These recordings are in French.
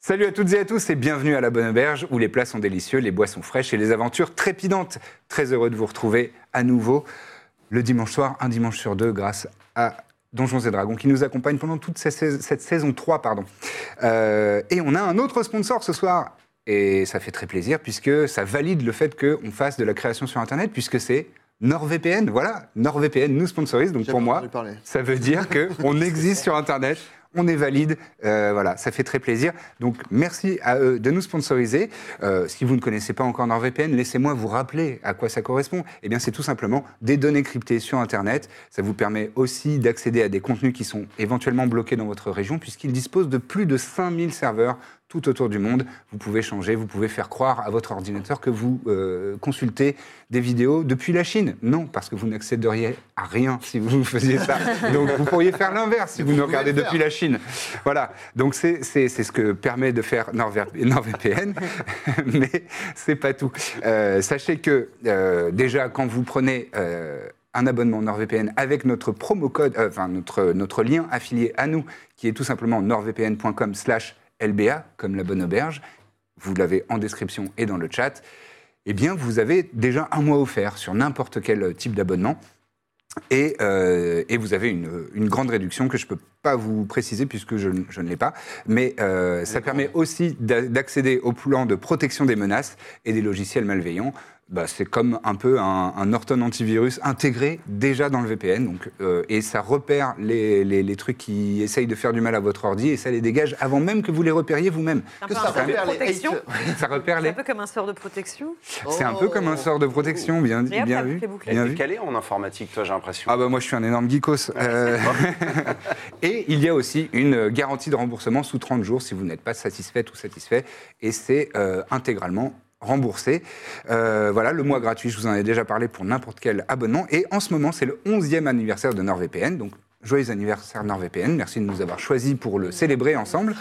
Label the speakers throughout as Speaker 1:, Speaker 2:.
Speaker 1: Salut à toutes et à tous et bienvenue à la Bonne Auberge où les plats sont délicieux, les boissons fraîches et les aventures trépidantes. Très heureux de vous retrouver à nouveau le dimanche soir, un dimanche sur deux grâce à Donjons et Dragons qui nous accompagne pendant toute cette saison, cette saison 3. Pardon. Euh, et on a un autre sponsor ce soir et ça fait très plaisir puisque ça valide le fait qu'on fasse de la création sur Internet puisque c'est NordVPN. Voilà, NordVPN nous sponsorise. Donc
Speaker 2: J'ai
Speaker 1: pour
Speaker 2: pas
Speaker 1: moi,
Speaker 2: entendu parler.
Speaker 1: ça veut dire qu'on existe sur Internet. On est valide, euh, voilà, ça fait très plaisir. Donc merci à eux de nous sponsoriser. Euh, si vous ne connaissez pas encore NordVPN, laissez-moi vous rappeler à quoi ça correspond. Eh bien, c'est tout simplement des données cryptées sur Internet. Ça vous permet aussi d'accéder à des contenus qui sont éventuellement bloqués dans votre région, puisqu'ils disposent de plus de 5000 serveurs tout autour du monde. Vous pouvez changer, vous pouvez faire croire à votre ordinateur que vous euh, consultez des vidéos depuis la Chine. Non, parce que vous n'accéderiez à rien si vous faisiez ça. Donc vous pourriez faire l'inverse si vous nous regardez
Speaker 2: le faire.
Speaker 1: depuis la Chine. Voilà, donc c'est c'est- c'est ce que permet de faire Norver- NordVPN, mais c'est pas tout. Euh, sachez que euh, déjà, quand vous prenez... euh, un abonnement NordVPN avec notre promo code, euh, enfin notre, notre lien affilié à nous, qui est tout simplement nordvpn.com slash LBA, comme la bonne auberge. Vous l'avez en description et dans le chat. Eh bien, vous avez déjà un mois offert sur n'importe quel euh, type d'abonnement. Et, euh, et vous avez une, une grande réduction que je ne peux pas vous préciser puisque je, ne- je ne l'ai pas. Mais euh, ça permet aussi d'a- d'accéder au plan de protection des menaces et des logiciels malveillants. Bah, c'est comme un peu un, un Norton antivirus intégré déjà dans le VPN. Donc, euh, et ça repère les, les- les trucs qui essayent de faire du mal à votre ordi et ça les dégage avant même que vous les repériez vous-même.
Speaker 3: C'est
Speaker 2: Que
Speaker 3: un peu
Speaker 2: ça
Speaker 3: un sort de
Speaker 2: repère les
Speaker 3: protection.
Speaker 2: hates.
Speaker 1: Ça repère
Speaker 3: C'est
Speaker 1: les...
Speaker 3: un peu comme un sort de protection.
Speaker 1: C'est un peu comme un sort de protection, bien,
Speaker 3: Et hop,
Speaker 1: bien
Speaker 3: la
Speaker 1: vu.
Speaker 3: boucle est bouclée.
Speaker 1: Bien
Speaker 4: T'es
Speaker 1: vu.
Speaker 4: calé en informatique, toi, j'ai l'impression.
Speaker 1: Ah bah moi je suis un énorme geekos. Euh, et il y a aussi une garantie de remboursement sous 30 jours si vous n'êtes pas satisfait ou satisfait. Et c'est euh, intégralement remboursé. Euh, voilà, le mois gratuit, je vous en ai déjà parlé pour n'importe quel abonnement. Et en ce moment, c'est le 11e anniversaire de NordVPN. Donc, joyeux anniversaire NordVPN. Merci de nous avoir choisis pour le célébrer ensemble.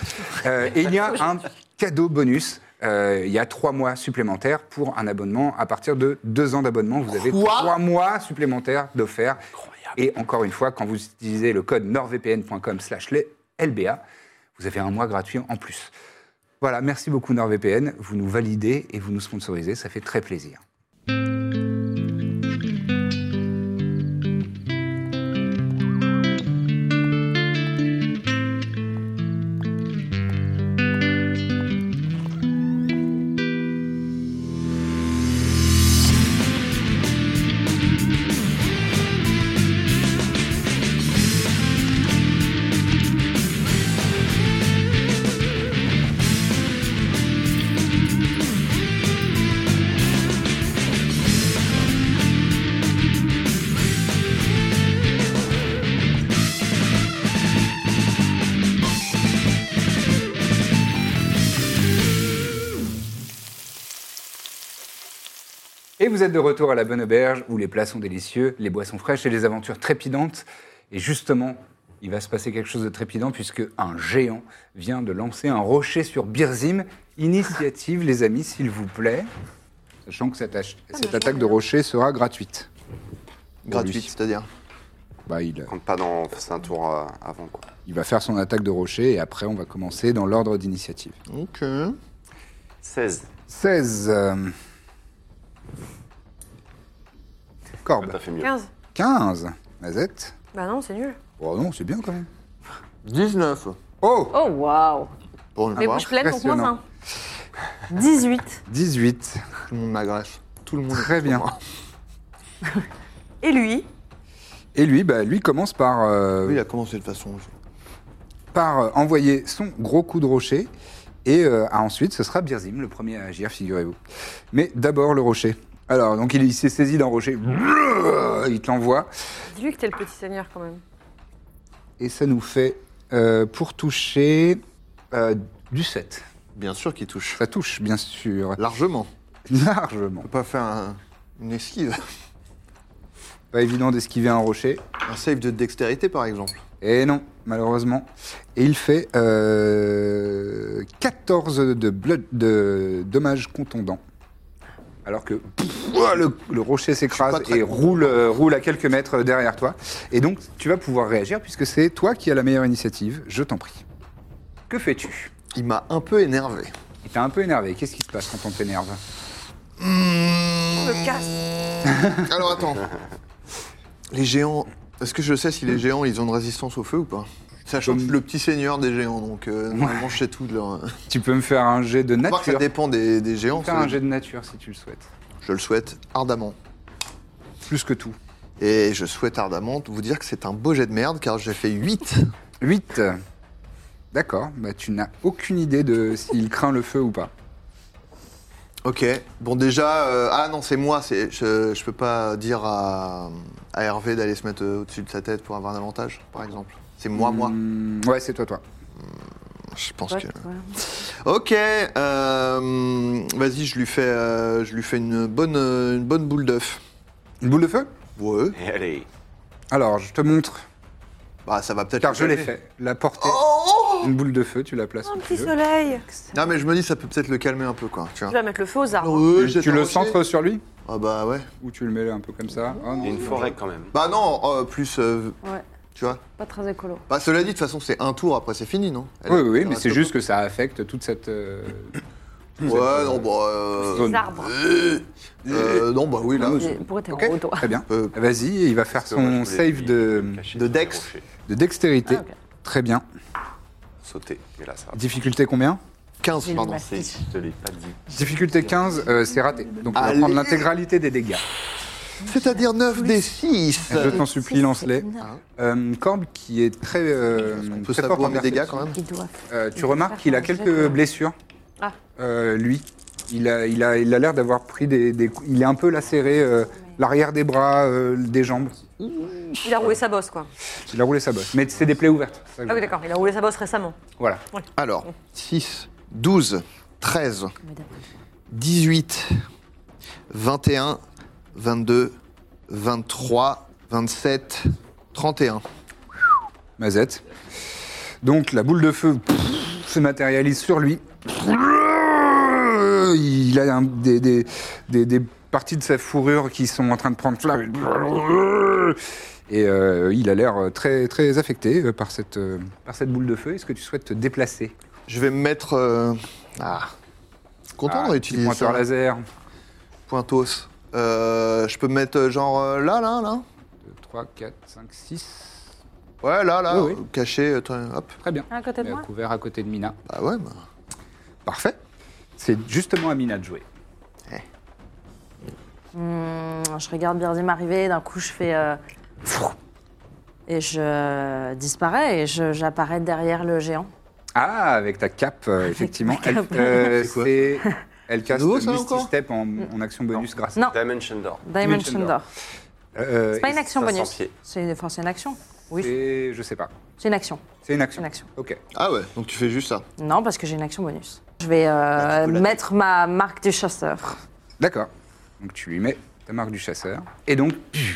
Speaker 1: Euh, et il y a un cadeau bonus. Euh, il y a trois mois supplémentaires pour un abonnement. À partir de deux ans d'abonnement, vous avez
Speaker 2: Quoi
Speaker 1: trois mois supplémentaires d'offert. Et encore une fois, quand vous utilisez le code nordvpn.com slash LBA, vous avez un mois gratuit en plus. Voilà, merci beaucoup NordVPN. Vous nous validez et vous nous sponsorisez, ça fait très plaisir. Et vous êtes de retour à la Bonne Auberge où les plats sont délicieux, les boissons fraîches et les aventures trépidantes. Et justement, il va se passer quelque chose de trépidant puisque un géant vient de lancer un rocher sur Birzim. Initiative, les amis, s'il vous plaît. Sachant que cette, ach- cette attaque de rocher sera gratuite.
Speaker 2: Gratuite, c'est-à-dire.
Speaker 1: Bah, il,
Speaker 4: Compte pas dans. C'est un tour euh, avant, quoi.
Speaker 1: il va faire son attaque de rocher et après on va commencer dans l'ordre d'initiative.
Speaker 2: Ok.
Speaker 4: 16.
Speaker 1: 16. euh, Corbe.
Speaker 4: T'as fait mieux.
Speaker 3: 15
Speaker 1: 15. Mazette.
Speaker 3: Bah non, c'est nul.
Speaker 1: Oh non, c'est bien quand même.
Speaker 2: 19.
Speaker 1: Oh
Speaker 3: Oh waouh
Speaker 2: Pour une
Speaker 3: Les
Speaker 2: fois,
Speaker 3: bouches pleines, donc
Speaker 1: impressionnant.
Speaker 3: moins 1. 18.
Speaker 1: 18.
Speaker 2: tout le monde m'agresse. Tout le monde.
Speaker 1: Très bien.
Speaker 3: Et lui
Speaker 1: Et lui, bah, lui commence par, euh,
Speaker 2: Lui, il a commencé de façon.
Speaker 1: par euh, envoyer son gros coup de rocher. Et euh, ah, ensuite, ce sera Birzim, le premier à agir, figurez-vous. Mais d'abord, le rocher. Alors, donc, il, il s'est saisi d'un rocher. Il te l'envoie.
Speaker 3: Dis-lui que t'es le petit seigneur quand même.
Speaker 1: Et ça nous fait euh, pour toucher euh, du 7.
Speaker 2: Bien sûr qu'il touche.
Speaker 1: Ça touche, bien sûr.
Speaker 2: Largement.
Speaker 1: Largement.
Speaker 2: On peut pas faire un- une esquive.
Speaker 1: Pas évident d'esquiver un rocher.
Speaker 2: Un save de dextérité, par exemple.
Speaker 1: Et non, malheureusement. Et il fait euh, 14 de, blood- de dommages contondants. Alors que pff, ouah, le, le rocher s'écrase
Speaker 2: Je suis pas très
Speaker 1: et roule, euh, roule à quelques mètres derrière toi. Et donc, tu vas pouvoir réagir puisque c'est toi qui as la meilleure initiative. Je t'en prie. Que fais-tu
Speaker 2: Il m'a un peu énervé.
Speaker 1: Il t'a un peu énervé. Qu'est-ce qui se passe quand on t'énerve
Speaker 3: On le casse.
Speaker 2: Alors attends. Les géants. Est-ce que je sais si les géants ils ont de résistance au feu ou pas Sachant que je suis le petit seigneur des géants, donc euh, normalement je sais tout de leur.
Speaker 1: Tu peux me faire un jet de
Speaker 2: Remarque,
Speaker 1: nature.
Speaker 2: ça dépend des, des géants.
Speaker 1: Faire un
Speaker 2: ça.
Speaker 1: jet de nature si tu le souhaites.
Speaker 2: Je le souhaite ardemment.
Speaker 1: Plus que tout.
Speaker 2: Et je souhaite ardemment vous dire que c'est un beau jet de merde car j'ai fait 8.
Speaker 1: 8. D'accord, bah, tu n'as aucune idée de s'il craint le feu ou pas.
Speaker 2: Ok. Bon déjà, euh, ah non c'est moi, c'est je, je peux pas dire à, à Hervé d'aller se mettre euh, au-dessus de sa tête pour avoir un avantage, par exemple. C'est moi moi.
Speaker 1: Hmm, ouais, c'est toi, toi.
Speaker 2: Je pense
Speaker 3: Ouais,
Speaker 2: que.
Speaker 3: voilà.
Speaker 2: Ok, euh, vas-y, je lui fais, euh, je lui fais une bonne, euh, une bonne boule d'œuf.
Speaker 1: Une boule de feu
Speaker 2: Ouais.
Speaker 4: Et allez,
Speaker 1: Alors, je te montre,
Speaker 2: Bah, ça va peut-être.
Speaker 1: car
Speaker 2: le
Speaker 1: je l'ai
Speaker 2: calmer.
Speaker 1: fait. La portée. Une boule de feu, tu la places.
Speaker 3: Un
Speaker 1: où tu
Speaker 3: petit
Speaker 1: veux.
Speaker 3: soleil.
Speaker 2: Non, mais je me dis, ça peut peut-être le calmer un peu, quoi. Tu
Speaker 3: Tu
Speaker 2: vois.
Speaker 3: vas mettre le feu aux arbres.
Speaker 2: Euh,
Speaker 1: Tu
Speaker 2: jette un
Speaker 1: le
Speaker 2: rocher.
Speaker 1: centres sur lui
Speaker 2: Ah bah ouais.
Speaker 1: Ou tu le mets là un peu comme ça Ah non.
Speaker 4: il y a une forêt quand même.
Speaker 2: Bah non, euh, plus, euh,
Speaker 3: Ouais,
Speaker 2: tu vois.
Speaker 3: pas très écolo.
Speaker 2: Bah cela dit, de toute façon, c'est un tour. Après, c'est fini, non Elle-
Speaker 1: Oui, oui, oui,
Speaker 2: elle
Speaker 1: mais
Speaker 2: reste
Speaker 1: c'est
Speaker 2: au-
Speaker 1: juste que ça affecte toute cette. euh,
Speaker 2: Ouais,
Speaker 1: euh,
Speaker 2: non, bah. euh,
Speaker 1: zone.
Speaker 3: Les arbres.
Speaker 2: euh, euh, non, bah oui, là.
Speaker 3: Mais Pourquoi t'es
Speaker 1: Ok,
Speaker 3: en haut, toi
Speaker 1: Très bien.
Speaker 2: euh,
Speaker 1: Vas-y, il va faire
Speaker 4: Parce que moi,
Speaker 1: son
Speaker 4: je voulais
Speaker 1: save
Speaker 4: lui-
Speaker 1: de,
Speaker 4: lui cacher sous
Speaker 2: de
Speaker 4: les
Speaker 2: Dex.
Speaker 4: rochers.
Speaker 1: de dextérité.
Speaker 3: Ah, ok.
Speaker 1: Très bien.
Speaker 4: Sauter. Mais là, ça va.
Speaker 1: Difficulté combien
Speaker 2: 15,
Speaker 3: J'ai
Speaker 2: pardon.
Speaker 3: le
Speaker 4: C'est- Je te l'ai pas dit.
Speaker 1: Difficulté 15, euh, c'est raté. Donc on va
Speaker 2: Allez.
Speaker 1: prendre l'intégralité des dégâts.
Speaker 2: C'est-à-dire 9 des 6.
Speaker 1: Je t'en supplie, lance-les.
Speaker 3: énorme.
Speaker 1: Euh, Corbe, qui est très, euh,
Speaker 2: On peut
Speaker 1: très fort
Speaker 2: savoir
Speaker 1: en
Speaker 2: mes dégâts
Speaker 1: perception.
Speaker 2: quand même
Speaker 3: Il doit.
Speaker 1: Euh, tu
Speaker 3: Il
Speaker 1: remarques
Speaker 3: faut
Speaker 1: qu'il a
Speaker 3: faire un
Speaker 1: quelques
Speaker 3: jet de-
Speaker 1: blessures.
Speaker 3: Ah.
Speaker 1: Euh, lui, il a il a il a l'air d'avoir pris des, des coups- il est un peu lacéré euh, l'arrière des bras, euh, des jambes.
Speaker 3: Il a roulé sa bosse, quoi.
Speaker 1: Il a roulé sa bosse. Mais c'est des plaies ouvertes. c'est ça que
Speaker 3: Ah
Speaker 1: je-
Speaker 3: oui, d'accord. Il a roulé sa bosse récemment.
Speaker 1: Voilà.
Speaker 2: Alors, 6, 12, 13,
Speaker 3: Mais d'accord.
Speaker 2: 18, 21, 22, 23, 27, 31.
Speaker 1: Mazette. Donc la boule de feu pff, se matérialise sur lui. Il a un- des, des- des- des parties de sa fourrure qui sont en train de prendre flamme. Et euh, il a l'air très, très affecté euh, par cette, euh, par cette boule de feu. Est-ce que tu souhaites te déplacer
Speaker 2: Je vais me mettre. euh, Ah. Content
Speaker 1: Ah,
Speaker 2: d'en
Speaker 1: petit
Speaker 2: utiliser
Speaker 1: pointeur
Speaker 2: ça.
Speaker 1: laser.
Speaker 2: euh, Pointos. Euh, je peux me mettre euh, genre euh, là, là, là
Speaker 1: 3, 4, 5, 6.
Speaker 2: Ouais, là, là.
Speaker 1: Oui, oui.
Speaker 2: Caché, euh, toi, hop.
Speaker 1: Très bien.
Speaker 3: À côté de
Speaker 1: Et
Speaker 3: moi
Speaker 1: couvert à côté de Mina.
Speaker 2: Bah ouais, bah.
Speaker 1: Parfait. C'est justement à Mina de jouer.
Speaker 3: Hum, Je regarde Birdie m'arriver, d'un coup je fais. euh, Et je disparais et je- j'apparais derrière le géant.
Speaker 1: Ah, avec ta cape, euh, effectivement.
Speaker 3: ma cape.
Speaker 1: Elle, euh,
Speaker 2: C'est quoi
Speaker 1: c'est- elle casse
Speaker 2: nouveau, ça,
Speaker 1: Misty
Speaker 2: encore
Speaker 1: Step en, en action bonus grâce.
Speaker 3: Non.
Speaker 4: Dimension Door.
Speaker 1: Bah,
Speaker 3: Dimension
Speaker 1: Dimension
Speaker 3: Door.
Speaker 1: Euh,
Speaker 3: C'est pas une action
Speaker 4: 500
Speaker 3: bonus.
Speaker 4: pieds.
Speaker 3: C'est une, enfin, c'est une action. Oui,
Speaker 1: et- Je sais pas.
Speaker 3: c'est une action.
Speaker 1: C'est une action.
Speaker 3: Une action.
Speaker 1: Ok.
Speaker 2: Ah ouais, donc tu fais juste ça.
Speaker 3: Non, parce que j'ai une action bonus. Je vais euh, mettre ma marque du chasseur.
Speaker 1: D'accord. Donc tu lui mets ta marque du chasseur. Et donc, pfiou,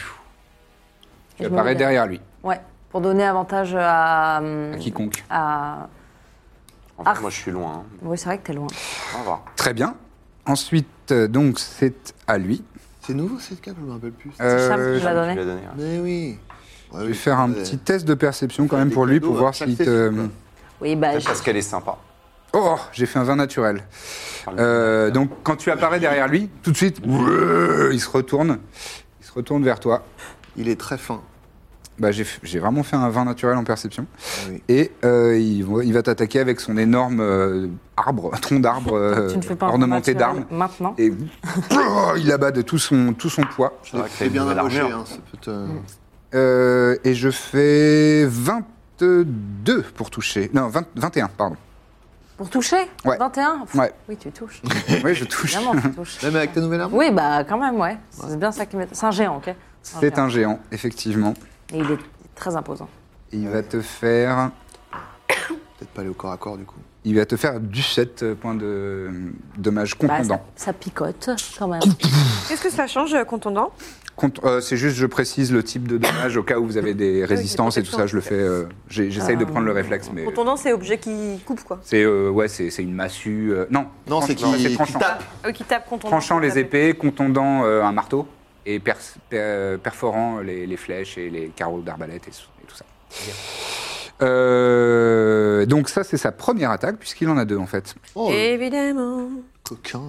Speaker 1: tu
Speaker 3: Et je me
Speaker 1: apparais
Speaker 3: mets
Speaker 1: derrière lui,
Speaker 3: Ouais, pour donner avantage à. euh,
Speaker 1: à quiconque.
Speaker 3: à-
Speaker 4: En fait,
Speaker 3: Ah.
Speaker 4: moi, je suis loin. hein.
Speaker 3: Oui, c'est vrai que t'es loin.
Speaker 4: Au revoir.
Speaker 1: Très bien. Ensuite, euh, donc, c'est à lui.
Speaker 2: C'est nouveau cette cape, je me rappelle plus.
Speaker 3: C'est Cham qui
Speaker 1: Euh,
Speaker 3: me l'a
Speaker 4: Tu
Speaker 3: donné.
Speaker 4: l'as donné. ouais.
Speaker 2: Mais oui. Ouais,
Speaker 1: je
Speaker 2: oui,
Speaker 1: vais faire un
Speaker 2: ouais.
Speaker 1: petit test de perception quand même
Speaker 2: des
Speaker 1: pour lui,
Speaker 2: cadeaux hein.
Speaker 1: pour
Speaker 2: à
Speaker 1: voir
Speaker 2: chaque
Speaker 1: s'il
Speaker 2: session,
Speaker 1: te...
Speaker 2: quoi.
Speaker 3: Oui, bah,
Speaker 4: Peut-être parce qu'elle est sympa.
Speaker 1: Oh, j'ai fait un vin naturel. Euh, donc quand tu apparais derrière lui, tout de suite, ouais, il se retourne, il se retourne vers toi.
Speaker 2: Il est très fin.
Speaker 1: Bah, j'ai j'ai vraiment fait un vin naturel en perception.
Speaker 2: oui.
Speaker 1: Et euh, il, va- il va t'attaquer avec son énorme euh, arbre, tronc d'arbre euh,
Speaker 3: tu ne fais pas un
Speaker 1: ornementé
Speaker 3: naturel
Speaker 1: d'armes.
Speaker 3: Maintenant.
Speaker 1: Et oh, il abat de tout son, tout son poids.
Speaker 4: C'est vrai que t'as
Speaker 2: C'est
Speaker 4: une
Speaker 2: bien
Speaker 4: nouvelle
Speaker 2: allongé,
Speaker 4: armure.
Speaker 2: hein. Ça peut te-
Speaker 1: Mm. Euh, et je fais 22 pour toucher. Non, 20 21, pardon.
Speaker 3: Pour toucher
Speaker 1: Ouais.
Speaker 3: 21 Pff,
Speaker 1: Ouais.
Speaker 3: Oui, tu touches.
Speaker 1: Oui, je touche.
Speaker 3: Vraiment, tu touches.
Speaker 2: Même avec ta nouvelle arme
Speaker 3: Oui, bah quand même, ouais. C'est bien ça qui m'est. C'est un géant, ok
Speaker 1: C'est un géant, effectivement.
Speaker 3: Et il est très imposant.
Speaker 1: Il va te faire
Speaker 2: pas aller au corps à corps du coup.
Speaker 1: Il va te faire 17 points de dommage
Speaker 3: Bah,
Speaker 1: contondant.
Speaker 3: ça, ça picote quand même.
Speaker 5: Qu'est-ce que ça change, euh, contondant
Speaker 1: Cont- euh, c'est juste, je précise le type de dommage au cas où vous avez des résistances et tout ça. Je le fais. euh, j'ai- J'essaye
Speaker 3: Ah.
Speaker 1: de prendre le réflexe, mais
Speaker 5: Contondant, c'est objet qui coupe, quoi.
Speaker 1: c'est euh, ouais, c'est c'est une massue. euh, non,
Speaker 2: Non,
Speaker 1: tranche-
Speaker 2: c'est qui,
Speaker 1: c'est
Speaker 2: qui
Speaker 1: tranchant.
Speaker 2: tape.
Speaker 5: Eux qui tapent contondant.
Speaker 1: tranchant les épées, contondant euh, un marteau et per- per- perforant les, les flèches et les carreaux d'arbalète et, s- et tout ça. Euh, donc ça, c'est sa première attaque puisqu'il en a deux en fait.
Speaker 2: Oh,
Speaker 5: Eh,
Speaker 2: le
Speaker 5: Évidemment.
Speaker 2: coquin.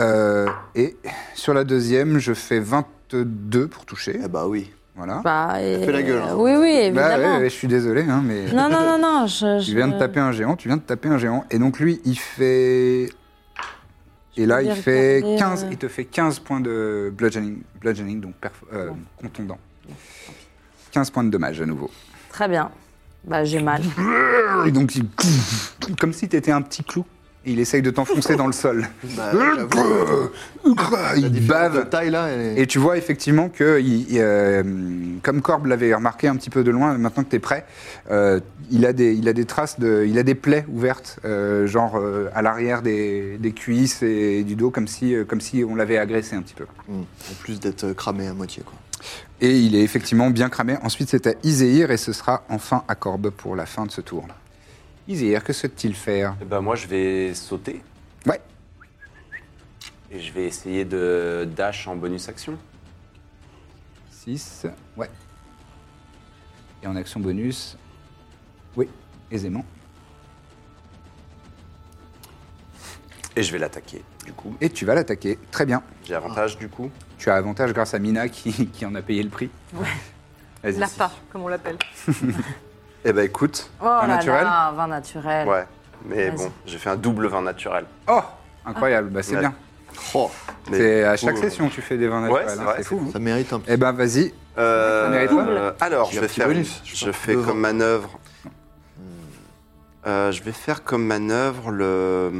Speaker 1: Euh, et sur la deuxième, je fais 22 pour toucher.
Speaker 2: Eh bah oui.
Speaker 1: Voilà.
Speaker 3: Bah, et-
Speaker 2: fait la gueule, hein.
Speaker 3: Oui, oui,
Speaker 1: Bah,
Speaker 3: évidemment.
Speaker 1: ouais, ouais, je suis désolé, hein, mais
Speaker 3: Non, non, non, non. Je,
Speaker 1: tu
Speaker 3: je-
Speaker 1: viens de taper un géant, tu viens de taper un géant. Et donc lui, il fait... Et là,
Speaker 3: vais
Speaker 1: il fait
Speaker 3: regarder,
Speaker 1: 15,
Speaker 3: euh.
Speaker 1: il te fait 15 points de bludgeoning, bludgeoning donc perf- euh, contondant. 15 points de dommage à nouveau.
Speaker 3: Très bien. Bah, j'ai mal.
Speaker 1: Et donc, il... comme si t'étais un petit clou. Et il essaye de t'enfoncer dans le sol.
Speaker 2: Bah, j'avoue, la
Speaker 1: Il
Speaker 2: différence de
Speaker 1: bave.
Speaker 2: taille là, elle est-
Speaker 1: Et tu vois effectivement que, il- il, euh, comme Corbe l'avait remarqué un petit peu de loin, maintenant que tu es prêt, euh, il, a des, il a des traces, de, il a des plaies ouvertes, euh, genre euh, à l'arrière des, des cuisses et du dos, comme si, euh, comme si on l'avait agressé un petit peu.
Speaker 2: Hmm. En plus d'être cramé à moitié quoi.
Speaker 1: Et il est effectivement bien cramé. Ensuite, c'est à Iséir et ce sera enfin à Corbe pour la fin de ce tour. Iséir, que souhaite-t-il faire
Speaker 6: Eh ben, moi, je vais sauter
Speaker 1: Ouais,
Speaker 6: et je vais essayer de dash en bonus action.
Speaker 1: 6, ouais. Et en action bonus, oui, aisément.
Speaker 6: Et je vais l'attaquer, du coup.
Speaker 1: Et tu vas l'attaquer, très bien.
Speaker 6: J'ai avantage, du coup.
Speaker 1: Tu as avantage grâce à Mina qui, qui en a payé le prix. Ouais. Vas-y.
Speaker 5: L'APA, comme on l'appelle.
Speaker 6: Eh ben, écoute.
Speaker 3: Oh là
Speaker 1: naturel
Speaker 3: là, vin naturel.
Speaker 6: Ouais. Mais
Speaker 3: Vas-y.
Speaker 6: bon, j'ai fait un double vin naturel.
Speaker 1: Oh Incroyable, bah, c'est
Speaker 6: Ouais.
Speaker 1: bien.
Speaker 2: Oh,
Speaker 6: Mais
Speaker 1: C'est à
Speaker 6: du coup,
Speaker 1: chaque
Speaker 6: euh,
Speaker 1: session tu fais des vins
Speaker 6: Ouais,
Speaker 1: naturels,
Speaker 6: c'est
Speaker 1: hein,
Speaker 6: vrai,
Speaker 1: c'est
Speaker 6: c'est
Speaker 1: fou.
Speaker 2: ça mérite un petit.
Speaker 1: Eh ben vas-y,
Speaker 6: Euh,
Speaker 1: Ça mérite pas.
Speaker 6: euh, alors,
Speaker 2: J'ai
Speaker 6: je
Speaker 2: un
Speaker 6: vais
Speaker 2: petit
Speaker 6: faire, une-
Speaker 2: bonus, je
Speaker 6: je
Speaker 2: pense.
Speaker 6: fais
Speaker 2: Devant.
Speaker 6: comme manœuvre. Euh, je vais faire comme manœuvre le.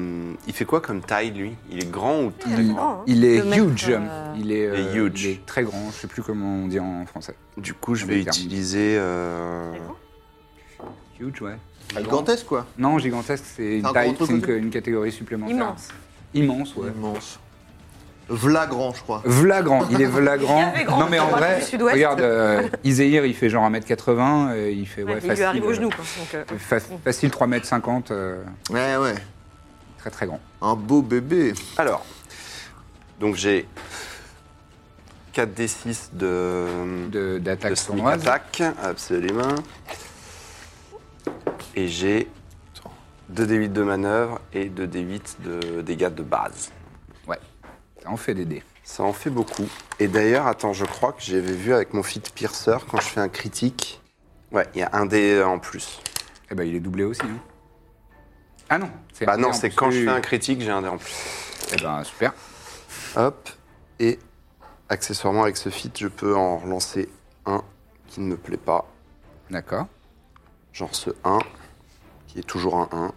Speaker 6: Il fait quoi comme taille lui Il est grand ou très
Speaker 1: il,
Speaker 6: grand
Speaker 5: hein.
Speaker 1: il est
Speaker 3: De mettre,
Speaker 1: huge.
Speaker 3: euh,
Speaker 1: Il, est, euh,
Speaker 6: Il est huge.
Speaker 1: il est très grand, je sais plus comment on dit en français.
Speaker 6: Du coup, je
Speaker 1: Un
Speaker 6: vais
Speaker 1: des termes.
Speaker 6: utiliser. euh,
Speaker 1: Huge, ouais.
Speaker 2: Ah,
Speaker 1: Pas grand.
Speaker 2: Gigantesque quoi.
Speaker 1: Non, gigantesque, c'est une
Speaker 2: un
Speaker 1: taille,
Speaker 2: grand truc
Speaker 1: c'est une,
Speaker 2: aussi.
Speaker 1: une catégorie supplémentaire.
Speaker 5: Immense.
Speaker 1: Immense, ouais.
Speaker 2: Immense. Vlagrand je crois.
Speaker 1: Vlagrand, il est
Speaker 5: Il
Speaker 1: Vlagrand.
Speaker 5: y avait grand
Speaker 1: non mais en
Speaker 5: droit
Speaker 1: vrai,
Speaker 5: du Sud-Ouest.
Speaker 1: regarde, euh, Iséir, il fait genre 1m80, euh, il fait ouais,
Speaker 5: Ouais, il lui
Speaker 1: facile,
Speaker 5: arrive
Speaker 1: euh,
Speaker 5: au genou, quoi. Donc, euh,
Speaker 1: fa- facile 3m50, euh,
Speaker 2: Ouais ouais.
Speaker 1: très très grand.
Speaker 2: Un beau bébé.
Speaker 6: Alors, donc j'ai 4d6 de.
Speaker 1: de- d'attaque
Speaker 6: de sneak
Speaker 1: sournoise.
Speaker 6: attack, absolument. Et j'ai 2d8 de manœuvre et 2d8 de dégâts de base.
Speaker 1: Ouais, ça en fait des dés.
Speaker 6: Ça en fait beaucoup. Et d'ailleurs, attends, je crois que j'avais vu avec mon fit piercer quand je fais un critique. Ouais, il y a un dé en plus.
Speaker 1: Eh ben, il est doublé aussi. hein. Ah non c'est
Speaker 6: Bah
Speaker 1: un dé
Speaker 6: non,
Speaker 1: en
Speaker 6: c'est
Speaker 1: plus.
Speaker 6: quand je fais un critique, j'ai un dé en plus.
Speaker 1: Eh ben, super.
Speaker 6: Hop. Et accessoirement, avec ce fit, je peux en relancer un qui ne me plaît pas.
Speaker 1: D'accord.
Speaker 6: Genre ce 1, qui est toujours un 1.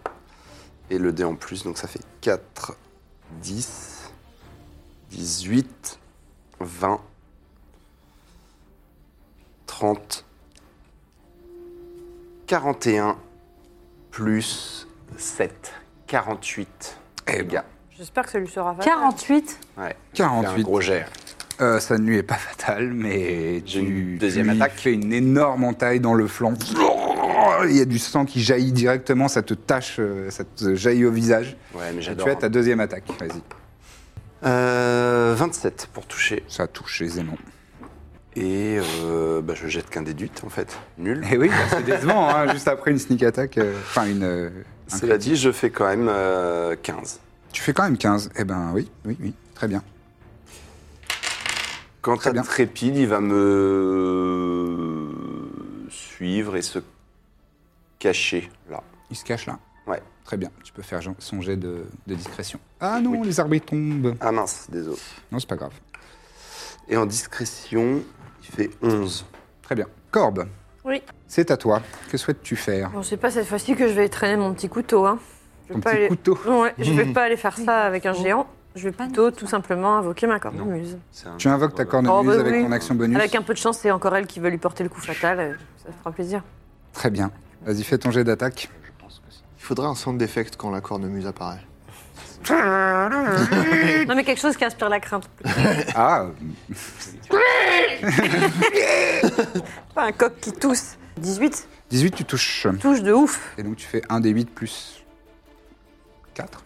Speaker 6: Et le dé en plus, donc ça fait 4, 10, 18, 20, 30, 41, plus 7, 48.
Speaker 1: Eh ben,
Speaker 5: J'espère que ça lui sera facile.
Speaker 3: 48
Speaker 6: Ouais,
Speaker 1: 48.
Speaker 6: j'ai fait un gros jet.
Speaker 1: euh, ça ne lui est pas fatal, mais tu-
Speaker 6: J'ai une
Speaker 1: tu
Speaker 6: deuxième
Speaker 1: lui
Speaker 6: attaque.
Speaker 1: fais une énorme entaille dans le flanc. Il y a du sang qui jaillit directement, ça te tache, euh, ça te jaillit au visage.
Speaker 6: Ouais, mais
Speaker 1: Et
Speaker 6: j'adore. hein.
Speaker 1: Tu as ta deuxième attaque, vas-y.
Speaker 6: Euh, 27 pour toucher.
Speaker 1: Ça touche aisément.
Speaker 6: Et euh, bah, je jette qu'un déduit, en fait. Nul.
Speaker 1: Eh oui, bah, c'est décevant, hein, juste après une sneak attack, euh, enfin une... euh, un
Speaker 6: Cela dit, je fais quand même euh, 15.
Speaker 1: Tu fais quand même 15. Eh ben oui, oui, oui, très bien.
Speaker 6: Quant
Speaker 1: Très
Speaker 6: à
Speaker 1: bien.
Speaker 6: Trépide, il va me suivre et se cacher là.
Speaker 1: Il se cache là.
Speaker 6: Ouais.
Speaker 1: Très bien. Tu peux faire son jet de, de discrétion. Ah non, les arbitres tombent.
Speaker 6: Ah mince, désolé.
Speaker 1: Non, c'est pas grave.
Speaker 6: Et en discrétion, il fait 11.
Speaker 1: Très bien. Corbe,
Speaker 5: Oui.
Speaker 1: c'est à toi. Que souhaites-tu faire
Speaker 5: Bon, c'est pas cette fois-ci que je vais traîner mon petit couteau. Hein. Je vais
Speaker 1: Ton
Speaker 5: pas
Speaker 1: petit
Speaker 5: aller-
Speaker 1: couteau. Mmh.
Speaker 5: Ouais, je vais pas aller faire ça avec un géant. Je vais plutôt tout simplement invoquer ma cornemuse.
Speaker 6: C'est un-
Speaker 1: Tu invoques ta
Speaker 5: Oh,
Speaker 1: cornemuse
Speaker 5: bah
Speaker 1: avec
Speaker 5: oui.
Speaker 1: ton action bonus.
Speaker 5: Avec un peu de chance, c'est encore elle qui va lui porter le coup fatal. euh, Ça fera plaisir.
Speaker 1: Très bien. Vas-y, fais ton jet d'attaque.
Speaker 2: Il faudrait un sound d'effect quand la cornemuse apparaît.
Speaker 5: Non, mais quelque chose qui inspire la crainte.
Speaker 1: Ah,
Speaker 5: Pas un coq qui tousse. 18,
Speaker 1: 18, tu touches.
Speaker 5: touche de ouf.
Speaker 1: Et donc tu fais 1 des 8 plus 4.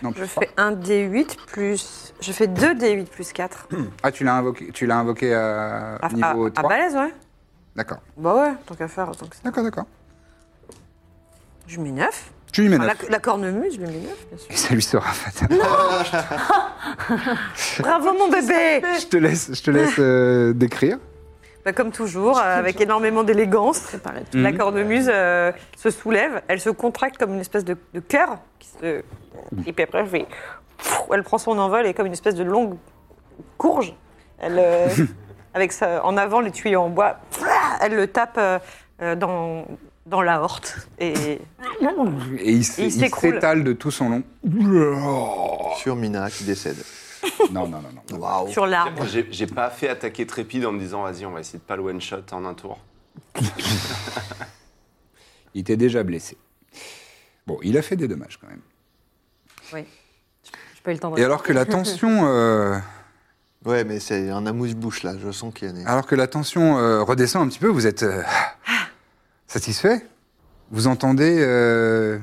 Speaker 1: Non,
Speaker 5: Je
Speaker 1: plus
Speaker 5: fais un D8 plus. Je fais 2 D8 plus 4.
Speaker 1: 3. Ah, tu l'as invoqué, tu l'as invoqué à
Speaker 5: À,
Speaker 1: niveau
Speaker 5: à, à
Speaker 1: 3
Speaker 5: balèze, ouais.
Speaker 1: D'accord,
Speaker 5: Bah ouais, tant qu'à faire, autant que ça.
Speaker 1: d'accord, d'accord.
Speaker 5: Je mets 9.
Speaker 1: Tu lui mets 9.
Speaker 5: la, la cornemuse, je lui mets 9, bien sûr.
Speaker 1: Et ça lui sera fatal.
Speaker 5: Bravo, mon bébé
Speaker 1: je te laisse, je te laisse euh, décrire.
Speaker 5: Bah, Comme toujours, euh, avec énormément d'élégance, la cornemuse euh, se soulève, elle se contracte comme une espèce de, de cœur. qui se- Et puis après, elle, fait- Pfff elle prend son envol et comme une espèce de longue courge, elle, euh, avec sa- en avant les tuyaux en bois, elle le tape euh, euh, dans, dans la horte. Et
Speaker 1: Et il s'é-
Speaker 5: Et il
Speaker 1: il
Speaker 5: s'écroule.
Speaker 1: s'étale de tout son long. Non,
Speaker 2: Sur Mina qui décède.
Speaker 1: non, non, non. non.
Speaker 5: sur l'arbre.
Speaker 4: J'ai j'ai pas fait attaquer Trépide en me disant vas-y, on va essayer de pas le one shot en un tour.
Speaker 1: Il était déjà blessé. Bon, il a fait des dommages quand même.
Speaker 3: Oui. J'ai pas eu le temps de.
Speaker 1: Et alors que la tension, euh,
Speaker 2: Ouais, mais c'est un amuse-bouche là, je sens qu'il y en
Speaker 4: Ah.
Speaker 2: a.
Speaker 1: alors que la tension euh, redescend un petit peu, vous êtes euh, satisfait Vous entendez euh,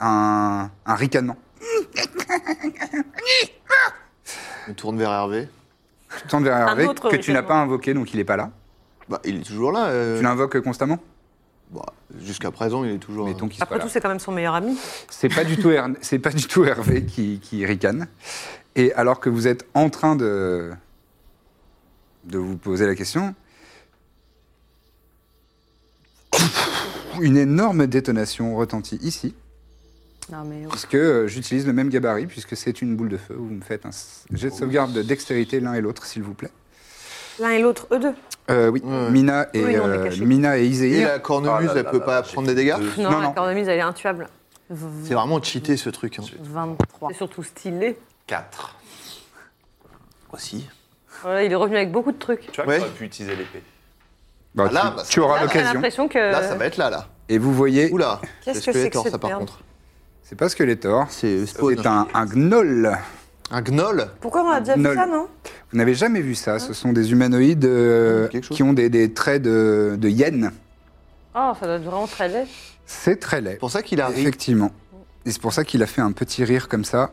Speaker 1: un, un ricanement.
Speaker 2: Je me tourne vers Hervé.
Speaker 1: Tu te tournes vers Hervé
Speaker 5: autre
Speaker 1: que tu n'as
Speaker 5: ricanement.
Speaker 1: pas invoqué, donc il n'est pas là.
Speaker 2: Bah, il est toujours là. euh,
Speaker 1: Tu l'invoques constamment
Speaker 2: bah, Jusqu'à présent, il est toujours.
Speaker 1: Mais
Speaker 2: euh,
Speaker 1: donc il
Speaker 5: Après tout, c'est quand même son meilleur ami.
Speaker 1: C'est pas du tout Hern- c'est pas du tout Hervé qui, qui ricane. Et alors que vous êtes en train de de vous poser la question, une énorme détonation retentit ici,
Speaker 3: Non, mais oh.
Speaker 1: puisque euh, j'utilise le même gabarit, puisque c'est une boule de feu. Vous me faites un s- jet de sauvegarde de dextérité l'un et l'autre, s'il vous plaît.
Speaker 5: L'un et l'autre, eux deux.
Speaker 1: Euh, oui, Mina et
Speaker 5: Oui, on est
Speaker 1: euh,
Speaker 5: cachés.
Speaker 1: Mina et Iséir.
Speaker 2: Et la cornemuse,
Speaker 4: Ah là
Speaker 2: elle
Speaker 4: là
Speaker 2: peut
Speaker 4: là
Speaker 2: pas
Speaker 4: là, j'ai
Speaker 2: prendre
Speaker 4: fait
Speaker 2: des dégâts
Speaker 4: deux.
Speaker 5: Non,
Speaker 1: Non,
Speaker 5: la
Speaker 1: non.
Speaker 5: cornemuse, elle est intuable.
Speaker 2: C'est vraiment cheaté ce truc. hein.
Speaker 3: 23.
Speaker 5: C'est surtout stylé.
Speaker 4: 4.
Speaker 2: Aussi.
Speaker 5: Voilà, il est revenu avec beaucoup de trucs.
Speaker 4: Tu vois,
Speaker 2: Ouais.
Speaker 4: que t'aurais pu utiliser l'épée.
Speaker 1: Bah,
Speaker 2: Ah là,
Speaker 1: tu,
Speaker 2: bah,
Speaker 1: tu auras
Speaker 5: J'ai
Speaker 1: l'occasion.
Speaker 5: l'impression que.
Speaker 2: Là, ça va être là, là.
Speaker 1: Et vous voyez,
Speaker 2: Oula.
Speaker 5: Euh. Qu'est-ce que c'est que
Speaker 2: Skeletor,
Speaker 5: cette
Speaker 2: ça par
Speaker 5: merde
Speaker 2: contre
Speaker 1: c'est pas ce que les torts.
Speaker 2: C'est spawn.
Speaker 1: C'est un, un gnoll.
Speaker 2: Un gnoll
Speaker 5: Pourquoi on a déjà vu
Speaker 1: Nol.
Speaker 5: ça, non
Speaker 1: Vous n'avez jamais vu ça. Ce sont des humanoïdes euh,
Speaker 2: Quelque chose.
Speaker 1: qui ont des, des traits de, de hyène.
Speaker 5: Oh, ça doit être vraiment très laid.
Speaker 1: C'est très laid.
Speaker 2: C'est pour ça qu'il a ri.
Speaker 1: Effectivement. Et c'est pour ça qu'il a fait un petit rire comme ça.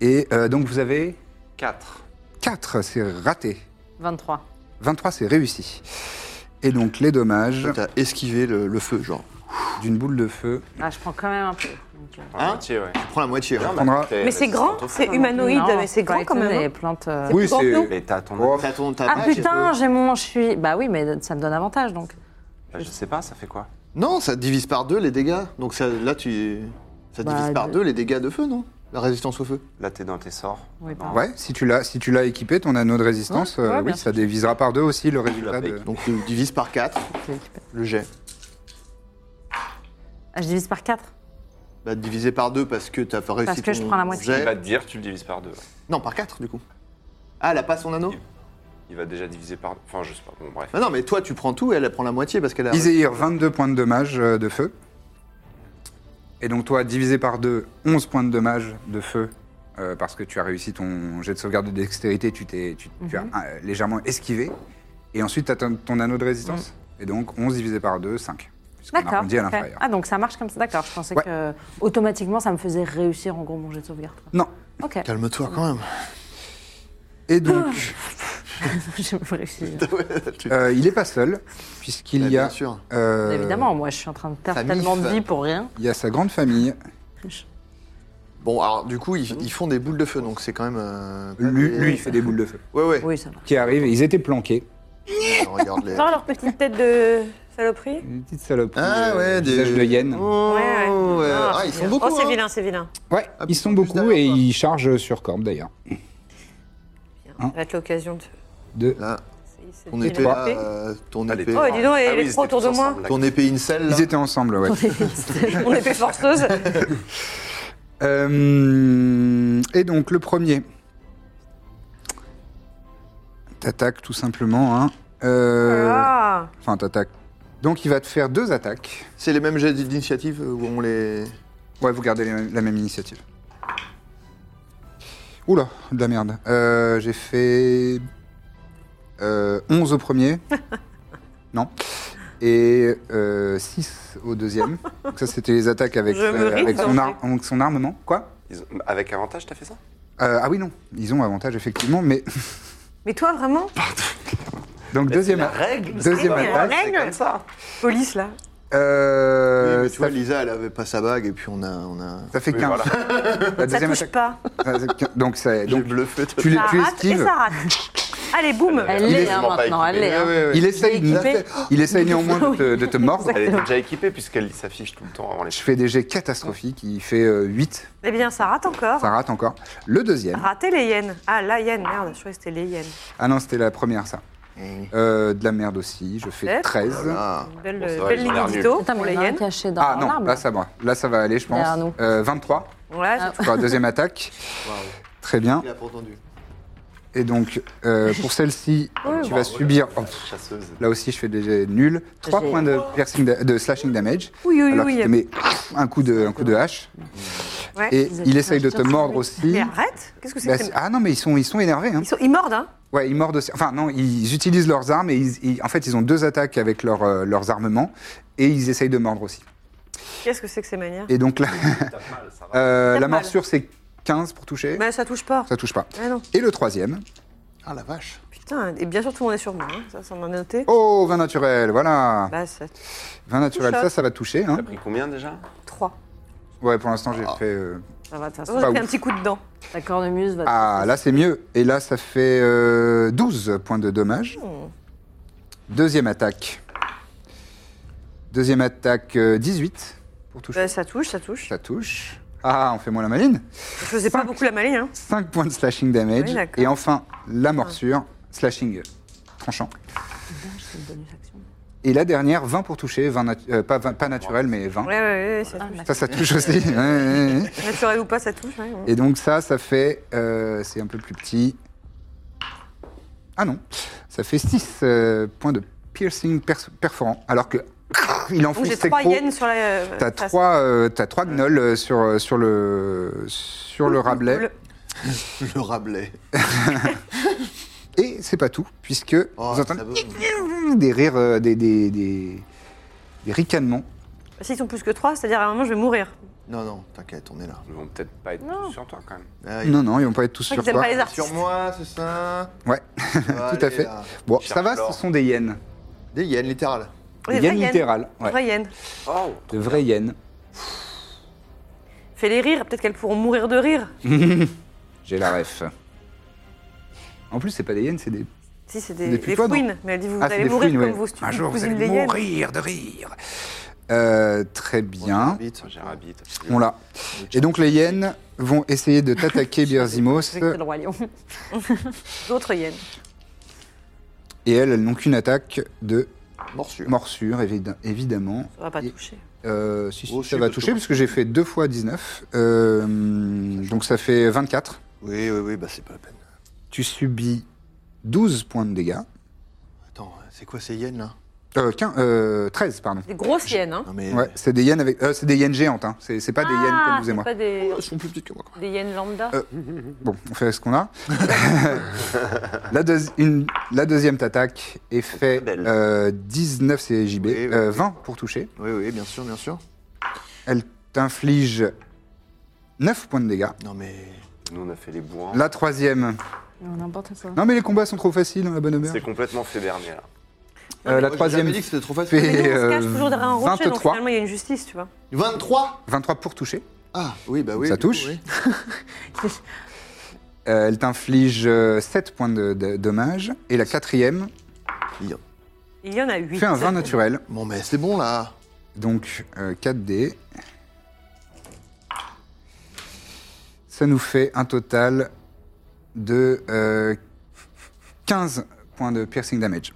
Speaker 1: Et euh, donc vous avez
Speaker 4: 4.
Speaker 1: 4, c'est raté.
Speaker 3: 23.
Speaker 1: 23, c'est réussi. Et donc les dommages
Speaker 2: T'as esquivé le, le feu, genre.
Speaker 1: d'une boule de feu.
Speaker 3: Ah, je prends quand même un peu. Donc, euh,
Speaker 2: Hein
Speaker 4: moitié, ouais.
Speaker 2: Prends la moitié. hein.
Speaker 1: Prendra-
Speaker 5: Mais c'est grand, c'est humanoïde,
Speaker 3: non,
Speaker 5: mais c'est
Speaker 3: pas
Speaker 5: grand quand
Speaker 3: étonné,
Speaker 5: même.
Speaker 3: Les
Speaker 5: hein.
Speaker 3: plantes. euh,
Speaker 5: plus grand que nous.
Speaker 4: Mais t'as ton.
Speaker 1: Oh,
Speaker 2: T'as ton- t'as
Speaker 3: Ah
Speaker 2: pas-
Speaker 3: putain, j'ai mon. Je suis. Bah oui, mais ça me donne avantage donc.
Speaker 4: Bah, je sais pas, ça fait quoi
Speaker 2: Non, ça divise par deux les dégâts. Donc ça, là, tu. Ça
Speaker 3: Bah,
Speaker 2: divise par
Speaker 3: de-
Speaker 2: deux les dégâts de feu, non La résistance au feu.
Speaker 4: Là, t'es dans tes sorts.
Speaker 3: Oui, pardon.
Speaker 1: Ouais, si tu l'as si tu l'as équipé, ton anneau de résistance,
Speaker 3: Ouais,
Speaker 1: euh,
Speaker 3: ouais,
Speaker 1: oui,
Speaker 3: bien
Speaker 1: ça dévisera par deux aussi le résultat de...
Speaker 2: Donc tu divises par 4
Speaker 3: C'est équipé.
Speaker 2: le jet.
Speaker 3: Ah, je divise par 4.
Speaker 2: Bah, divisé par 2 parce que t'as réussi
Speaker 3: Parce que je
Speaker 2: ton
Speaker 3: prends la moitié.
Speaker 4: Il
Speaker 2: jet.
Speaker 4: va te dire, tu le divises par deux.
Speaker 2: Non, par 4 du coup. Ah, elle a pas son anneau
Speaker 4: Il va déjà diviser par deux. Enfin, je sais pas. Bon, bref.
Speaker 2: Ah Non, mais toi, tu prends tout et elle elle prend la moitié parce qu'elle a.
Speaker 1: Iséir, 22 points de dommage euh, de feu. Et donc toi, divisé par 2, 11 points de dommage de feu, euh, parce que tu as réussi ton jet de sauvegarde de dextérité, tu, t'es, tu, tu
Speaker 3: Mhm.
Speaker 1: as euh, légèrement esquivé. Et ensuite, tu as ton, ton anneau de résistance. Et donc, 11 divisé par 2, 5.
Speaker 3: Mhm. D'accord.
Speaker 1: On dit à
Speaker 3: ok.
Speaker 1: l'inférieur.
Speaker 3: Ah, donc ça marche comme ça. D'accord. Je pensais
Speaker 1: Ouais.
Speaker 3: que automatiquement ça me faisait réussir en gros mon jet de sauvegarde. quoi.
Speaker 1: Non.
Speaker 3: Ok.
Speaker 2: Calme-toi quand même.
Speaker 1: Et donc,
Speaker 3: J'ai réussi. Ah.
Speaker 1: euh, il n'est pas seul, puisqu'il
Speaker 2: Bah,
Speaker 1: y a...
Speaker 2: bien sûr.
Speaker 1: euh,
Speaker 3: Évidemment, moi je suis en train de perdre
Speaker 2: ça
Speaker 3: tellement de
Speaker 2: miffe.
Speaker 3: vie pour rien.
Speaker 1: Il y a sa grande famille,
Speaker 2: Bon, alors du coup, ils, ils font des boules de feu, donc c'est quand même. euh, pas
Speaker 1: lui,
Speaker 2: des-
Speaker 1: lui, il fait des boules de feu,
Speaker 2: Ouais, ouais.
Speaker 3: Oui, ça va.
Speaker 1: qui arrivent, et ils étaient planqués.
Speaker 2: Alors, regarde les.
Speaker 5: Genre leur petite tête de saloperie
Speaker 1: Une petite saloperie, euh,
Speaker 2: Ah ouais, des.
Speaker 1: visage de hyène.
Speaker 2: Oh,
Speaker 5: Ouais, ouais.
Speaker 2: ouais.
Speaker 5: Ah,
Speaker 2: Ah,
Speaker 5: c'est
Speaker 2: ils sont
Speaker 5: vilain.
Speaker 2: beaucoup.
Speaker 5: Oh, c'est
Speaker 2: hein.
Speaker 5: vilain, c'est vilain.
Speaker 1: Ouais,
Speaker 2: Ah,
Speaker 1: ils sont
Speaker 2: plus
Speaker 1: beaucoup
Speaker 2: derrière,
Speaker 1: et
Speaker 2: quoi.
Speaker 1: ils chargent euh, sur Corbe d'ailleurs.
Speaker 5: Ça va être l'occasion de.
Speaker 1: De...
Speaker 2: Là,
Speaker 5: c'est-
Speaker 2: ton
Speaker 5: c'est
Speaker 2: épée,
Speaker 5: la
Speaker 2: là,
Speaker 5: épée.
Speaker 2: euh, ton
Speaker 4: Ah, les
Speaker 2: épée.
Speaker 4: trois.
Speaker 5: Oh, dis donc, et
Speaker 4: Ah
Speaker 5: les
Speaker 4: oui,
Speaker 5: trois
Speaker 4: ils étaient
Speaker 5: autour de
Speaker 4: tous
Speaker 5: moi
Speaker 4: ensemble, là.
Speaker 2: Ton épée incel, là.
Speaker 1: Ils étaient ensemble, ouais.
Speaker 5: Mon épée forceuse.
Speaker 1: Euh, et donc le premier t'attaques tout simplement. hein. Euh,
Speaker 5: Ah,
Speaker 1: Enfin, t'attaques Donc il va te faire deux attaques.
Speaker 2: C'est les mêmes jets d'initiative où on les.
Speaker 1: Ouais, vous gardez les mêmes- la même initiative. Oula, de la merde. Euh, J'ai fait euh, 11 au premier. non. Et 6 au deuxième. Donc ça, c'était les attaques avec, euh,
Speaker 5: Je me ris,
Speaker 1: avec, son,
Speaker 5: ça.
Speaker 1: ar- avec son armement. Quoi
Speaker 4: Ils ont- Avec avantage, t'as fait ça
Speaker 1: Euh, Ah oui, non. Ils ont avantage, effectivement. Mais
Speaker 5: Mais toi, vraiment
Speaker 1: donc deuxième,
Speaker 4: La
Speaker 1: a-
Speaker 4: règle
Speaker 1: deuxième
Speaker 5: c'est la
Speaker 1: attaque.
Speaker 4: C'est
Speaker 5: règle.
Speaker 4: comme ça.
Speaker 5: Police, là.
Speaker 1: Euh,
Speaker 2: Oui, mais tu
Speaker 1: ça
Speaker 2: vois, Lisa, elle avait pas sa bague et puis on a. On a...
Speaker 1: Ça fait 15. La
Speaker 5: Ça
Speaker 1: deuxième
Speaker 5: touche
Speaker 1: attaque.
Speaker 5: pas.
Speaker 1: ça fait- Donc, ça,
Speaker 2: J'ai
Speaker 1: donc
Speaker 2: bluffé. toi.
Speaker 1: tu,
Speaker 5: Ça
Speaker 1: l'es- tu
Speaker 5: rate et
Speaker 1: esquives.
Speaker 5: ça rate. Allez, boum
Speaker 6: Ah
Speaker 3: Elle
Speaker 4: Il
Speaker 3: l'est
Speaker 4: est
Speaker 3: hein,
Speaker 4: sûrement pas
Speaker 3: maintenant, elle
Speaker 4: équipé.
Speaker 3: l'est. hein.
Speaker 2: Ouais, ouais, ouais.
Speaker 1: Il essaye,
Speaker 3: Il est équipé.
Speaker 1: il essaye néanmoins de te, de te mordre.
Speaker 4: Elle était déjà équipée puisqu'elle s'affiche tout le temps avant les
Speaker 1: Je fais des jets catastrophiques. Il fait euh, 8.
Speaker 5: Eh bien, ça rate encore.
Speaker 1: Ça rate encore. Le deuxième.
Speaker 5: Raté les yens. Ah, la yen, merde, je croyais que c'était les yens.
Speaker 1: Ah non, c'était la première, ça. Euh, de la merde aussi. Je fais
Speaker 5: Peut-être.
Speaker 1: 13.
Speaker 2: Ah.
Speaker 5: Belle,
Speaker 4: c'est
Speaker 5: euh,
Speaker 4: vrai,
Speaker 5: belle
Speaker 4: ils ont l'air
Speaker 5: ligne
Speaker 4: nuls.
Speaker 5: d'eau
Speaker 3: Putain,
Speaker 5: pour
Speaker 3: mais
Speaker 5: les
Speaker 3: il y en a un
Speaker 5: yens.
Speaker 3: caché dans
Speaker 1: Ah
Speaker 3: un
Speaker 1: non,
Speaker 3: arbre.
Speaker 1: là ça va. Là ça va aller, je pense.
Speaker 3: Derrière nous.
Speaker 1: Euh, 23
Speaker 5: Ouais, c'est-
Speaker 1: pour la deuxième attaque. Très bien.
Speaker 2: Il a pas entendu.
Speaker 1: Et donc, euh, pour celle-ci, tu vas subir. oh, pff,
Speaker 4: chasseuse.
Speaker 1: là aussi, je fais des jets nuls. 3
Speaker 3: J'ai-
Speaker 1: points de, piercing da- de slashing damage.
Speaker 5: Oui, oui,
Speaker 1: alors
Speaker 5: oui.
Speaker 1: qu'il te met un coup de, un coup de hache.
Speaker 5: Ouais.
Speaker 1: Et
Speaker 3: Ils
Speaker 1: il
Speaker 3: étaient
Speaker 1: essaye de te
Speaker 3: acheteurs,
Speaker 1: mordre
Speaker 3: c'est
Speaker 1: aussi.
Speaker 5: Mais arrête Qu'est-ce que c'est
Speaker 1: Bah,
Speaker 5: que
Speaker 1: c'est-
Speaker 5: ça
Speaker 1: ah non, mais ils sont, ils sont énervés. Hein.
Speaker 5: ils, sont- ils mordent, hein
Speaker 1: Ouais, ils mordent aussi. Enfin, non, ils utilisent leurs armes et ils- ils- en fait, ils ont deux attaques avec leur, euh, leurs armements et ils essayent de mordre aussi.
Speaker 5: Qu'est-ce que c'est que ces manières
Speaker 1: Et donc là, euh,
Speaker 5: Tape
Speaker 1: la
Speaker 5: mal.
Speaker 1: morsure, c'est 15 pour toucher.
Speaker 5: Mais Bah, ça touche pas.
Speaker 1: Ça touche pas.
Speaker 5: Ah non,
Speaker 1: Et le troisième.
Speaker 2: Ah la vache.
Speaker 5: putain, et bien sûr, tout le monde est sur moi. hein. Ça, ça m'en a noté.
Speaker 1: Oh, vin naturel, voilà.
Speaker 5: Bah, c'est
Speaker 1: Vin naturel,
Speaker 5: touche.
Speaker 1: ça, ça va toucher. Hein.
Speaker 4: T'as pris combien déjà
Speaker 5: 3.
Speaker 1: Ouais, pour l'instant, j'ai fait. euh,
Speaker 3: Ça va, de toute
Speaker 5: J'ai
Speaker 3: façon.
Speaker 1: Pas
Speaker 5: pris un
Speaker 1: ouf.
Speaker 5: petit coup dedans.
Speaker 3: La cornemuse va.
Speaker 1: Ah, là, c'est mieux. Et là, ça fait euh, 12 points de dommage.
Speaker 5: Oh.
Speaker 1: Deuxième attaque. Deuxième attaque, euh, 18 pour toucher.
Speaker 5: Bah, ça touche, ça touche.
Speaker 1: Ça touche. Ah, on fait moins la maline.
Speaker 5: Je faisais pas
Speaker 1: Cinq.
Speaker 5: beaucoup la maline, hein.
Speaker 1: 5 points de slashing damage.
Speaker 5: Oui, d'accord.
Speaker 1: et enfin, la morsure, slashing euh, tranchant. Et la dernière, 20 pour toucher, 20 nat- euh, pas, 20 pas naturel, mais 20.
Speaker 5: Ouais, ouais, ouais, ça touche.
Speaker 1: Ça, ça touche aussi. Ouais, ouais, ouais.
Speaker 5: Naturel ou pas, ça touche. ouais.
Speaker 1: Et donc ça, ça fait... euh, c'est un peu plus petit. Ah non, ça fait 6 points de piercing pers- perforant. Alors que... Il
Speaker 5: Donc,
Speaker 1: enfonce
Speaker 5: j'ai
Speaker 1: ses
Speaker 5: 3
Speaker 1: crocs.
Speaker 5: yens sur la.
Speaker 1: T'as
Speaker 5: face.
Speaker 1: trois, euh, t'as trois gnolls euh, sur, euh, sur le, sur le Rabelais.
Speaker 5: cool.
Speaker 2: Le Rabelais.
Speaker 1: Et c'est pas tout, puisque
Speaker 2: Oh,
Speaker 1: vous
Speaker 2: ça
Speaker 1: entendez
Speaker 2: vaut.
Speaker 1: des rires, euh, des, des, des, des ricanements.
Speaker 5: S'ils sont plus que 3, c'est-à-dire à un moment, je vais mourir.
Speaker 2: Non, non, t'inquiète, on est là.
Speaker 4: Ils vont peut-être pas être tous sur toi quand même.
Speaker 2: Ah, il-
Speaker 1: Non, non, ils vont pas être tous
Speaker 5: Je
Speaker 1: sur
Speaker 5: crois qu'ils aiment
Speaker 1: toi.
Speaker 5: pas les artistes.
Speaker 2: Sur moi, c'est ça
Speaker 1: Ouais, tout à fait. Bon,
Speaker 4: Cherche
Speaker 1: ça va, ce
Speaker 4: l'or.
Speaker 1: sont des hyènes.
Speaker 2: Des yens, littéral.
Speaker 1: Des
Speaker 5: Des
Speaker 1: hyènes
Speaker 5: vraies hyènes.
Speaker 1: littérales. ouais.
Speaker 5: Vraie hyène.
Speaker 4: Oh
Speaker 1: De vraies hyènes.
Speaker 5: Fais-les rire, peut-être qu'elles pourront mourir de rire.
Speaker 1: J'ai la ref. En plus, c'est pas des hyènes, c'est des.
Speaker 5: Si, c'est des,
Speaker 1: Des
Speaker 5: des,
Speaker 1: putois, non
Speaker 5: fouines. Mais elle dit, vous
Speaker 1: Ah, c'est
Speaker 5: allez
Speaker 1: des
Speaker 5: mourir
Speaker 1: fouines,
Speaker 5: comme
Speaker 1: ouais.
Speaker 5: vos stupides
Speaker 1: Un jour, vous
Speaker 5: cousines
Speaker 1: allez
Speaker 5: les hyènes.
Speaker 1: mourir de rire. Euh, très bien.
Speaker 2: Vite.
Speaker 4: J'ai rabbit.
Speaker 1: On
Speaker 2: hein.
Speaker 1: l'a. Et donc, les hyènes vont essayer de t'attaquer, Birzimos.
Speaker 3: C'est le roi lion.
Speaker 5: D'autres hyènes.
Speaker 1: Et elles, elles n'ont qu'une attaque de
Speaker 2: Morsure.
Speaker 1: morsure, évid- évidemment.
Speaker 5: Ça va pas
Speaker 1: Et-
Speaker 5: toucher.
Speaker 1: Euh, si, si,
Speaker 2: Oh,
Speaker 1: ça
Speaker 2: si,
Speaker 1: va
Speaker 2: parce que-
Speaker 1: toucher, parce que j'ai fait 2 fois 19. Euh, donc ça fait 24.
Speaker 2: Oui, oui, oui, bah c'est pas la peine.
Speaker 1: Tu subis 12 points de dégâts.
Speaker 2: Attends, c'est quoi ces yens là
Speaker 1: Euh, 15, euh, 13, pardon.
Speaker 5: Des grosses hyènes, hein.
Speaker 2: Non mais.
Speaker 1: Ouais, c'est des yens avec, euh, c'est des yens géantes, hein. c'est, c'est pas des yens comme vous et
Speaker 5: Ah, c'est
Speaker 1: moi.
Speaker 5: pas des,
Speaker 2: Ils sont plus petites que moi.
Speaker 5: des hyènes lambda.
Speaker 1: Bon, on fait ce qu'on a. la, deuxi- une- la deuxième t'attaque est fait
Speaker 4: très belles.
Speaker 1: euh, 19 CJB,
Speaker 2: Oh, Oui, oui,
Speaker 1: euh,
Speaker 2: oui.
Speaker 1: 20 pour toucher.
Speaker 2: Oui, oui, bien sûr, bien sûr.
Speaker 1: Elle t'inflige 9 points de dégâts.
Speaker 2: Non mais.
Speaker 4: Nous on a fait les bourrins.
Speaker 1: La troisième.
Speaker 3: Non, N'importe quoi.
Speaker 1: Non mais les combats sont trop faciles, la bonne
Speaker 4: C'est
Speaker 1: auberge.
Speaker 4: complètement fait berner là.
Speaker 1: Euh, la
Speaker 2: Moi, j'ai
Speaker 1: troisième
Speaker 2: jamais dit que c'était trop facile.
Speaker 5: mais nous, on
Speaker 1: fait
Speaker 5: se
Speaker 1: euh,
Speaker 5: cache toujours derrière un rocher, donc
Speaker 1: 23.
Speaker 5: finalement, il y a une justice, tu vois.
Speaker 2: 23
Speaker 1: 23 pour toucher.
Speaker 2: Ah, oui, bah oui.
Speaker 1: Ça
Speaker 2: du coup,
Speaker 1: touche.
Speaker 2: oui.
Speaker 1: Euh, elle t'inflige 7 points de, de dommage. Et la quatrième
Speaker 5: Il y en a 8.
Speaker 1: fait un 20 naturel.
Speaker 2: Bon, mais c'est bon là.
Speaker 1: Donc euh, 4D. Ça nous fait un total de euh, 15 points de piercing damage.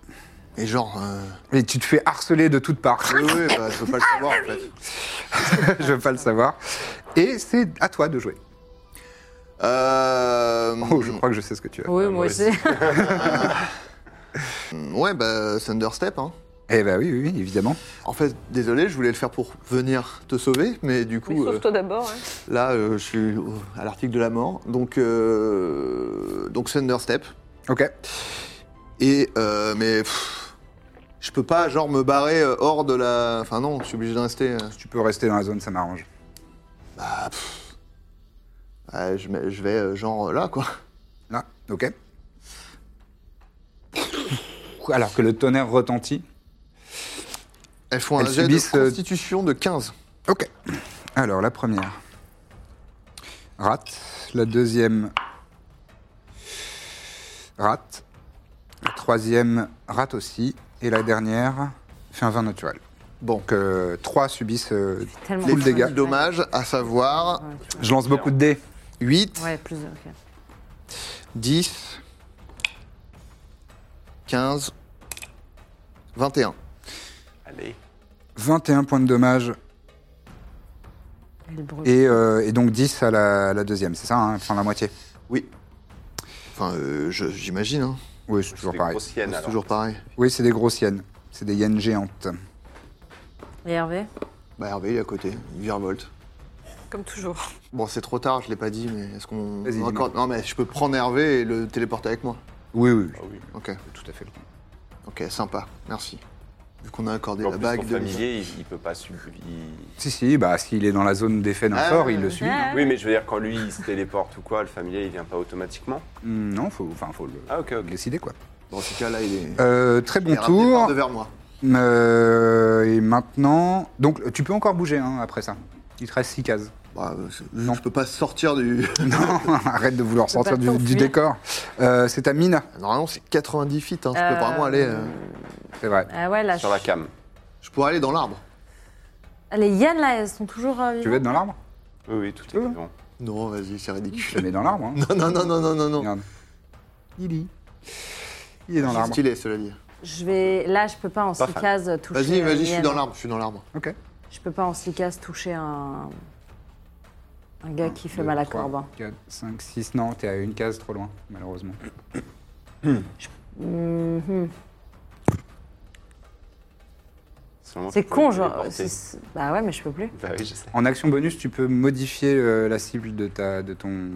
Speaker 2: Et genre. euh,
Speaker 1: Et tu te fais harceler de toutes parts.
Speaker 2: Oui, oui, bah je veux pas le savoir en fait.
Speaker 1: Je veux pas le savoir. Et c'est à toi de jouer.
Speaker 2: Euh.
Speaker 1: Oh, je crois que je sais ce que tu as.
Speaker 3: Oui, moi aussi.
Speaker 2: Ouais, bah Thunderstep, hein.
Speaker 1: Eh ben oui, oui, oui, évidemment.
Speaker 2: En fait, désolé, je voulais le faire pour venir te sauver, mais du
Speaker 5: Mais
Speaker 2: coup, euh,
Speaker 5: sauve-toi d'abord. hein.
Speaker 2: là, euh, je suis euh, à l'article de la mort. Donc, euh, donc Thunderstep.
Speaker 1: Ok.
Speaker 2: Et, euh, mais, pff, je peux pas, genre, me barrer euh, hors de la. Enfin, non, je suis obligé de rester. euh.
Speaker 1: Tu peux rester dans la zone, ça m'arrange.
Speaker 2: Ouais, je, mets- je vais, euh, genre, là, quoi.
Speaker 1: Là, ok. Alors que le tonnerre retentit.
Speaker 2: Elles font un
Speaker 1: Elles
Speaker 2: jet
Speaker 1: subissent,
Speaker 2: de
Speaker 1: euh,
Speaker 2: constitution de 15.
Speaker 1: Ok. Alors, la première. Rate. La deuxième. Rate. La troisième rate aussi. Et la dernière fait un vin naturel.
Speaker 2: Bon.
Speaker 1: Donc, euh, trois subissent euh,
Speaker 3: tellement
Speaker 1: full
Speaker 3: mal.
Speaker 1: dégâts.
Speaker 2: Dommage, à savoir
Speaker 1: Je lance beaucoup de dés.
Speaker 2: 8,
Speaker 3: Ouais, plus. de- ok.
Speaker 2: 10, 15, 21.
Speaker 6: Allez.
Speaker 1: 21 points de dommage
Speaker 3: Elle brûle.
Speaker 1: et, euh, et donc 10 à la, à la deuxième, c'est ça hein Elle prend la moitié.
Speaker 2: Oui. Enfin, euh, je- j'imagine, hein.
Speaker 1: Oui, c'est toujours
Speaker 6: des
Speaker 1: pareil.
Speaker 6: grosses hyènes,
Speaker 2: c'est
Speaker 6: alors.
Speaker 2: toujours pareil.
Speaker 1: Oui, c'est des grosses hyènes. C'est des hyènes géantes.
Speaker 3: Et Hervé
Speaker 2: Bah, Hervé, il est à côté, il virevolte.
Speaker 5: Comme toujours.
Speaker 2: Bon, c'est trop tard, je l'ai pas dit, mais est-ce qu'on.
Speaker 1: Vas-y,
Speaker 2: on raccorde- Non, mais je peux prendre Hervé et le téléporter avec moi.
Speaker 1: Oui, oui,
Speaker 6: Ah
Speaker 1: oui.
Speaker 2: Ok,
Speaker 1: Tout à fait.
Speaker 2: ok, sympa, merci. Vu qu'on a accordé
Speaker 6: En
Speaker 2: la
Speaker 6: plus,
Speaker 2: bague
Speaker 6: son
Speaker 2: de.
Speaker 6: familier, il, il peut pas suivre. il-
Speaker 1: Si, si, bah, s'il est dans la zone d'effet d'un
Speaker 2: Ah,
Speaker 1: sort,
Speaker 2: ouais,
Speaker 1: il
Speaker 2: ouais.
Speaker 1: le suit.
Speaker 6: Oui, mais je veux dire, quand lui, il se téléporte ou quoi, le familier, il vient pas automatiquement.
Speaker 1: Hmm, Non, faut, enfin, faut le
Speaker 6: Ah, ok, ok.
Speaker 1: décider, quoi.
Speaker 2: Dans ce cas-là, il est.
Speaker 1: Euh, très
Speaker 2: il est
Speaker 1: bon
Speaker 2: ramené par
Speaker 1: tour.
Speaker 2: devers moi.
Speaker 1: Euh, et maintenant... Donc, tu peux encore bouger, hein, après ça. Il te reste 6 cases.
Speaker 2: Bah, euh, je- je peux pas sortir du.
Speaker 1: Non, arrête de vouloir sortir du, du
Speaker 3: t'enfuir.
Speaker 1: décor. Euh, c'est ta mine,
Speaker 2: Normalement, c'est 90 feet. Hein. Je
Speaker 3: Euh,
Speaker 2: peux vraiment aller. euh,
Speaker 1: c'est
Speaker 2: Bah,
Speaker 1: vrai.
Speaker 3: Ah ouais, là, Ah,
Speaker 6: Sur la cam.
Speaker 2: Je pourrais aller dans l'arbre.
Speaker 3: les hyènes, là, elles sont toujours euh,
Speaker 1: Tu veux
Speaker 3: vivantes.
Speaker 1: être dans l'arbre
Speaker 6: Oui, oui, tout est vivant.
Speaker 2: Non, vas-y, c'est
Speaker 1: Je te
Speaker 2: ridicule.
Speaker 1: mets dans l'arbre. hein.
Speaker 2: non, non, non, non, non, non, non.
Speaker 1: Regarde. Il y. Il est dans
Speaker 2: C'est
Speaker 1: l'arbre.
Speaker 2: stylé, cela dit.
Speaker 3: Je vais... Là, je peux pas en
Speaker 6: Pas
Speaker 3: 6
Speaker 6: fan.
Speaker 3: cases toucher
Speaker 2: Vas-y,
Speaker 3: euh,
Speaker 2: vas-y, je
Speaker 3: hyène.
Speaker 2: suis dans l'arbre, je suis dans l'arbre.
Speaker 1: Ok.
Speaker 3: Je peux pas en 6 cases toucher un... Un gars qui fait
Speaker 1: Deux,
Speaker 3: mal à
Speaker 1: trois,
Speaker 3: corbe. hein.
Speaker 1: 4, 5, 6. Non, t'es à une case trop loin, malheureusement.
Speaker 3: Mhm.
Speaker 6: Sinon,
Speaker 3: C'est
Speaker 6: tu peux
Speaker 3: con,
Speaker 6: le
Speaker 3: genre...
Speaker 6: téléporter.
Speaker 3: c'est- c'est- Bah ouais, mais je peux plus.
Speaker 6: Bah oui, je sais.
Speaker 1: En action bonus, tu peux modifier euh, la cible de ta, de, ton,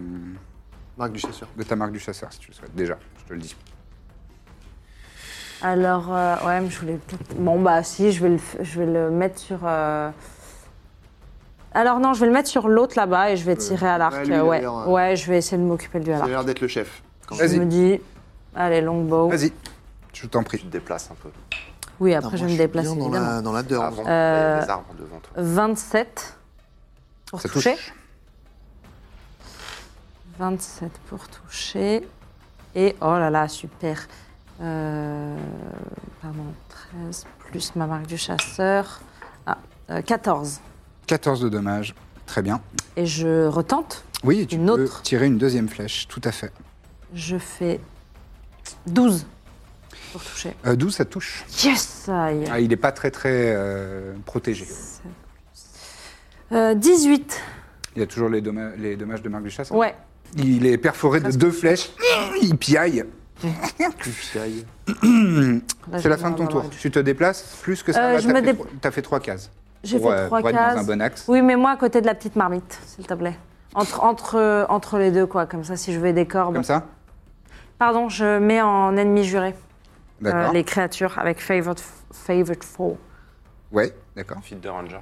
Speaker 2: Marc du chasseur.
Speaker 1: de ta marque du chasseur, si tu le souhaites. Déjà, je te le dis.
Speaker 3: Alors, euh, ouais, mais je voulais. peut-être- Bon, bah, si, je vais le, f- je vais le mettre sur. euh, Alors, non, je vais le mettre sur l'autre là-bas et je
Speaker 1: Euh,
Speaker 3: vais tirer à l'arc.
Speaker 2: ouais,
Speaker 3: Ouais,
Speaker 2: lui, il a
Speaker 3: ouais.
Speaker 2: l'air, euh,
Speaker 3: je vais essayer de m'occuper de lui à
Speaker 2: Ça a
Speaker 3: l'arc.
Speaker 2: l'air d'être le chef. Quand
Speaker 1: Vas-y.
Speaker 3: Je me dis. Allez, longbow.
Speaker 1: Vas-y, je t'en
Speaker 6: Tu
Speaker 1: prie.
Speaker 6: te déplaces un peu.
Speaker 3: Oui,
Speaker 2: Non,
Speaker 3: après, je
Speaker 2: Ah, moi,
Speaker 3: vais me
Speaker 2: suis
Speaker 3: déplacer,
Speaker 2: bien Dans
Speaker 3: évidemment.
Speaker 2: la, dans la
Speaker 1: Ah,
Speaker 2: derve.
Speaker 6: Avant, il y
Speaker 3: Euh,
Speaker 6: a des arbres devant toi.
Speaker 3: 27 pour
Speaker 1: Ça touche.
Speaker 3: toucher. 27 pour toucher. Et oh là là, super. Euh, pardon, 13 plus ma marque du chasseur. Ah, euh, 14.
Speaker 1: 14 de dommages. Très bien.
Speaker 3: Et je retente.
Speaker 1: Oui, et tu
Speaker 3: Une
Speaker 1: peux
Speaker 3: autre.
Speaker 1: tirer une deuxième flèche, tout à fait.
Speaker 3: Je fais 12 pour toucher.
Speaker 1: Euh, 12, ça touche.
Speaker 3: Yes! aïe.
Speaker 1: Ah, il n'est pas très, très euh, protégé.
Speaker 3: Euh, 18.
Speaker 1: Il y a toujours les, domma- les dommages de marque du chasseur.
Speaker 3: Ouais.
Speaker 1: Il est perforé de deux flèches. Il piaille.
Speaker 3: Là, Ah, je
Speaker 1: C'est la
Speaker 3: vais
Speaker 1: fin de ton
Speaker 3: avoir
Speaker 1: tour.
Speaker 3: marque du-
Speaker 1: Tu te déplaces plus que ça.
Speaker 3: Euh,
Speaker 1: là,
Speaker 3: je
Speaker 1: t'as
Speaker 3: me
Speaker 1: fait
Speaker 3: dé-
Speaker 1: trois- T'as fait trois cases.
Speaker 3: J'ai
Speaker 1: Pour,
Speaker 3: fait
Speaker 1: euh,
Speaker 3: trois
Speaker 1: pour être
Speaker 3: cases.
Speaker 1: dans un bon axe.
Speaker 3: Oui, mais moi à côté de la petite marmite, s'il te plaît. Entre, entre, euh, entre les deux, quoi. Comme ça, si je vais des cordes.
Speaker 1: Comme ça
Speaker 3: Pardon, je mets en ennemi juré euh,
Speaker 1: D'accord.
Speaker 3: les créatures avec favorite, favorite foe.
Speaker 1: Ouais, d'accord.
Speaker 6: Feed de Ranger.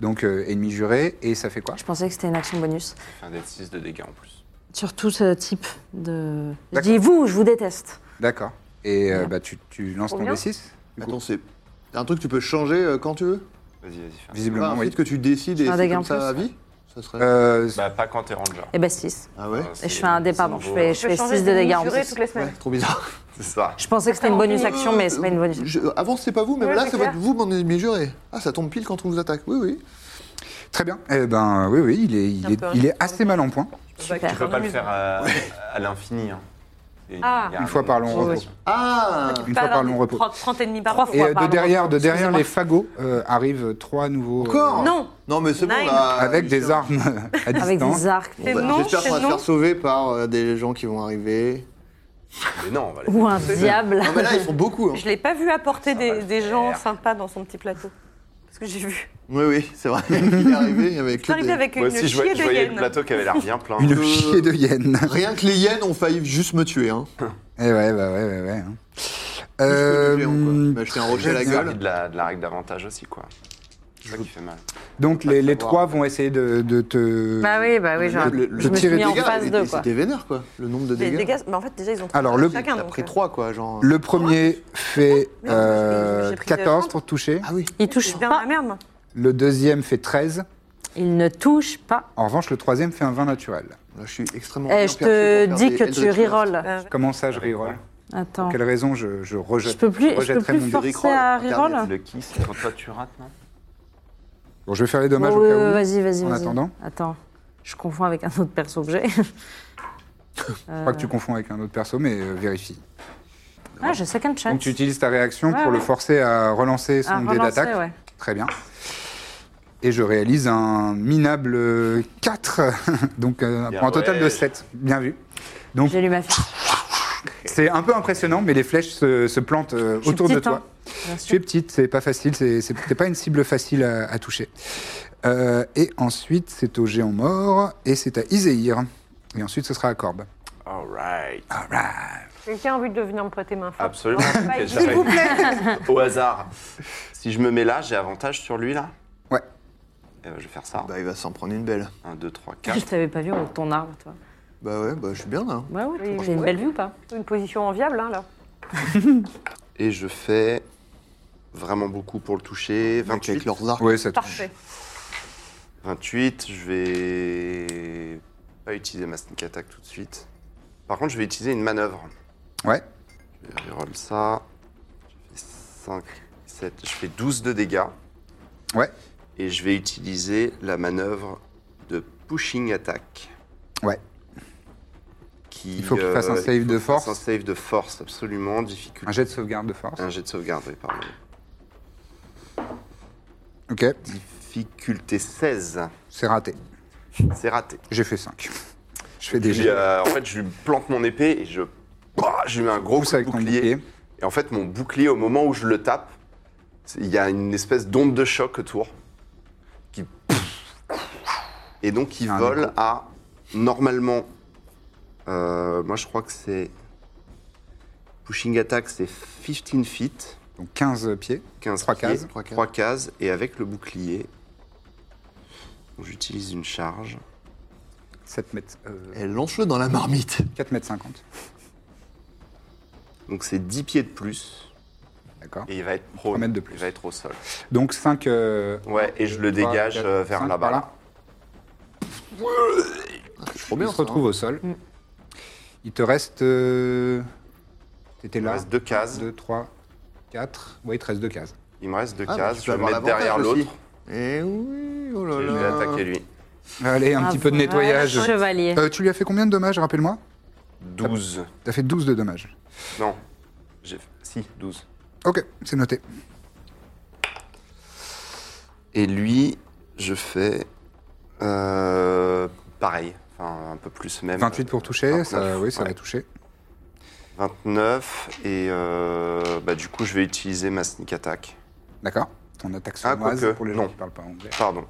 Speaker 1: Donc, euh, ennemi juré, et ça fait quoi
Speaker 3: Je pensais que c'était une action bonus.
Speaker 6: Fait un d 6 de dégâts en plus.
Speaker 3: Sur tout ce type de. Je
Speaker 1: D'accord.
Speaker 3: dis vous, je vous déteste.
Speaker 1: D'accord. Et euh, bah, tu, tu lances ton
Speaker 5: Combien
Speaker 1: D6 du coup.
Speaker 2: Attends, c'est c'est un truc que tu peux changer euh, quand tu veux
Speaker 6: Vas-y, vas-y, fais un.
Speaker 2: C'est pas
Speaker 1: Visiblement,
Speaker 2: un
Speaker 1: oui.
Speaker 2: feat que tu décides et
Speaker 3: Un
Speaker 2: c'est
Speaker 3: dégât
Speaker 2: comme
Speaker 3: en
Speaker 2: ça à
Speaker 3: plus.
Speaker 2: vie Ça serait...
Speaker 1: Euh,
Speaker 6: Bah, pas quand t'es Ranger.
Speaker 3: Et ben 6.
Speaker 2: Ah ouais
Speaker 6: Ah,
Speaker 3: Et
Speaker 6: c'est-
Speaker 3: je fais un dé,
Speaker 6: c'est
Speaker 3: pardon. Je
Speaker 6: nouveau,
Speaker 3: fais,
Speaker 6: ouais.
Speaker 3: je fais 6 de dégâts en
Speaker 5: mesurer
Speaker 3: plus.
Speaker 5: toutes les semaines.
Speaker 2: Ouais, trop bizarre.
Speaker 6: C'est ça.
Speaker 3: Je pensais que c'était une bonus action, mais c'est pas une bonus action.
Speaker 2: Je- Avant, c'était pas vous, mais
Speaker 5: Ouais,
Speaker 2: là,
Speaker 5: c'est
Speaker 2: c'est votre-
Speaker 5: clair.
Speaker 2: vous, mon ennemi juré. Ah, ça tombe pile quand on vous attaque. Oui, oui.
Speaker 1: Très bien. Eh ben, euh, oui, oui, il est, il
Speaker 5: Un
Speaker 1: est,
Speaker 5: peu
Speaker 1: il est
Speaker 5: rare.
Speaker 1: assez mal en point.
Speaker 6: Tu peux pas le faire à, à l'infini. hein. Et
Speaker 3: Ah.
Speaker 6: il y a
Speaker 1: Une
Speaker 6: un
Speaker 1: fois par long
Speaker 6: nombre de
Speaker 1: repos.
Speaker 6: conditions.
Speaker 2: Ah
Speaker 1: Une fois par long repos.
Speaker 5: 30 et demi par fois.
Speaker 1: Et euh, de
Speaker 3: pardon.
Speaker 1: derrière, de derrière
Speaker 3: Excusez-moi.
Speaker 1: les fagots euh, arrivent trois nouveaux. euh,
Speaker 2: Encore
Speaker 5: Non
Speaker 2: Non, mais c'est bon,
Speaker 5: Nine.
Speaker 2: là.
Speaker 1: avec
Speaker 2: il-
Speaker 1: des armes à
Speaker 3: Avec
Speaker 1: distance.
Speaker 3: des arcs.
Speaker 2: Bon, bah, J'espère
Speaker 5: Non,
Speaker 2: qu'on va
Speaker 5: c'est
Speaker 2: se faire
Speaker 5: non.
Speaker 2: sauver par euh, des gens qui vont arriver.
Speaker 4: Mais non, on va les
Speaker 3: Ou un diable.
Speaker 2: Non, mais là, ils font beaucoup. hein.
Speaker 5: Je l'ai pas vu apporter
Speaker 6: va
Speaker 5: des,
Speaker 6: le
Speaker 5: des
Speaker 6: faire.
Speaker 5: gens sympas dans son petit plateau. Parce que j'ai vu.
Speaker 2: Oui, oui, c'est vrai. Il est arrivé avec.
Speaker 5: Tu arrives avec une
Speaker 6: Moi aussi, je voyais,
Speaker 5: chier
Speaker 6: je
Speaker 5: de
Speaker 6: voyais
Speaker 5: hyène.
Speaker 6: le plateau qui avait l'air bien plein.
Speaker 1: Une chier de hyène.
Speaker 2: Rien que les hyènes ont failli juste me tuer. Hein.
Speaker 1: Eh ouais, bah ouais, ouais, ouais. hein.
Speaker 2: que du
Speaker 1: Euh,
Speaker 2: géant, quoi. Bah, Il m'a jeté un rocher à la
Speaker 1: très
Speaker 2: gueule.
Speaker 1: bien.
Speaker 6: Puis de la, de la règle d'avantage aussi, quoi. C'est ça qui fait mal.
Speaker 1: Donc les, les trois vont essayer de, de te.
Speaker 3: Bah oui, bah oui, genre,
Speaker 5: Ah,
Speaker 1: Le- le-
Speaker 3: je
Speaker 1: le tir
Speaker 3: me suis
Speaker 1: est
Speaker 3: mis en
Speaker 2: Les gars,
Speaker 3: phase
Speaker 2: et-
Speaker 3: 2,
Speaker 2: et
Speaker 3: quoi.
Speaker 2: C'était vénère, quoi. Le nombre de
Speaker 5: Les
Speaker 2: dégâts.
Speaker 5: dégâts. Mais en fait, déjà, ils ont
Speaker 1: Alors, le-
Speaker 5: chacun.
Speaker 2: T'as
Speaker 5: donc,
Speaker 2: pris
Speaker 5: euh,
Speaker 2: 3, quoi. Genre.
Speaker 1: Le premier fait
Speaker 5: Merde,
Speaker 1: euh,
Speaker 5: j'ai pris- j'ai pris
Speaker 1: 14
Speaker 5: de
Speaker 1: pour toucher.
Speaker 2: Ah oui.
Speaker 3: Il
Speaker 5: je
Speaker 3: touche
Speaker 5: suis bien dans
Speaker 3: pas.
Speaker 5: la merde. moi.
Speaker 1: Le deuxième fait 13.
Speaker 3: Il ne touche pas.
Speaker 1: En revanche, le troisième fait un 20 naturel.
Speaker 2: Là, je suis extrêmement.
Speaker 3: Eh,
Speaker 2: bien
Speaker 3: je
Speaker 2: perché
Speaker 3: te
Speaker 2: pour faire
Speaker 3: dis
Speaker 2: des
Speaker 3: que
Speaker 2: Eldritch
Speaker 3: tu
Speaker 2: Blast.
Speaker 3: reroll.
Speaker 5: Euh,
Speaker 1: Comment ça,
Speaker 2: Ah
Speaker 1: je
Speaker 6: Avec
Speaker 1: reroll
Speaker 3: Attends.
Speaker 1: Pour quelle raison je, je rejette
Speaker 3: Je peux plus, je peux
Speaker 1: rejetterai
Speaker 3: plus
Speaker 1: mon dé.
Speaker 3: forcer
Speaker 2: reroll,
Speaker 3: à
Speaker 2: regardez,
Speaker 3: reroll.
Speaker 6: Le qui, c'est quand toi tu rates, non
Speaker 1: Bon, je vais faire les dommages
Speaker 3: Ouais,
Speaker 1: au
Speaker 3: ouais,
Speaker 1: cas où.
Speaker 3: Vas-y, vas-y,
Speaker 1: En
Speaker 3: vas-y.
Speaker 1: attendant.
Speaker 3: Attends, je confonds avec un autre perso que j'ai.
Speaker 1: Je crois que
Speaker 3: Euh.
Speaker 1: tu confonds avec un autre perso, mais euh, vérifie.
Speaker 3: Ah, j'ai second chance.
Speaker 1: Donc tu utilises ta réaction
Speaker 3: Ouais,
Speaker 1: pour le
Speaker 3: ouais.
Speaker 1: forcer à relancer
Speaker 3: Ah,
Speaker 1: son dé
Speaker 3: relancer,
Speaker 1: d'attaque.
Speaker 3: ouais.
Speaker 1: Très bien. Et je réalise un minable euh, 4, donc euh,
Speaker 6: Bien,
Speaker 1: pour un total
Speaker 6: ouais.
Speaker 1: de 7. Bien vu. Donc
Speaker 3: J'ai lu ma fiche.
Speaker 1: c'est un peu impressionnant, mais les flèches se, se plantent euh,
Speaker 3: Je suis
Speaker 1: autour de
Speaker 3: petite,
Speaker 1: toi.
Speaker 3: hein, bien sûr.
Speaker 1: Tu es petite, c'est pas facile, c'est c'est- t'es pas une cible facile à, à toucher. Euh, et ensuite, c'est au géant mort, et c'est à Iséir. Et ensuite, ce sera à Corbe.
Speaker 6: Alright.
Speaker 5: Quelqu'un a envie de venir me prêter main forte.
Speaker 6: Ah. Absolument.
Speaker 5: Non, pas
Speaker 6: Ok,
Speaker 5: ici.
Speaker 6: j'arrive. Au hasard. Si je me mets là, j'ai avantage sur lui, là
Speaker 1: Ouais.
Speaker 6: Eh ben, je vais faire ça.
Speaker 2: Bah, il va s'en prendre une belle.
Speaker 6: 1, 2, 3,
Speaker 3: Je
Speaker 6: 4.
Speaker 3: t'avais pas vu en haut de ton arbre, toi.
Speaker 2: Bah, ouais, bah, je suis bien là.
Speaker 3: Ouais, ouais,
Speaker 5: Oui,
Speaker 3: t'as-
Speaker 5: oui,
Speaker 3: j'ai une
Speaker 5: oui.
Speaker 3: belle vue ou pas
Speaker 5: Une position enviable, hein, là.
Speaker 6: Et je fais vraiment beaucoup pour le toucher.
Speaker 2: Avec,
Speaker 6: 28.
Speaker 2: leurs arcs.
Speaker 1: Ouais, ça touche.
Speaker 5: Parfait.
Speaker 6: 28, je vais pas utiliser ma sneak attack tout de suite. Par contre, je vais utiliser une manœuvre.
Speaker 1: Ouais.
Speaker 6: Je vais reroll ça. Je fais 5, 7, je fais 12 de dégâts.
Speaker 1: Ouais.
Speaker 6: Et je vais utiliser la manœuvre de pushing attack.
Speaker 1: Ouais.
Speaker 6: Qui, euh,
Speaker 1: Il faut que tu fasses un save
Speaker 6: il faut
Speaker 1: de
Speaker 6: que je fasse
Speaker 1: force.
Speaker 6: Un save de force, absolument. Difficulté.
Speaker 1: Un jet de sauvegarde de force.
Speaker 6: un jet de sauvegarde, oui, pardon.
Speaker 1: Ok,
Speaker 6: Difficulté 16.
Speaker 1: c'est raté.
Speaker 6: C'est raté.
Speaker 1: J'ai fait 5. Je fais des
Speaker 6: Puis,
Speaker 1: jets.
Speaker 6: euh, en fait, je lui plante mon épée et je. Bah, je lui mets un gros
Speaker 1: Pousse
Speaker 6: coup de
Speaker 1: avec ton
Speaker 6: bouclier.
Speaker 1: bouclier.
Speaker 6: Et en fait, mon bouclier, au moment où je le tape, c'est- il y a une espèce d'onde de choc autour. Qui... Et donc, il
Speaker 1: Ah,
Speaker 6: vole
Speaker 1: d'accord.
Speaker 6: à. Normalement. euh, moi, je crois que c'est. Pushing attack, c'est 15 feet.
Speaker 1: Donc 15 pieds.
Speaker 6: 15
Speaker 1: Trois
Speaker 6: pieds,
Speaker 1: cases.
Speaker 6: trois cases. trois cases. Et avec le bouclier. J'utilise une charge.
Speaker 1: 7 mètres. euh,
Speaker 2: Et Eh, lance-le dans la marmite.
Speaker 1: 4 mètres 50.
Speaker 6: Donc, c'est 10 pieds de plus.
Speaker 1: D'accord.
Speaker 6: Et il va être pro.
Speaker 1: Trois mètres de plus.
Speaker 6: Il va être au sol.
Speaker 1: Donc euh, 5.
Speaker 6: Ouais, et je le dégage euh, vers là-bas. là.
Speaker 2: Trop
Speaker 1: Il
Speaker 2: bien.
Speaker 1: se retrouve au sol.
Speaker 5: Mm.
Speaker 1: Il te reste. euh, T'étais là.
Speaker 6: reste deux cases.
Speaker 1: 2, 3, 4. Oui, il te reste deux cases.
Speaker 6: Il me reste deux
Speaker 2: Ah, bah,
Speaker 6: cases,
Speaker 2: tu
Speaker 6: je
Speaker 2: peux
Speaker 6: vais me
Speaker 2: avoir
Speaker 6: mettre derrière
Speaker 2: l'avantage
Speaker 6: l'autre.
Speaker 2: aussi. Et oui, oh là
Speaker 6: et Je vais
Speaker 2: là.
Speaker 6: attaquer lui.
Speaker 1: Allez,
Speaker 5: Ah,
Speaker 1: un petit peu de
Speaker 3: vrai
Speaker 1: nettoyage.
Speaker 3: Chevalier.
Speaker 1: Euh, tu lui as fait combien de dommages, rappelle-moi
Speaker 6: 12.
Speaker 1: T'as fait 12 de dommages.
Speaker 6: Non. J'ai- Si, 12.
Speaker 1: Ok, c'est noté.
Speaker 6: Eh Et lui, je fais. euh, pareil. Enfin, un peu plus même.
Speaker 1: 28 pour toucher, ça,
Speaker 6: 29,
Speaker 1: oui, ça
Speaker 6: ben, ouais.
Speaker 1: va toucher.
Speaker 6: 29. Et euh, bah, du coup, je vais utiliser ma sneak attack.
Speaker 1: D'accord. Ton attaque
Speaker 6: Ah,
Speaker 1: sournoise
Speaker 6: quoique,
Speaker 1: pour les gens
Speaker 6: non.
Speaker 1: qui parlent pas anglais.
Speaker 6: Pardon.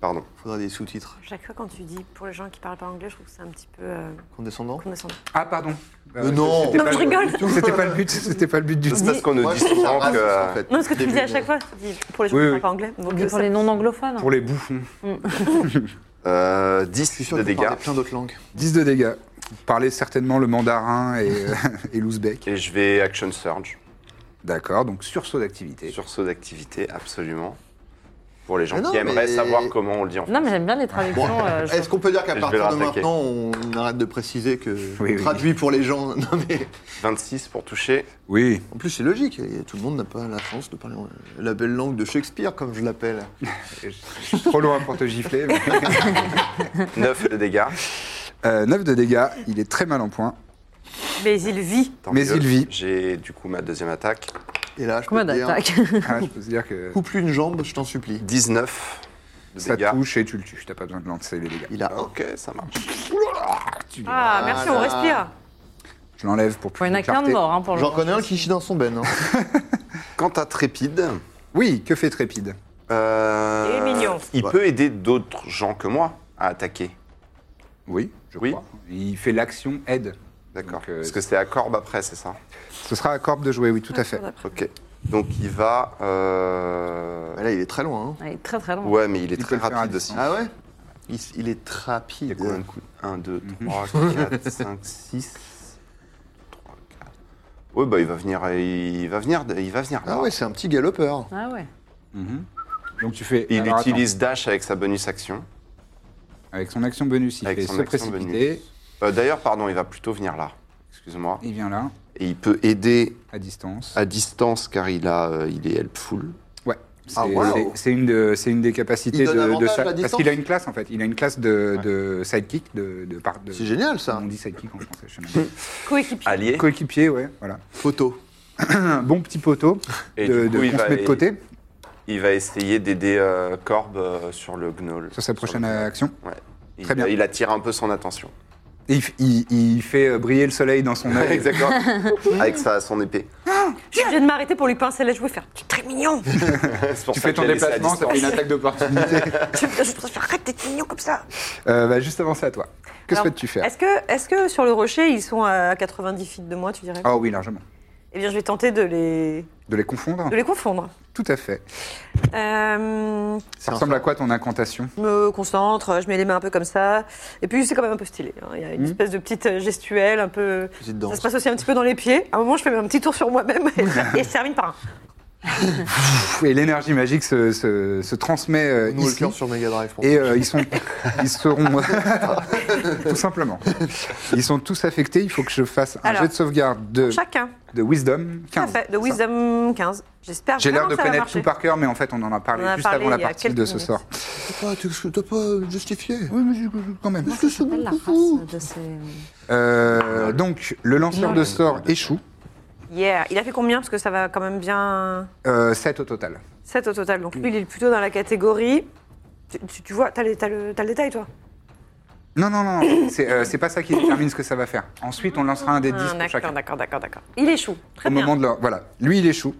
Speaker 6: Pardon.
Speaker 2: Faudra des sous-titres.
Speaker 5: Chaque fois, quand tu dis pour les gens qui parlent pas anglais, je trouve que c'est un petit peu euh,
Speaker 2: Condescendant
Speaker 5: condescendant.
Speaker 1: Ah, pardon.
Speaker 2: Mais non.
Speaker 1: c'était
Speaker 5: Non,
Speaker 1: pas
Speaker 5: je
Speaker 1: le-
Speaker 5: rigole.
Speaker 1: C'était pas le but, c'était pas le but du
Speaker 6: Euh, C'est
Speaker 1: tout.
Speaker 6: parce qu'on nous
Speaker 2: Moi,
Speaker 6: dit
Speaker 2: je trouve ça
Speaker 6: souvent
Speaker 2: raciste,
Speaker 6: que.
Speaker 2: en fait.
Speaker 5: Non, ce que tu dis à
Speaker 2: Début,
Speaker 5: chaque fois, tu dis pour les gens
Speaker 1: Oui,
Speaker 5: qui
Speaker 1: oui.
Speaker 5: parlent pas anglais. Donc,
Speaker 3: Oublie
Speaker 5: euh,
Speaker 3: pour
Speaker 5: ça-
Speaker 3: les non-anglophones.
Speaker 1: Pour les bouffons.
Speaker 6: Euh,
Speaker 2: Je suis
Speaker 6: 10
Speaker 2: sûr
Speaker 6: de
Speaker 2: que vous
Speaker 6: dégâts.
Speaker 2: parlez plein d'autres langues.
Speaker 1: 10 de dégâts. Vous parlez certainement le mandarin et, euh, et l'ouzbek.
Speaker 6: Et je vais action surge.
Speaker 1: D'accord, donc sursaut d'activité.
Speaker 6: Sursaut d'activité, absolument. Pour les gens
Speaker 2: Mais non,
Speaker 6: qui aimeraient
Speaker 2: mais-
Speaker 6: savoir comment on le dit en
Speaker 3: Non, mais j'aime bien les traductions. euh, je-
Speaker 2: Est-ce qu'on peut dire
Speaker 6: Je
Speaker 2: qu'à
Speaker 6: vais
Speaker 2: partir de
Speaker 6: le rattaquer.
Speaker 2: maintenant, on arrête de préciser que
Speaker 1: Oui, oui.
Speaker 2: on traduit pour les gens Non mais
Speaker 6: 26 pour toucher.
Speaker 1: Oui.
Speaker 2: en plus c'est logique. Tout le monde n'a pas la chance de parler la belle langue de Shakespeare, comme je l'appelle.
Speaker 1: Je suis trop loin pour te gifler. mais-
Speaker 6: 9 de dégâts.
Speaker 1: Euh, 9 de dégâts, il est très mal en point.
Speaker 5: Mais il vit.
Speaker 6: Tant
Speaker 1: Mais il vit.
Speaker 6: J'ai du coup ma deuxième attaque.
Speaker 2: Et là, je
Speaker 3: Comment
Speaker 2: peux te dire,
Speaker 3: d'attaque
Speaker 1: Ah, je peux te dire que
Speaker 2: coupe une jambe, je t'en supplie.
Speaker 6: 19 de
Speaker 1: ça
Speaker 6: dégâts.
Speaker 4: Ah,
Speaker 1: touche et tu le tues. T'as pas besoin de lancer les dégâts.
Speaker 2: Il a un.
Speaker 6: Ok, ça marche.
Speaker 1: Tu-
Speaker 5: Ah, merci, on
Speaker 2: Voilà.
Speaker 5: respire.
Speaker 1: Je l'enlève pour plus
Speaker 3: Il n'y
Speaker 1: de
Speaker 3: en a qu'un de
Speaker 1: clarté.
Speaker 3: mort hein, pour le
Speaker 2: J'en
Speaker 3: moment.
Speaker 2: connais un qui chie dans son ben. hein.
Speaker 4: Quant à Trépide,
Speaker 1: Oui, que fait Trépide
Speaker 4: euh,
Speaker 5: Il est mignon.
Speaker 4: Il
Speaker 6: Ouais.
Speaker 4: peut aider d'autres gens que moi à attaquer.
Speaker 1: Oui, je
Speaker 4: Oui.
Speaker 1: crois. Il fait l'action aide.
Speaker 4: D'accord.
Speaker 1: Donc, euh,
Speaker 4: Parce que c'est à Corbe après, c'est ça
Speaker 1: Ce sera à Corbe de jouer, oui,
Speaker 3: Ah,
Speaker 1: tout à fait.
Speaker 4: Ok. Donc il va. euh,
Speaker 2: Bah Là, il est très loin. hein.
Speaker 3: Ouais, il est très très long.
Speaker 4: Ouais, mais il est
Speaker 1: Il peut
Speaker 4: très
Speaker 1: le faire à
Speaker 4: rapide aussi.
Speaker 1: distance.
Speaker 2: Ah ouais il, s- il est très
Speaker 4: Il y a
Speaker 2: rapide.
Speaker 4: combien de coups 1, 2, 3, 4, 5, 6. 3, 4. Ouais, bah il va venir. Il va venir, il va venir là.
Speaker 2: Ah ouais, c'est un petit galopeur.
Speaker 3: Ah ouais.
Speaker 1: Donc tu fais.
Speaker 4: Il
Speaker 1: alors, attends.
Speaker 4: utilise Dash avec sa bonus action.
Speaker 1: Avec son action bonus, il
Speaker 4: Avec
Speaker 1: fait
Speaker 4: son
Speaker 1: se
Speaker 4: action
Speaker 1: précipiter.
Speaker 4: bonus. Euh, D'ailleurs, pardon, il va plutôt venir là. Excuse-moi.
Speaker 1: Il vient là,
Speaker 4: Et il peut aider
Speaker 1: à distance.
Speaker 4: à distance car il, a, euh, il est helpful.
Speaker 1: Ouais. C'est
Speaker 2: Ah, wow.
Speaker 1: c'est- c'est une, de- c'est une des capacités
Speaker 2: Il donne
Speaker 1: de, de
Speaker 2: avantage
Speaker 1: sa-
Speaker 2: à distance
Speaker 1: Parce qu'il a une classe, en fait. Il a une classe de, de sidekick, de, de, par- de-
Speaker 2: C'est génial ça.
Speaker 1: On dit sidekick en français, je sais même
Speaker 5: Coéquipier.
Speaker 1: pas.
Speaker 4: Allié.
Speaker 1: Coéquipier, ouais, voilà.
Speaker 2: Photo.
Speaker 1: Un bon petit poteau
Speaker 4: Et
Speaker 1: de,
Speaker 4: du coup,
Speaker 1: de-
Speaker 4: il
Speaker 1: qu'on se
Speaker 4: va- e-
Speaker 1: met de côté
Speaker 4: Il va essayer d'aider euh, Corbe euh, sur le gnoll.
Speaker 1: sur sa prochaine
Speaker 4: le gnoll.
Speaker 1: action.
Speaker 4: Ouais. Il,
Speaker 1: Très bien.
Speaker 4: il attire un peu son attention.
Speaker 1: Et il, f- il- il fait euh, briller le soleil dans son œil.
Speaker 4: Exactement. Avec sa, son épée.
Speaker 5: Je viens de m'arrêter pour lui pincer la joue et faire Tu es très mignon.
Speaker 4: C'est pour
Speaker 1: Tu
Speaker 4: ça
Speaker 1: fais
Speaker 4: que
Speaker 1: ton
Speaker 4: je l'ai laissé à
Speaker 1: déplacement, ça fait une
Speaker 4: distance.
Speaker 1: attaque d'opportunité.
Speaker 5: je je préfère arrête d'être mignon comme ça.
Speaker 1: euh, va juste avancer à toi. Que
Speaker 5: Alors,
Speaker 1: souhaites-tu faire
Speaker 5: Est-ce que, est que sur le rocher, ils sont à 90 feet de moi, tu dirais
Speaker 1: Ah oui, largement.
Speaker 5: Eh bien, je vais tenter de les,
Speaker 1: De les confondre
Speaker 5: de les confondre.
Speaker 1: Tout à fait.
Speaker 5: Euh,
Speaker 1: Ça ressemble à quoi ton incantation
Speaker 5: je me concentre, je mets les mains un peu comme ça. Et puis, c'est quand même un peu stylé. hein. Il y a une
Speaker 1: Hmm.
Speaker 5: espèce de petite gestuelle, un peu.
Speaker 2: Petite
Speaker 5: Ça
Speaker 2: danse.
Speaker 5: se passe aussi un petit peu dans les pieds. À un moment, je fais même un petit tour sur moi-même et, et je termine par un.
Speaker 1: Pff, Et l'énergie magique se, se- se transmet euh,
Speaker 2: Nous, le
Speaker 1: ici.
Speaker 2: cœur sur Mega Drive. pour
Speaker 1: Et euh, ils, sont, ils seront. tout simplement. Ils sont tous affectés. Il faut que je fasse un
Speaker 5: Alors,
Speaker 1: jet de sauvegarde de,
Speaker 5: Chacun.
Speaker 1: de Wisdom.
Speaker 5: Tout à
Speaker 1: 15.
Speaker 5: fait.
Speaker 1: c'est
Speaker 5: De
Speaker 1: ça
Speaker 5: Wisdom 15. J'espère
Speaker 1: J'ai l'air
Speaker 5: vraiment
Speaker 1: de
Speaker 5: que ça va
Speaker 1: connaître tout
Speaker 5: marcher.
Speaker 1: par cœur, mais en fait, on en a parlé
Speaker 5: On en a
Speaker 1: juste
Speaker 5: parlé
Speaker 1: avant la
Speaker 5: il y a
Speaker 1: partie
Speaker 5: quelques
Speaker 1: de ce
Speaker 5: minutes.
Speaker 1: sort.
Speaker 2: T'as pas, t'es- t'as pas justifié.
Speaker 1: Oui, mais je- quand même.
Speaker 3: Comment ça s'appelle la race de ces...
Speaker 1: Euh, donc, le lanceur de sort échoue.
Speaker 5: Yeah. Il a fait combien Parce que ça va quand même bien.
Speaker 1: 7 euh, au total.
Speaker 5: 7 au total.
Speaker 1: Mm.
Speaker 5: Donc lui, il est plutôt dans la catégorie. Tu, tu- tu vois, t'as les- t'as le, t'as le détail, toi
Speaker 1: Non, non, non, non. c'est euh, c'est pas ça qui détermine ce que ça va faire. Ensuite, on lancera un des 10
Speaker 5: Ah,
Speaker 1: pour
Speaker 5: D'accord,
Speaker 1: chacun.
Speaker 5: d'accord, d'accord, d'accord. Il échoue. Très
Speaker 1: Au
Speaker 5: bien.
Speaker 1: moment de leur... Voilà, lui il échoue.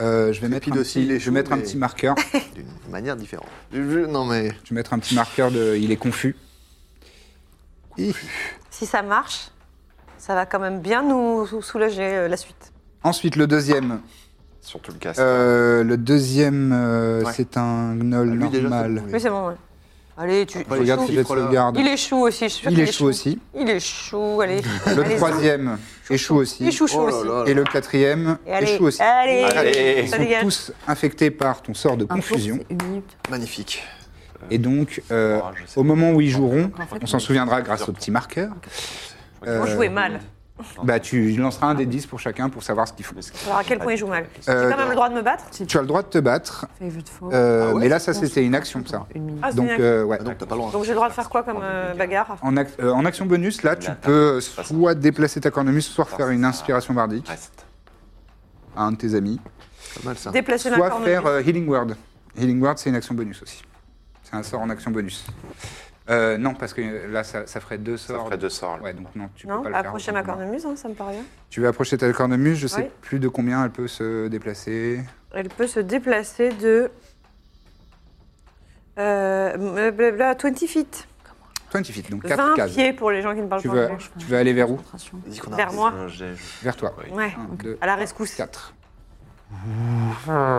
Speaker 1: Euh, je vais mettre, un
Speaker 2: Trépide aussi,
Speaker 1: petit,
Speaker 2: il
Speaker 1: je
Speaker 2: échoue,
Speaker 1: vais mettre un
Speaker 2: mais-
Speaker 1: petit marqueur.
Speaker 2: D'une manière différente. Je- je- Non mais.
Speaker 1: je vais mettre un petit marqueur de... Il est confus. Et-
Speaker 5: Si ça marche, ça va quand même bien nous sou- soulager euh, la suite.
Speaker 1: Ensuite, le deuxième.
Speaker 4: Surtout le casque.
Speaker 1: Euh, le deuxième, euh,
Speaker 2: Ouais. Ah,
Speaker 1: c'est un gnoll
Speaker 2: Lui, déjà, c'est
Speaker 1: normal.
Speaker 2: bon,
Speaker 5: Oui, c'est bon. ouais. Allez, tu.
Speaker 1: Je
Speaker 2: il
Speaker 1: regarde
Speaker 2: échoue.
Speaker 1: si j'ai de
Speaker 2: Chiffre là.
Speaker 1: sauvegarde.
Speaker 5: Il échoue aussi, je suis sûre
Speaker 1: Il
Speaker 5: qu'il
Speaker 1: échoue aussi.
Speaker 5: Il échoue, allez.
Speaker 1: Le troisième échoue
Speaker 5: Il
Speaker 1: aussi.
Speaker 5: échoue chaud
Speaker 2: Oh là
Speaker 5: aussi.
Speaker 2: là là.
Speaker 1: Et le quatrième
Speaker 5: Et allez,
Speaker 1: échoue aussi.
Speaker 5: allez,
Speaker 4: Allez.
Speaker 1: Ils
Speaker 5: ça
Speaker 1: sont
Speaker 5: dégage.
Speaker 1: tous infectés par ton sort de
Speaker 3: Un tour,
Speaker 1: confusion.
Speaker 3: c'est une minute.
Speaker 2: Magnifique.
Speaker 1: Et donc, euh,
Speaker 4: Oh, je sais
Speaker 1: au moment où ils joueront,
Speaker 3: En fait,
Speaker 1: on s'en souviendra grâce au petit marqueur,
Speaker 5: On
Speaker 1: euh,
Speaker 5: jouait mal.
Speaker 1: bah, tu lanceras un des 10 pour chacun pour savoir ce qu'ils font.
Speaker 5: Alors à quel point il joue mal J'ai
Speaker 1: Euh,
Speaker 5: quand même le droit de me battre
Speaker 1: Tu as le droit de te battre,
Speaker 3: favorite four.
Speaker 1: euh,
Speaker 2: Ah ouais
Speaker 1: mais là, ça, c'était une action, ça.
Speaker 3: Une minute.
Speaker 5: Ah, c'est
Speaker 1: Donc,
Speaker 5: bien.
Speaker 1: euh, ouais.
Speaker 2: Ah donc t'as pas le droit.
Speaker 5: Donc j'ai le droit de faire quoi comme euh, bagarre
Speaker 1: En, ac- euh, en action bonus, là, tu peux soit déplacer ta cornemuse, soit faire une inspiration bardique
Speaker 4: Reste.
Speaker 1: à un de tes amis,
Speaker 2: Pas mal ça.
Speaker 5: Déplacer la
Speaker 1: soit
Speaker 5: corne.
Speaker 1: faire euh, Healing Word. Healing Word, c'est une action bonus aussi. C'est un sort en action bonus. Euh, non, parce que euh, là, ça, ça ferais deux
Speaker 4: Ça
Speaker 1: sorts.
Speaker 4: ferait deux sorts. là.
Speaker 1: Ouais, donc non, tu
Speaker 5: Non,
Speaker 1: peux pas le faire.
Speaker 5: approcher ma cornemuse, hein, ça me paraît bien.
Speaker 1: Tu veux approcher ta cornemuse, je sais
Speaker 5: Oui.
Speaker 1: plus de combien elle peut se déplacer.
Speaker 5: Elle peut se déplacer de. Euh, blablabla, 20 feet.
Speaker 1: 20 feet, donc 4
Speaker 5: 20
Speaker 1: cases.
Speaker 5: pieds pour les gens qui ne parlent
Speaker 1: Tu
Speaker 5: pas
Speaker 1: veux,
Speaker 5: anglais.
Speaker 1: tu veux aller vers où
Speaker 3: Concentration.
Speaker 2: Vas-y qu'on
Speaker 5: Vers
Speaker 2: arrête.
Speaker 5: moi.
Speaker 4: Un jet, je-
Speaker 1: Vers toi.
Speaker 4: Ouais.
Speaker 5: Ouais.
Speaker 1: 1, 2,
Speaker 5: À la rescousse.
Speaker 1: 4.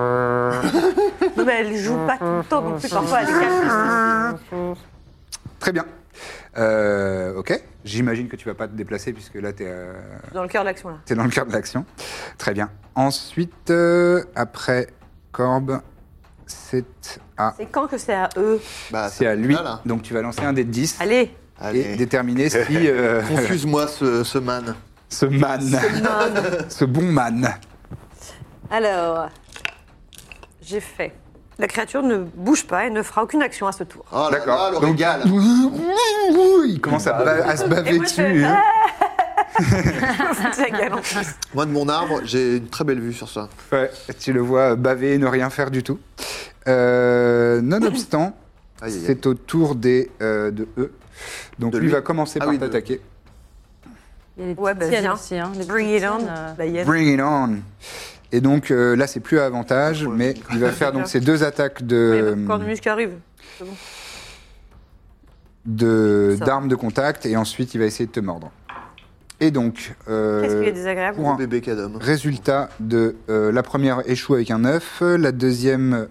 Speaker 5: Non, mais elle joue pas tout le temps, donc plus parfois elle est calme.
Speaker 1: Très bien. Euh, ok. J'imagine que tu vas pas te déplacer puisque là, tu es,
Speaker 5: Dans le cœur de l'action, là.
Speaker 1: dans le cœur de l'action. Très bien. Ensuite, euh, après Corbe, c'est à,
Speaker 5: C'est quand que c'est à eux
Speaker 2: Bah,
Speaker 1: c'est à lui.
Speaker 2: Là, là.
Speaker 1: Donc tu vas lancer un dé de 10
Speaker 5: Allez
Speaker 1: et
Speaker 2: Allez.
Speaker 1: déterminer si euh,
Speaker 2: Confuse-moi ce, ce man.
Speaker 1: ce man, ce bon man.
Speaker 5: Alors, j'ai fait. La créature ne bouge pas et ne fera aucune action à ce tour.
Speaker 2: Oh là là, le
Speaker 1: Donc-
Speaker 2: régal.
Speaker 1: Il commence à, ba- à se baver
Speaker 5: moi, je fais- Ah,
Speaker 1: dessus. hein.
Speaker 5: C'est la gueule en plus.
Speaker 2: Moi, de mon arbre, j'ai une très belle vue sur ça.
Speaker 1: Ouais, tu le vois baver et ne rien faire du tout. Euh, nonobstant,
Speaker 2: Aïe, aïe, aïe.
Speaker 1: C'est au tour des, euh, de eux. Donc
Speaker 2: De
Speaker 1: lui,
Speaker 2: lui.
Speaker 1: va commencer
Speaker 2: Ah
Speaker 1: par
Speaker 2: oui, de-
Speaker 1: t'attaquer.
Speaker 3: Il y a les
Speaker 5: Ouais,
Speaker 3: petites
Speaker 5: bah,
Speaker 3: hyènes
Speaker 5: viens.
Speaker 3: aussi, hein, les
Speaker 5: Bring
Speaker 3: petites
Speaker 5: it on,
Speaker 3: hyènes, euh,
Speaker 5: la hyène.
Speaker 1: Bring it on Et donc euh, là, c'est plus à avantage,
Speaker 2: Ouais.
Speaker 1: mais il va faire donc ces deux attaques
Speaker 5: Il y a
Speaker 1: de
Speaker 5: votre cornemuse qui arrive. C'est bon.
Speaker 1: de-
Speaker 5: Ça.
Speaker 1: d'armes de, contact, et ensuite il va essayer de te mordre. Et donc, euh,
Speaker 5: Qu'est-ce qui est désagréable
Speaker 1: pour un
Speaker 2: Bébé cadom.
Speaker 1: résultat de euh, la première échoue avec un 9, la deuxième,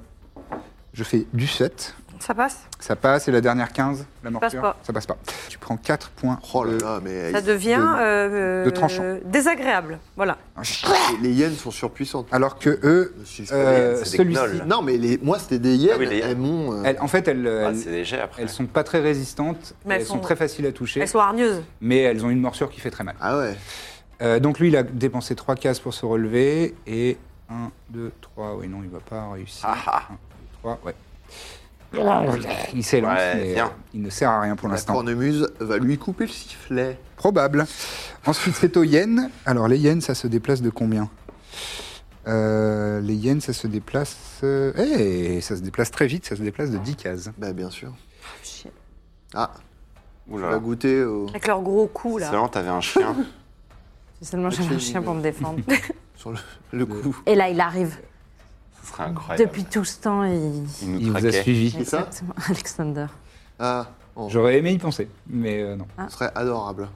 Speaker 1: je fais du 7,
Speaker 5: Ça passe
Speaker 1: ça passe, et la dernière 15, la
Speaker 5: passe
Speaker 1: morsure,
Speaker 5: pas.
Speaker 1: ça passe pas. Tu prends 4 points.
Speaker 2: Oh là
Speaker 1: de-
Speaker 2: là, mais
Speaker 5: Ça devient
Speaker 1: de-
Speaker 5: euh,
Speaker 1: de tranchant.
Speaker 5: désagréable. Voilà.
Speaker 2: les- les hyènes sont surpuissantes.
Speaker 1: Alors que eux,
Speaker 2: Je suis-
Speaker 1: euh,
Speaker 6: c'est des Ah,
Speaker 1: celui-ci,
Speaker 6: gnolls.
Speaker 2: Non, mais les... moi, c'était des hyènes.
Speaker 6: Ah oui, les hyènes.
Speaker 2: Elles m'ont. euh,
Speaker 1: elles- en fait, elles,
Speaker 6: Ah,
Speaker 1: elles-
Speaker 6: c'est léger après.
Speaker 1: elles sont pas très résistantes,
Speaker 5: Mais
Speaker 1: elles,
Speaker 5: elles
Speaker 1: sont,
Speaker 5: sont-
Speaker 1: très faciles à toucher,
Speaker 5: Elles sont hargneuses.
Speaker 1: mais elles ont une morsure qui fait très mal.
Speaker 2: Ah ouais.
Speaker 1: Euh, donc lui, il a dépensé 3 cases pour se relever, et 1, 2, 3, oui non, il va pas réussir.
Speaker 6: Ah,
Speaker 1: 3, ouais. Il s'élance,
Speaker 6: Ouais,
Speaker 1: mais
Speaker 6: bien.
Speaker 1: euh, il ne sert à rien pour
Speaker 2: La
Speaker 1: l'instant.
Speaker 2: cornemuse va lui couper le sifflet.
Speaker 1: Probable. Ensuite, c'est aux yens. Alors, les yens, ça se déplace de combien Euh, Les yens, ça se déplace. euh, eh, ça se déplace très vite, ça se déplace de 10 cases.
Speaker 2: Bah, bien sûr.
Speaker 3: shit.
Speaker 2: Ah,
Speaker 6: Oula.
Speaker 2: on va goûter au.
Speaker 5: Avec leur gros cou,
Speaker 6: C'est
Speaker 5: là.
Speaker 6: vraiment, t'avais un chien.
Speaker 3: C'est seulement j'avais un chien pour me défendre.
Speaker 2: sur le, le coup.
Speaker 3: Et là, il arrive.
Speaker 6: Ce serait incroyable.
Speaker 3: Depuis tout ce temps, il...
Speaker 6: Il nous
Speaker 1: Il vous a
Speaker 6: traquait.
Speaker 1: suivi.
Speaker 2: ça
Speaker 3: Exactement, Alexander.
Speaker 2: Ah, on
Speaker 1: J'aurais aimé y penser, mais euh, non.
Speaker 2: serait adorable.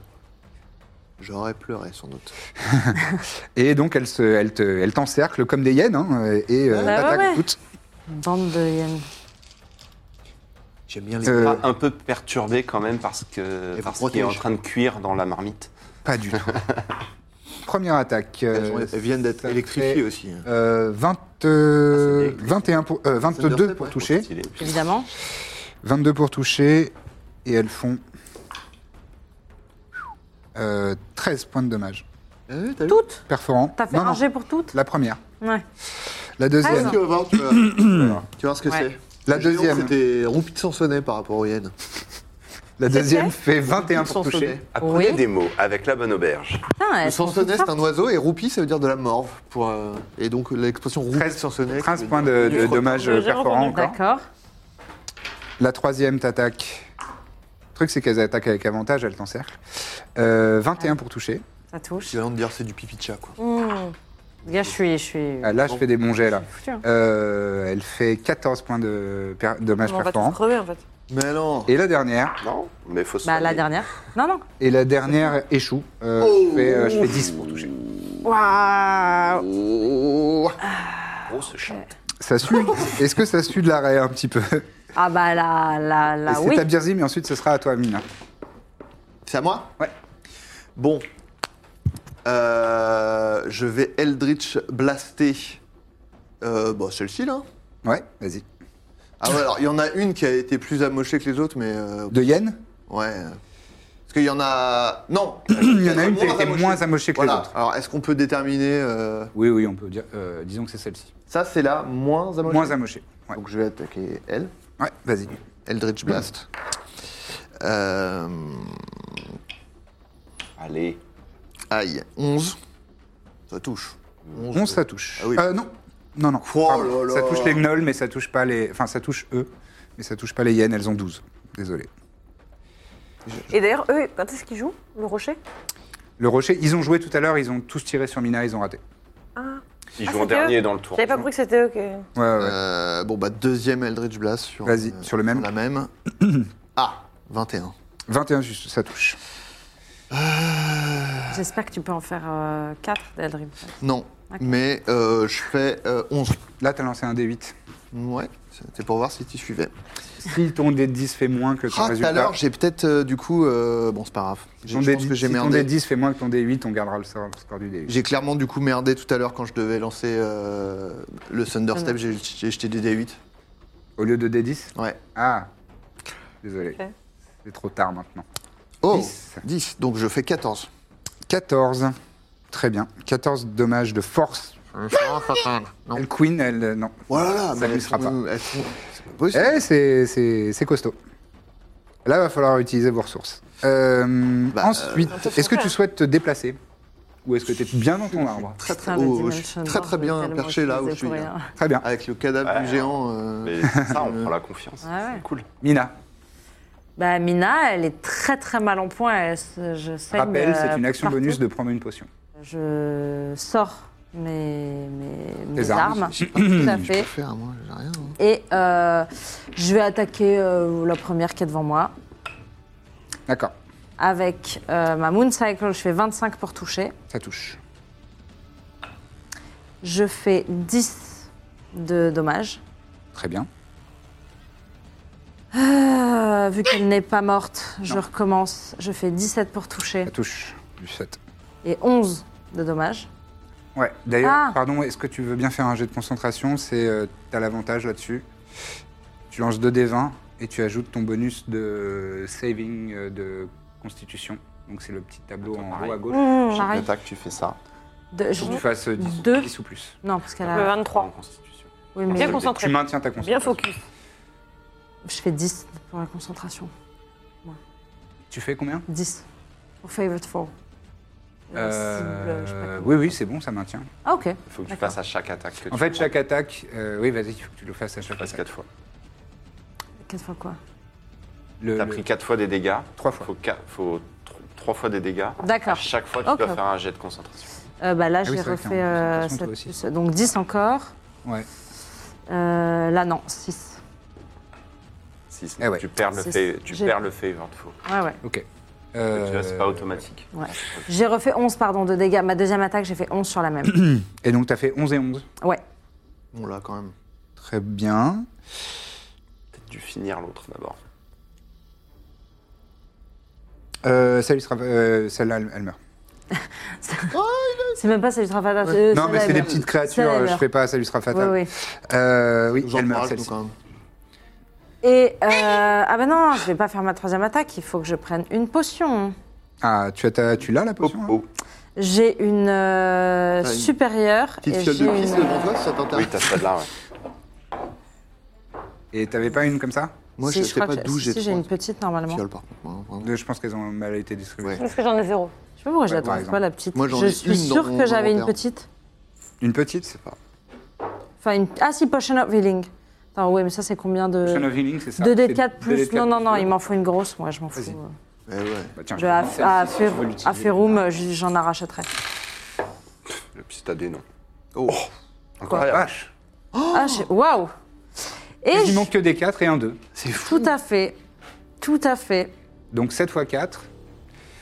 Speaker 2: J'aurais pleuré sans doute.
Speaker 1: Et donc, elle se- elle te- elle t'encercle comme des hyènes hein, et euh,
Speaker 3: Bah ouais,
Speaker 1: t'attaque
Speaker 3: ouais.
Speaker 1: toutes.
Speaker 3: Une bande de hyènes.
Speaker 2: J'aime bien les.
Speaker 1: Euh,
Speaker 2: Ah,
Speaker 6: Ah, Un peu perturbé quand même parce que
Speaker 2: vous
Speaker 6: parce qu'il est en
Speaker 2: protège.
Speaker 6: train de cuire dans la marmite.
Speaker 1: Pas du tout. Première attaque. euh,
Speaker 2: elles, ont- elles viennent d'être
Speaker 1: ça
Speaker 2: électrifiées
Speaker 1: fait,
Speaker 2: aussi. hein.
Speaker 1: euh, 20, euh,
Speaker 6: Ah, c'est des-
Speaker 1: 21 pour, euh, 22 pour
Speaker 2: ouais.
Speaker 1: toucher.
Speaker 6: Stylé.
Speaker 3: Évidemment.
Speaker 1: 22 pour toucher et elles font euh, 13 points de dommage.
Speaker 2: Ah
Speaker 1: Euh,
Speaker 2: ouais, t'as vu
Speaker 3: Toutes
Speaker 1: Perforant.
Speaker 3: T'as fait
Speaker 1: Non, non,
Speaker 3: un jet pour toutes
Speaker 1: La première.
Speaker 3: Ouais.
Speaker 1: La deuxième.
Speaker 2: Tu vas voir, tu vas- tu vas voir. Tu vois ce que c'est.
Speaker 3: Ouais.
Speaker 1: La
Speaker 2: Géant,
Speaker 1: deuxième.
Speaker 2: C'était roupie de sansonnet par rapport aux hyènes.
Speaker 1: la deuxième fait
Speaker 2: Roupie de
Speaker 1: 21 pour toucher.
Speaker 2: Sansonnet.
Speaker 6: Apprenez
Speaker 3: Oui.
Speaker 6: des mots avec la bonne auberge.
Speaker 3: Putain,
Speaker 2: Le
Speaker 3: elles sont toutes
Speaker 2: sansonnet, c'est
Speaker 3: fortes.
Speaker 2: un oiseau et roupie, ça veut dire de la morve. Pour, euh, Et donc l'expression roupie de
Speaker 1: 13,
Speaker 2: sansonnet. qui
Speaker 1: 13
Speaker 2: veut
Speaker 1: points
Speaker 2: dire-
Speaker 1: de, de
Speaker 5: Je
Speaker 1: dommage
Speaker 5: reprends, j'ai
Speaker 1: perforant
Speaker 5: entendu.
Speaker 1: encore.
Speaker 3: D'accord.
Speaker 1: La troisième t'attaque. Le truc, c'est qu'elles attaquent avec avantage, elles t'encerclent. Euh, 21 pour toucher.
Speaker 3: Ça touche.
Speaker 2: équivalent de dire c'est du pipi de chat quoi.
Speaker 5: Mmh.
Speaker 3: Les gars, je suis... Je suis...
Speaker 1: Ah, là, je fais des bons jets, là.
Speaker 3: foutu, hein.
Speaker 1: Euh, elle fait 14 points de per- dommage
Speaker 5: Mais On va tous
Speaker 1: perforant.
Speaker 5: crever, en fait.
Speaker 2: Mais non
Speaker 1: Et la dernière.
Speaker 6: Non, mais faut se.
Speaker 3: Bah, la
Speaker 6: soigner.
Speaker 3: dernière. Non, non.
Speaker 1: Et la dernière échoue. Euh, je, fais, euh, je fais 10 pour toucher.
Speaker 3: Waouh
Speaker 6: Gros ce chat.
Speaker 1: Ça sue. Est-ce que ça sue de l'arrêt un petit peu
Speaker 3: Ah bah là, là,
Speaker 1: Et
Speaker 3: là,
Speaker 1: C'est
Speaker 3: oui.
Speaker 1: à Birzim mais ensuite ce sera à toi, Mina.
Speaker 2: C'est à moi
Speaker 1: Ouais.
Speaker 2: Bon. Euh, je vais Eldritch blaster. Euh, bah, celle-ci là.
Speaker 1: Ouais, vas-y.
Speaker 2: Ah ouais, alors il y en a une qui a été plus amochée que les autres, mais. euh,
Speaker 1: De Yen
Speaker 2: Ouais. Parce qu'il y en a. Non
Speaker 1: Il y en a une qui a été moins amochée que les
Speaker 2: Voilà.
Speaker 1: autres.
Speaker 2: Alors est-ce qu'on peut déterminer. euh,
Speaker 1: Oui, oui, on peut dire. euh, disons que c'est celle-ci.
Speaker 2: Ça, c'est la moins amochée
Speaker 1: Moins amochée. Ouais,
Speaker 2: Donc je vais attaquer elle.
Speaker 1: ouais vas-y. Hmm.
Speaker 2: Eldritch Blast. Euh,
Speaker 6: Allez.
Speaker 2: Aïe, 11. Ça touche. 11,
Speaker 1: 11, ça touche.
Speaker 2: Ah oui.
Speaker 1: Euh, non. Non, non.
Speaker 2: Oh
Speaker 1: Pardon.
Speaker 2: là là.
Speaker 1: Ça touche les gnolls, mais ça touche pas les. Enfin, ça touche eux, mais ça touche pas les Yen, elles ont 12. Désolé.
Speaker 5: Et d'ailleurs, eux, quand est-ce qu'ils jouent Le rocher
Speaker 1: Le rocher, ils ont joué tout à l'heure, ils ont tous tiré sur Mina, ils ont raté.
Speaker 6: Ils
Speaker 5: Ah,
Speaker 6: jouent
Speaker 5: c'est
Speaker 6: en dernier
Speaker 5: eux
Speaker 6: dans le tour.
Speaker 5: J'avais pas compris que c'était eux. qui-
Speaker 1: Ouais, ouais.
Speaker 2: Euh, bon, bah, deuxième Eldritch Blast sur,
Speaker 1: Vas-y, sur le même.
Speaker 2: la même. ah, 21.
Speaker 1: 21, juste, ça touche.
Speaker 3: J'espère que tu peux en faire euh,
Speaker 5: Euh,
Speaker 3: 4 d'Eldrim.
Speaker 2: Non, mais euh, je fais euh, 11.
Speaker 1: Là, t'as lancé un D8.
Speaker 2: Ouais, c'était pour voir si tu suivais.
Speaker 1: Si ton D10 fait moins que ton
Speaker 2: Ah, tout à
Speaker 1: résultat.
Speaker 2: l'heure, j'ai peut-être, euh, du coup, euh, bon, c'est pas grave. J'ai-
Speaker 1: Ton
Speaker 2: Je pense
Speaker 1: D10
Speaker 2: que j'ai
Speaker 1: si ton
Speaker 2: merdé.
Speaker 1: D10 fait moins que ton D8, on gardera le score, le score du D8.
Speaker 2: J'ai clairement, du coup, merdé tout à l'heure quand je devais lancer euh, le Thunderstep, j'ai j'ai jeté des D8.
Speaker 1: Au lieu de D10
Speaker 2: Ouais.
Speaker 1: Ah Désolé.
Speaker 5: Ok.
Speaker 1: C'est trop tard maintenant.
Speaker 2: Oh
Speaker 1: 10.
Speaker 2: 10, donc je fais 14.
Speaker 1: 14. Très bien. 14 dommages de force.
Speaker 2: Non.
Speaker 1: Elle queen, elle. euh, Non.
Speaker 2: Voilà, Oh là,
Speaker 1: Ça
Speaker 2: mais
Speaker 1: glissera
Speaker 2: elles sont- elles sont- c'est pas
Speaker 1: Eh,
Speaker 2: possible.
Speaker 1: c'est- c'est c'est costaud. Là, va falloir utiliser vos ressources. Euh,
Speaker 2: Bah,
Speaker 1: ensuite,
Speaker 5: on peut
Speaker 1: est-ce que
Speaker 5: faire.
Speaker 1: tu souhaites te déplacer Ou est-ce que tu es bien dans ton arbre
Speaker 2: Très très,
Speaker 3: Putain, le
Speaker 2: oh, je suis
Speaker 3: Dimension
Speaker 2: très très
Speaker 3: Door,
Speaker 2: bien
Speaker 3: tellement
Speaker 2: perché là où je
Speaker 3: utilisé
Speaker 2: suis.
Speaker 3: pour
Speaker 2: là.
Speaker 3: rien.
Speaker 1: Très bien.
Speaker 2: Avec le cadavre
Speaker 6: Ouais.
Speaker 2: du géant. euh,
Speaker 6: Mais c'est ça, on prend la confiance.
Speaker 3: Ouais, Ah, ouais.
Speaker 6: C'est cool.
Speaker 1: Mina,
Speaker 3: Bah, Mina, elle est très très mal en point. Elle se- je saigne,
Speaker 1: rappel, c'est
Speaker 3: euh,
Speaker 1: une action
Speaker 3: partout.
Speaker 1: bonus de prendre une potion.
Speaker 3: Je sors mes, mes, mes
Speaker 1: armes.
Speaker 3: armes. Tout
Speaker 2: Je
Speaker 3: à
Speaker 2: peux
Speaker 3: fait.
Speaker 2: faire, moi, j'ai rien. hein.
Speaker 3: Et euh, je vais attaquer euh, la première qui est devant moi.
Speaker 1: D'accord,
Speaker 3: Avec euh, ma Moon Cycle, je fais 25 pour toucher.
Speaker 1: ça touche.
Speaker 3: Je fais 10 de dommages.
Speaker 1: Très bien.
Speaker 3: Euh, vu qu'elle n'est pas morte, je recommence. Je fais 17 pour toucher
Speaker 1: Ça touche. Du 7.
Speaker 3: et 11 de dommages.
Speaker 1: Ouais, d'ailleurs,
Speaker 3: Ah.
Speaker 1: pardon, est-ce que tu veux bien faire un jet de concentration C'est euh, T'as l'avantage là-dessus. Tu lances 2 d 20 et tu ajoutes ton bonus de saving euh, de constitution. Donc c'est le petit tableau en haut à gauche.
Speaker 5: Mmh.
Speaker 6: Chaque
Speaker 3: Pareil.
Speaker 6: attaque, tu fais ça.
Speaker 3: De-
Speaker 1: Faut
Speaker 3: je-
Speaker 1: que tu fasses euh, 10,
Speaker 3: Mmh. Deux.
Speaker 1: 10 ou plus.
Speaker 3: Non, parce qu'elle
Speaker 1: Euh,
Speaker 5: Le
Speaker 3: a.
Speaker 5: 23.
Speaker 6: Constitution.
Speaker 3: Oui,
Speaker 5: Bien
Speaker 3: mais
Speaker 5: concentré.
Speaker 1: Tu maintiens ta concentration.
Speaker 5: Bien focus.
Speaker 3: je fais 10 pour la concentration.
Speaker 1: Tu fais combien
Speaker 3: 10 pour Favorite Four. La cible, je sais pas
Speaker 1: Euh,
Speaker 3: comment.
Speaker 1: Oui, oui, c'est bon, ça maintient.
Speaker 3: Ah, ok.
Speaker 6: Il faut que tu
Speaker 3: D'accord.
Speaker 6: fasses à chaque attaque que
Speaker 1: En
Speaker 6: tu
Speaker 1: fait,
Speaker 6: prends.
Speaker 1: chaque attaque, euh, oui, vas-y, il faut que tu le fasses à
Speaker 6: Tu
Speaker 1: chaque
Speaker 6: passes
Speaker 1: attaque.
Speaker 6: 4 fois.
Speaker 3: 4 fois quoi
Speaker 1: Le,
Speaker 6: T'as
Speaker 1: le-
Speaker 6: pris 4 fois des dégâts.
Speaker 1: Euh, Trois fois.
Speaker 6: Faut, 3 fois des dégâts. À
Speaker 5: Ah.
Speaker 3: D'accord.
Speaker 6: chaque fois, tu
Speaker 3: Ok.
Speaker 6: dois faire un jet de concentration.
Speaker 3: Euh, bah là,
Speaker 1: Ah oui,
Speaker 3: j'ai
Speaker 1: c'est vrai que t'es en
Speaker 3: refait euh,
Speaker 1: concentration, toi
Speaker 3: sept
Speaker 1: aussi.
Speaker 3: plus- donc 10 encore.
Speaker 1: Ouais.
Speaker 3: Euh, là, non, 6.
Speaker 6: Six.
Speaker 1: Eh ouais.
Speaker 6: Tu perds le
Speaker 3: Six.
Speaker 6: fa- tu
Speaker 3: J'ai-
Speaker 6: perds le favor de faux.
Speaker 3: Ouais, ouais.
Speaker 1: Ok.
Speaker 6: Tu vois, c'est
Speaker 1: Euh,
Speaker 6: pas automatique.
Speaker 3: ouais. J'ai refait 11, pardon, de dégâts. Ma deuxième attaque, j'ai fait 11 sur la même.
Speaker 1: Et donc, t'as fait 11 et 11.
Speaker 3: ouais.
Speaker 2: Bon, là, quand même.
Speaker 1: Très bien.
Speaker 6: Peut-être dû finir l'autre d'abord.
Speaker 1: Euh, celle-là, sera- euh, celle-là, elle, elle meurt.
Speaker 3: C'est même pas celle du Trafalgar. euh,
Speaker 1: non,
Speaker 3: celle-là,
Speaker 1: mais c'est
Speaker 3: elle
Speaker 1: des
Speaker 3: meurt.
Speaker 1: petites créatures,
Speaker 3: Celle-là, elle
Speaker 1: euh, je
Speaker 3: meurt.
Speaker 1: fais pas, ça lui sera fatal.
Speaker 3: Oui, oui.
Speaker 1: Euh, oui,
Speaker 2: J'en
Speaker 1: elle meurt,
Speaker 2: parle,
Speaker 1: celle-ci.
Speaker 2: nous, quand même.
Speaker 3: Et. euh, ah, bah non, je vais pas faire ma troisième attaque. Il faut que je prenne une potion.
Speaker 1: Ah, tu, as ta- tu l'as, la potion hein là
Speaker 6: Oh,
Speaker 3: J'ai une euh,
Speaker 2: T'as une
Speaker 3: supérieure.
Speaker 2: Petite
Speaker 3: et
Speaker 2: fiole
Speaker 3: j'ai
Speaker 2: de pisse
Speaker 3: une,
Speaker 2: devant toi, si
Speaker 1: Ah.
Speaker 2: ça
Speaker 6: oh. Oui,
Speaker 2: t'intéresse.
Speaker 6: t'as celle-là, ouais.
Speaker 1: Et t'avais pas une comme ça
Speaker 2: Moi,
Speaker 3: si,
Speaker 2: je sais
Speaker 3: crois
Speaker 2: pas
Speaker 3: que-
Speaker 2: d'où
Speaker 3: si,
Speaker 2: j'ai
Speaker 3: si, j'ai
Speaker 2: trois
Speaker 3: une petite normalement.
Speaker 2: fioles, par contre. moi, hein, vraiment.
Speaker 1: Deux, Je pense qu'elles ont mal été distribuées.
Speaker 2: Ouais.
Speaker 5: Parce que j'en ai zéro.
Speaker 3: Je sais pas pourquoi je
Speaker 1: Ouais,
Speaker 3: la
Speaker 1: par
Speaker 3: trouve pas, la petite.
Speaker 2: Moi, j'en
Speaker 3: je
Speaker 2: ai
Speaker 3: suis
Speaker 2: une
Speaker 3: sûre
Speaker 2: dans mon
Speaker 3: que j'avais une
Speaker 2: inventaire.
Speaker 3: petite.
Speaker 1: Une petite C'est pas.
Speaker 3: Enfin, une... Ah, si, Potion of Healing. Attends, oui, mais ça, c'est combien
Speaker 1: Potion
Speaker 3: de.
Speaker 1: of Healing, c'est ça
Speaker 3: 2D4
Speaker 1: C'est
Speaker 3: plus.
Speaker 1: 2D4
Speaker 3: non, non, non,
Speaker 1: plus
Speaker 3: il m'en faut une grosse, moi, je m'en
Speaker 1: Vas-y.
Speaker 3: fous.
Speaker 2: Eh
Speaker 3: euh.
Speaker 2: ouais.
Speaker 1: Bah, tiens,
Speaker 3: Je,
Speaker 1: vais
Speaker 3: à,
Speaker 1: prendre
Speaker 3: à,
Speaker 1: celle-ci, si tu veux
Speaker 3: Fer-
Speaker 1: l'utiliser.
Speaker 3: à Ferum, euh, je- j'en arracherai.
Speaker 6: Le petit AD, non.
Speaker 2: Oh.
Speaker 1: Encore la vache
Speaker 3: Ah, je- waouh Et
Speaker 1: Il
Speaker 3: je-
Speaker 1: manque que des 4 et un 2.
Speaker 2: C'est fou.
Speaker 3: tout à fait, tout à fait,
Speaker 1: Donc 7 x 4,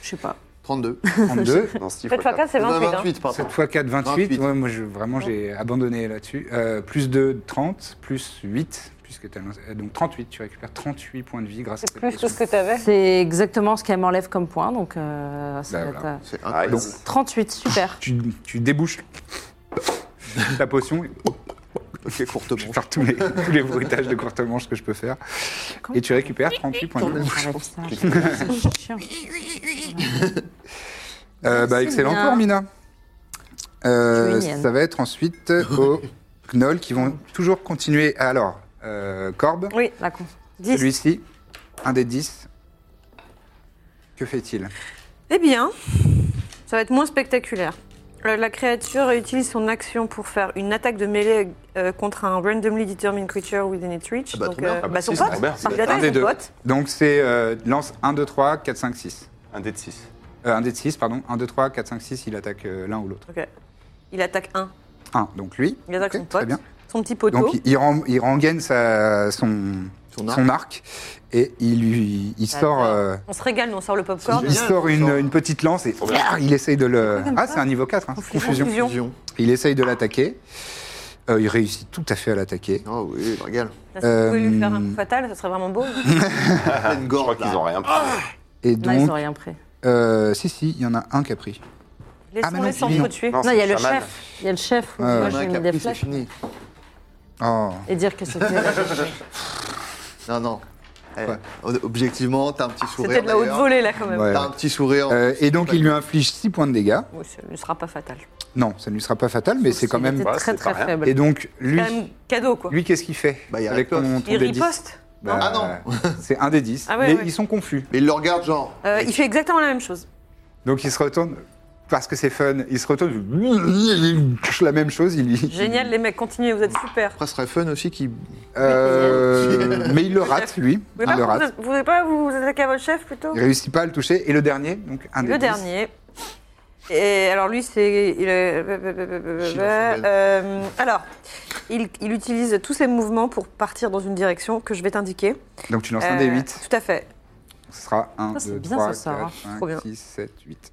Speaker 3: je sais pas.
Speaker 2: 32.
Speaker 1: 32.
Speaker 6: Non, Steve,
Speaker 5: 7 fois 4, c'est 28. hein.
Speaker 2: 28, pardon.
Speaker 1: 7 x 4, 28.
Speaker 2: 28.
Speaker 1: Ouais, moi, je, vraiment, j'ai abandonné là-dessus. Euh, plus 2, 30. Plus 8, puisque t'as lancé- euh, Donc 38, tu récupères 38 points de vie grâce à
Speaker 5: hein. C'est
Speaker 1: cette
Speaker 5: plus que
Speaker 1: potion.
Speaker 5: ce que t'avais.
Speaker 3: C'est exactement ce qu'elle m'enlève comme point, donc euh, ça
Speaker 1: Bah,
Speaker 3: va être,
Speaker 1: voilà.
Speaker 3: euh,
Speaker 2: C'est
Speaker 6: Ah,
Speaker 2: incroyable.
Speaker 6: donc,
Speaker 3: 38, super.
Speaker 1: Tu, tu débouches ta potion et
Speaker 2: Ok, courte
Speaker 1: je vais
Speaker 2: manche.
Speaker 1: faire tous les, tous les bruitages de courte manche que je peux faire. Et tu récupères 38 points de vie.
Speaker 3: Arrête ça, c'est chiant.
Speaker 1: Euh, bah,
Speaker 3: C'est
Speaker 1: excellent
Speaker 3: bien.
Speaker 1: tour, Mina. Euh,
Speaker 3: Tu es mignonne.
Speaker 1: ça va être ensuite aux Gnoll qui vont toujours continuer. Alors, euh, Corbe,
Speaker 5: Oui.
Speaker 3: La con.
Speaker 5: 10.
Speaker 1: celui-ci, un des 10. Que fait-il
Speaker 5: Eh bien, ça va être moins spectaculaire. Euh, La créature utilise son action pour faire une attaque de mêlée euh, contre un randomly determined creature within its reach.
Speaker 2: Ah bah,
Speaker 5: Donc,
Speaker 2: trop bien. Ah
Speaker 6: bah,
Speaker 5: bah, son
Speaker 6: si, c'est
Speaker 5: pote.
Speaker 6: trop bien.
Speaker 5: Il
Speaker 6: C'est
Speaker 5: attaque
Speaker 1: un des
Speaker 5: son
Speaker 1: deux.
Speaker 5: pote.
Speaker 1: Donc, c'est euh, lance 1, 2, 3, 4, 5, 6.
Speaker 6: un dé de 6.
Speaker 1: Euh, un des 6, pardon. 1, 2, 3, 4, 5, 6, il attaque euh, l'un ou l'autre.
Speaker 5: Ok. Il attaque un.
Speaker 1: 1, donc lui.
Speaker 5: Il attaque
Speaker 1: Ok,
Speaker 5: son
Speaker 1: Très
Speaker 5: pote.
Speaker 1: bien.
Speaker 5: Son petit poteau.
Speaker 1: Donc, il, il, ren- il rengaine sa, son,
Speaker 2: Son
Speaker 1: son arc.
Speaker 2: arc.
Speaker 1: et il, lui- il sort.
Speaker 5: Attends.
Speaker 1: euh,
Speaker 5: On se régale, nous, on sort le popcorn.
Speaker 1: Il
Speaker 2: Génial,
Speaker 1: sort une,
Speaker 2: ça.
Speaker 1: une petite lance et Ah, il essaye de le. Ah, c'est un niveau 4, hein, confusion.
Speaker 5: Confusion.
Speaker 2: Fusion.
Speaker 1: Il essaye de l'attaquer. Euh, il réussit tout à fait à l'attaquer.
Speaker 2: Ah oui, regarde.
Speaker 5: Là, Si vous pouvez lui faire un
Speaker 1: Euh, Ah,
Speaker 5: coup fatal, ce serait vraiment beau.
Speaker 2: Pleine
Speaker 6: Je crois
Speaker 2: gorge,
Speaker 6: qu'ils
Speaker 2: là.
Speaker 6: ont rien
Speaker 5: Ah.
Speaker 6: pris.
Speaker 1: Et
Speaker 3: Non, ils
Speaker 1: donc.
Speaker 3: ont rien pris.
Speaker 1: euh, si, si, il y en a un qui a pris. Ah, mais non,
Speaker 5: Laissons-les
Speaker 1: c'est mignon.
Speaker 5: s'entretuer.
Speaker 3: Non,
Speaker 6: c'est
Speaker 3: il y a le
Speaker 6: chaman.
Speaker 3: chef. Il y a le chef.
Speaker 1: Ouais.
Speaker 2: Il y
Speaker 3: Moi,
Speaker 2: en a
Speaker 3: j'ai
Speaker 2: un qui
Speaker 3: mis
Speaker 2: a
Speaker 3: des
Speaker 2: pris, c'est
Speaker 3: flèches.
Speaker 2: fini.
Speaker 1: Oh.
Speaker 3: Et dire que c'était.
Speaker 2: Non, non. Eh,
Speaker 1: Ouais.
Speaker 2: Objectivement, t'as un petit sourire.
Speaker 5: C'était de la haute
Speaker 2: d'ailleurs.
Speaker 5: volée, là, quand même.
Speaker 1: Ouais.
Speaker 2: T'as un petit sourire.
Speaker 1: Euh, et donc, il lui inflige 6 points de dégâts.
Speaker 5: Oui, ce ne sera pas fatal.
Speaker 1: Non, ça ne lui sera pas fatal, mais c'est quand
Speaker 3: Il
Speaker 1: même.
Speaker 3: était
Speaker 6: Ouais,
Speaker 3: très
Speaker 6: c'est
Speaker 3: très
Speaker 6: pas rien.
Speaker 3: faible.
Speaker 1: Et donc, lui,
Speaker 5: Quand même Euh, cadeau, quoi.
Speaker 1: lui qu'est-ce qu'il fait
Speaker 2: Bah, il
Speaker 1: Avec ton,
Speaker 2: riposte.
Speaker 1: ton
Speaker 5: Il
Speaker 1: D10
Speaker 5: riposte.
Speaker 1: Bah,
Speaker 2: Ah,
Speaker 1: C'est un des 10.
Speaker 5: Ah ouais,
Speaker 1: mais
Speaker 5: ouais.
Speaker 1: ils sont confus.
Speaker 2: Mais il le regarde, genre.
Speaker 5: Euh, il fait exactement la même chose.
Speaker 1: Donc, il se retourne. parce que c'est fun, il se retourne, il- la même chose. Il, il-
Speaker 5: Génial, les mecs, continuez, vous êtes super.
Speaker 2: Après, ce serait fun aussi qui.
Speaker 1: Euh, mais il le rate, lui.
Speaker 5: Vous
Speaker 1: il
Speaker 5: voulez
Speaker 1: le
Speaker 5: pas, vous,
Speaker 1: rate.
Speaker 5: vous voulez pas vous attaquer à votre chef plutôt
Speaker 1: Il réussit pas à le toucher. Et le dernier, donc un des
Speaker 5: Le
Speaker 1: dix.
Speaker 5: dernier. Et alors lui, c'est. il est- bah, Euh, alors, il, il utilise tous ses mouvements pour partir dans une direction que je vais t'indiquer.
Speaker 1: Donc tu lances un des
Speaker 5: Euh,
Speaker 1: 8.
Speaker 5: Tout à fait.
Speaker 1: Ce sera 1,
Speaker 3: Ça, c'est
Speaker 1: 2,
Speaker 3: bien,
Speaker 1: 3,
Speaker 3: ça, Sarah.
Speaker 1: 4,
Speaker 5: hein. Trop bien.
Speaker 1: 5, 6, 7, 8.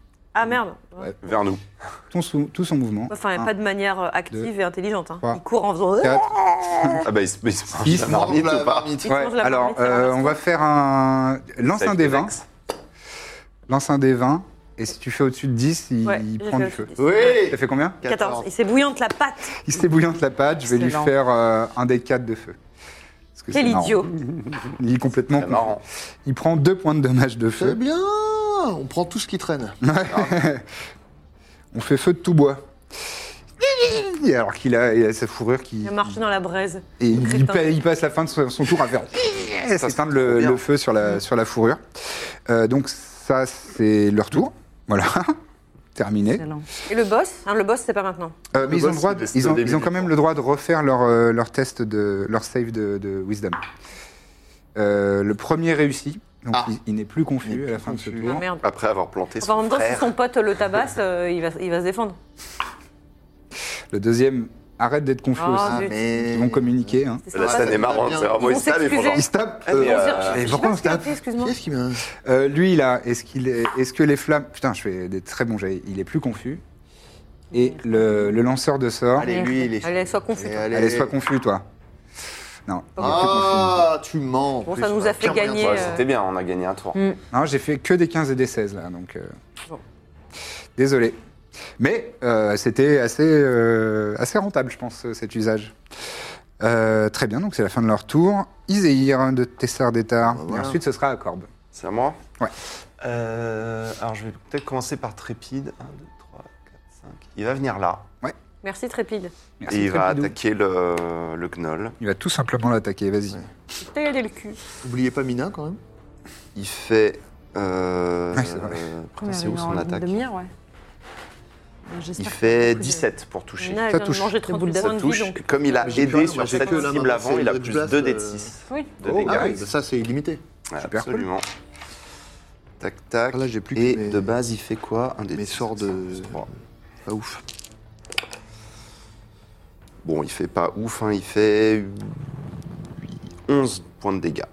Speaker 5: Ah merde
Speaker 6: vers nous.
Speaker 1: Tout son, tout son mouvement.
Speaker 5: Enfin,
Speaker 1: Mmh. Un,
Speaker 5: pas de manière euh, active et intelligente. hein.
Speaker 1: trois,
Speaker 5: Il court en faisant.
Speaker 1: quatre,
Speaker 6: Ah bah il se, il se mange
Speaker 1: Six,
Speaker 6: la
Speaker 1: non,
Speaker 6: marmite
Speaker 2: la
Speaker 6: ou pas
Speaker 2: marmite.
Speaker 5: Il te mange
Speaker 1: Ouais,
Speaker 5: la
Speaker 1: alors,
Speaker 5: marmite, ça
Speaker 1: euh,
Speaker 5: va.
Speaker 1: on va faire un. Lance
Speaker 6: Ça
Speaker 1: un
Speaker 6: avec
Speaker 1: des
Speaker 6: le
Speaker 1: 20.
Speaker 6: Vex.
Speaker 1: Lance un des 20. Et si tu fais au-dessus de 10, il,
Speaker 5: Ouais,
Speaker 1: il
Speaker 5: j'ai
Speaker 1: prend du
Speaker 5: fait au-dessus
Speaker 1: feu.
Speaker 5: de dix.
Speaker 2: Oui
Speaker 1: Ça fait combien
Speaker 5: 14. Il s'est bouillante la patte.
Speaker 1: Il s'ébouillante la pâte, je vais lui
Speaker 3: Excellent.
Speaker 1: faire euh, un des 4 de feu. Parce que
Speaker 5: Quel
Speaker 1: c'est marrant.
Speaker 5: idiot.
Speaker 1: Il est complètement
Speaker 6: C'est marrant.
Speaker 1: Il prend 2 points de dommages de
Speaker 2: C'est
Speaker 1: feu.
Speaker 2: bien On prend tout ce qui traîne.
Speaker 1: On fait feu de tout bois. Et Alors qu'il a, il a sa fourrure qui.
Speaker 5: Il a marché dans la braise.
Speaker 1: Et il,
Speaker 5: Crétin.
Speaker 1: pa- il passe la fin de son, son tour à faire s'éteindre le,
Speaker 6: bien.
Speaker 1: le feu sur la, sur la fourrure. Euh, donc ça, c'est leur tour. Voilà, terminé.
Speaker 3: Excellent.
Speaker 5: Et le boss hein, Le boss, c'est pas maintenant.
Speaker 1: Euh, mais ils ont, le droit de-
Speaker 6: c'est
Speaker 1: ils, ont,
Speaker 6: au début
Speaker 1: ils ont
Speaker 6: du
Speaker 1: quand même
Speaker 6: tour.
Speaker 1: le droit de refaire leur, euh, leur test, de, leur save de, de Wisdom. Euh, le premier réussit, donc
Speaker 2: Ah.
Speaker 1: il, il n'est plus confus à la fin de ce
Speaker 5: Ah
Speaker 1: tour.
Speaker 5: merde.
Speaker 6: Après avoir planté
Speaker 5: Enfin, en
Speaker 6: son
Speaker 5: même temps, si
Speaker 6: frère.
Speaker 5: son pote le tabasse, euh, il, va, il va se défendre.
Speaker 1: Le deuxième arrête d'être confus
Speaker 5: Oh,
Speaker 1: aussi.
Speaker 5: zut.
Speaker 2: mais.
Speaker 1: Ils vont communiquer. hein.
Speaker 5: C'est
Speaker 6: La
Speaker 5: sympa,
Speaker 6: scène
Speaker 5: ça.
Speaker 6: est marrante, Oh,
Speaker 2: bien.
Speaker 6: c'est vraiment
Speaker 5: Ils
Speaker 6: ils
Speaker 5: vont
Speaker 6: se tapent, ils font genre,
Speaker 1: Ils se tapent.
Speaker 6: Ah, mais,
Speaker 1: euh,
Speaker 6: euh,
Speaker 1: mais
Speaker 5: Je sais
Speaker 1: pourquoi on
Speaker 5: pas ce
Speaker 1: se
Speaker 5: qu'il a
Speaker 1: tape
Speaker 5: fait, Ah, Excuse-moi.
Speaker 2: Qui est-ce qui m'a.
Speaker 1: Euh, lui, là, est-ce qu'il est, est-ce que les flammes, putain, je fais des très bons jets. Il est plus confus. Et le, le lanceur de sort, allez,
Speaker 2: Allez, lui, il est.
Speaker 5: Allez, sois confus.
Speaker 2: Et
Speaker 5: toi.
Speaker 2: allez.
Speaker 1: sois confus, toi. Non, il est plus confus.
Speaker 2: Ah, tu mens. en
Speaker 5: Bon,
Speaker 2: plus,
Speaker 5: ça nous a
Speaker 2: le
Speaker 5: fait
Speaker 2: pire moyen
Speaker 5: gagner, euh.
Speaker 2: de-
Speaker 6: Ouais, c'était bien, on a gagné un tour.
Speaker 1: Non, j'ai fait que des 15 et des 16 là, donc. euh,
Speaker 5: Bon.
Speaker 1: Désolé. Mais euh, c'était assez, euh, assez rentable, je pense, euh, cet usage. Euh, très bien, donc c'est la fin de leur tour. Iséir de Tessar d'État. Et
Speaker 2: Bah voilà.
Speaker 1: ensuite, ce sera à Corbe.
Speaker 6: C'est à moi
Speaker 1: Ouais.
Speaker 6: Euh, alors je vais peut-être commencer par Trépide. 1, 2, 3, 4, 5. Il va venir là.
Speaker 5: Merci, Trépide.
Speaker 1: Merci,
Speaker 6: et il va
Speaker 1: Trépidou.
Speaker 6: attaquer le, le gnoll.
Speaker 1: Il va tout simplement l'attaquer, vas-y.
Speaker 5: Je t'ai aidé le cul.
Speaker 2: Oubliez pas Mina quand même.
Speaker 6: Il fait. Euh,
Speaker 1: Ouais, c'est vrai.
Speaker 6: euh, putain,
Speaker 3: Combien
Speaker 6: c'est
Speaker 3: il
Speaker 6: où
Speaker 3: y en
Speaker 6: son
Speaker 3: a une
Speaker 6: attaque
Speaker 3: demi-heure, ouais. Ben, j'espère
Speaker 6: Il
Speaker 3: que-
Speaker 6: fait 17 pour toucher.
Speaker 5: Mina,
Speaker 1: Ça
Speaker 5: elle vient de
Speaker 1: touche.
Speaker 5: manger 30 boules
Speaker 6: Ça
Speaker 5: de vie,
Speaker 6: touche.
Speaker 5: donc.
Speaker 6: Comme il a
Speaker 2: J'ai plus rien,
Speaker 6: aidé
Speaker 2: moi,
Speaker 6: sur
Speaker 2: j'ai
Speaker 6: cette
Speaker 2: que la
Speaker 6: cible
Speaker 2: main,
Speaker 6: avant,
Speaker 2: c'est
Speaker 6: il a
Speaker 2: le
Speaker 6: plus
Speaker 2: blast,
Speaker 6: 2
Speaker 2: euh,
Speaker 6: d de 6
Speaker 5: Oui.
Speaker 6: de
Speaker 1: Oh,
Speaker 6: dégâts.
Speaker 2: Ah
Speaker 1: Ah
Speaker 2: oui,
Speaker 1: oui.
Speaker 2: ça c'est illimité.
Speaker 6: Ouais,
Speaker 1: Super cool.
Speaker 6: absolument. Tac, tac.
Speaker 2: Ah, là, j'ai plus que
Speaker 6: Et
Speaker 2: mes-
Speaker 6: de base, il fait quoi Un des
Speaker 2: mes
Speaker 6: six,
Speaker 2: sorts de-
Speaker 6: six, trois.
Speaker 2: Pas ouf.
Speaker 6: Bon, il fait pas ouf, hein, il fait 11 points de dégâts.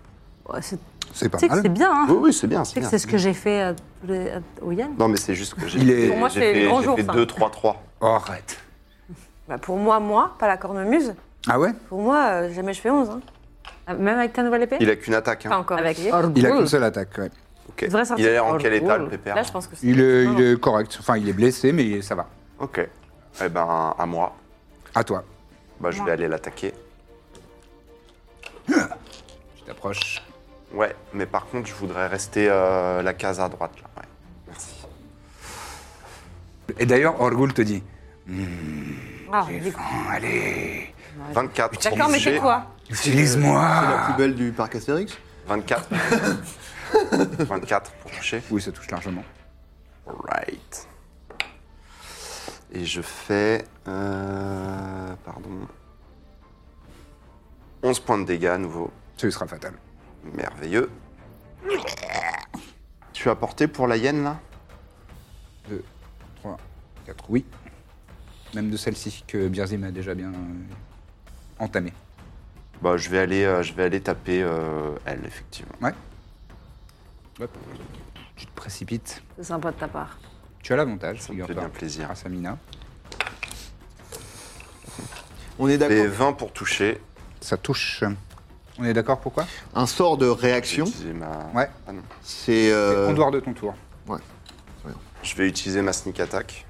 Speaker 3: Ouais, c'est-
Speaker 1: C'est pas
Speaker 3: Tu sais que
Speaker 1: mal. Oh,
Speaker 3: c'est bien, hein.
Speaker 6: Oui, oui, c'est bien,
Speaker 3: Tu sais
Speaker 6: c'est
Speaker 3: que
Speaker 6: bien.
Speaker 3: c'est ce que j'ai fait à, tous les- à- au Yann.
Speaker 6: Non, mais c'est juste que j'ai
Speaker 1: Il est-
Speaker 6: j'ai
Speaker 1: Pour
Speaker 5: moi,
Speaker 6: j'ai
Speaker 5: c'est le
Speaker 6: fait,
Speaker 5: grand
Speaker 6: j'ai
Speaker 5: jour,
Speaker 6: fait
Speaker 5: ça.
Speaker 6: 2, 3, 3.
Speaker 1: Oh, arrête.
Speaker 5: Bah, pour moi, moi, pas la cornemuse.
Speaker 1: Ah ouais
Speaker 5: Pour moi, euh, jamais je fais 11. Hein.
Speaker 3: Ah, Même avec ta nouvelle épée
Speaker 6: Il a qu'une attaque.
Speaker 5: Pas
Speaker 6: Hein.
Speaker 5: encore.
Speaker 3: Avec
Speaker 5: essayé.
Speaker 1: Il a qu'une seule attaque, ouais.
Speaker 6: Ok.
Speaker 3: devrait
Speaker 6: Il
Speaker 3: sortir.
Speaker 6: a l'air en
Speaker 3: Oh,
Speaker 6: quel
Speaker 3: le
Speaker 6: état,
Speaker 3: drôle.
Speaker 6: le pépère
Speaker 5: Là, je pense que c'est.
Speaker 1: Il est, il euh,
Speaker 5: Non, non.
Speaker 1: est correct. Enfin, il est blessé, mais ça va.
Speaker 6: Ok. Eh ben, à moi.
Speaker 1: À toi.
Speaker 6: Bah, je vais aller l'attaquer.
Speaker 1: Je t'approche.
Speaker 6: Ouais, mais par contre, je voudrais rester euh, la case à droite, là. Ouais. Merci.
Speaker 1: Et d'ailleurs, Orgul te dit
Speaker 5: Ah, j'ai-
Speaker 1: Bon, Allez,
Speaker 6: 24.
Speaker 5: D'accord, mais c'est
Speaker 6: touché.
Speaker 5: quoi
Speaker 2: C'est
Speaker 1: utilise-moi
Speaker 2: la plus belle du parc Astérix.
Speaker 6: 24. 24 pour toucher.
Speaker 1: Oui, ça touche largement.
Speaker 6: Right. Et je fais. euh, pardon. 11 points de dégâts à nouveau.
Speaker 1: Ce sera fatal.
Speaker 6: Merveilleux. Tu as porté pour la hyène là
Speaker 1: 2, 3, 4, oui. Même de celle-ci que Birzim a déjà bien euh, entamée.
Speaker 6: Bah je vais aller, euh, je vais aller taper euh, elle effectivement.
Speaker 1: Ouais. Hop. Tu te précipites.
Speaker 3: C'est sympa de ta part.
Speaker 1: Tu as l'avantage,
Speaker 6: Ça me fait bien
Speaker 1: figure-toi.
Speaker 6: plaisir.
Speaker 1: Grâce à Mina.
Speaker 2: On est
Speaker 6: Et
Speaker 2: d'accord.
Speaker 6: 20 pour toucher.
Speaker 1: Ça touche. On est d'accord pourquoi
Speaker 2: Un sort de
Speaker 6: Je vais
Speaker 2: réaction,
Speaker 6: utiliser ma.
Speaker 1: Ouais.
Speaker 6: Ah non.
Speaker 2: c'est. euh,
Speaker 1: En dehors de ton tour.
Speaker 6: Je vais utiliser ma sneak attack.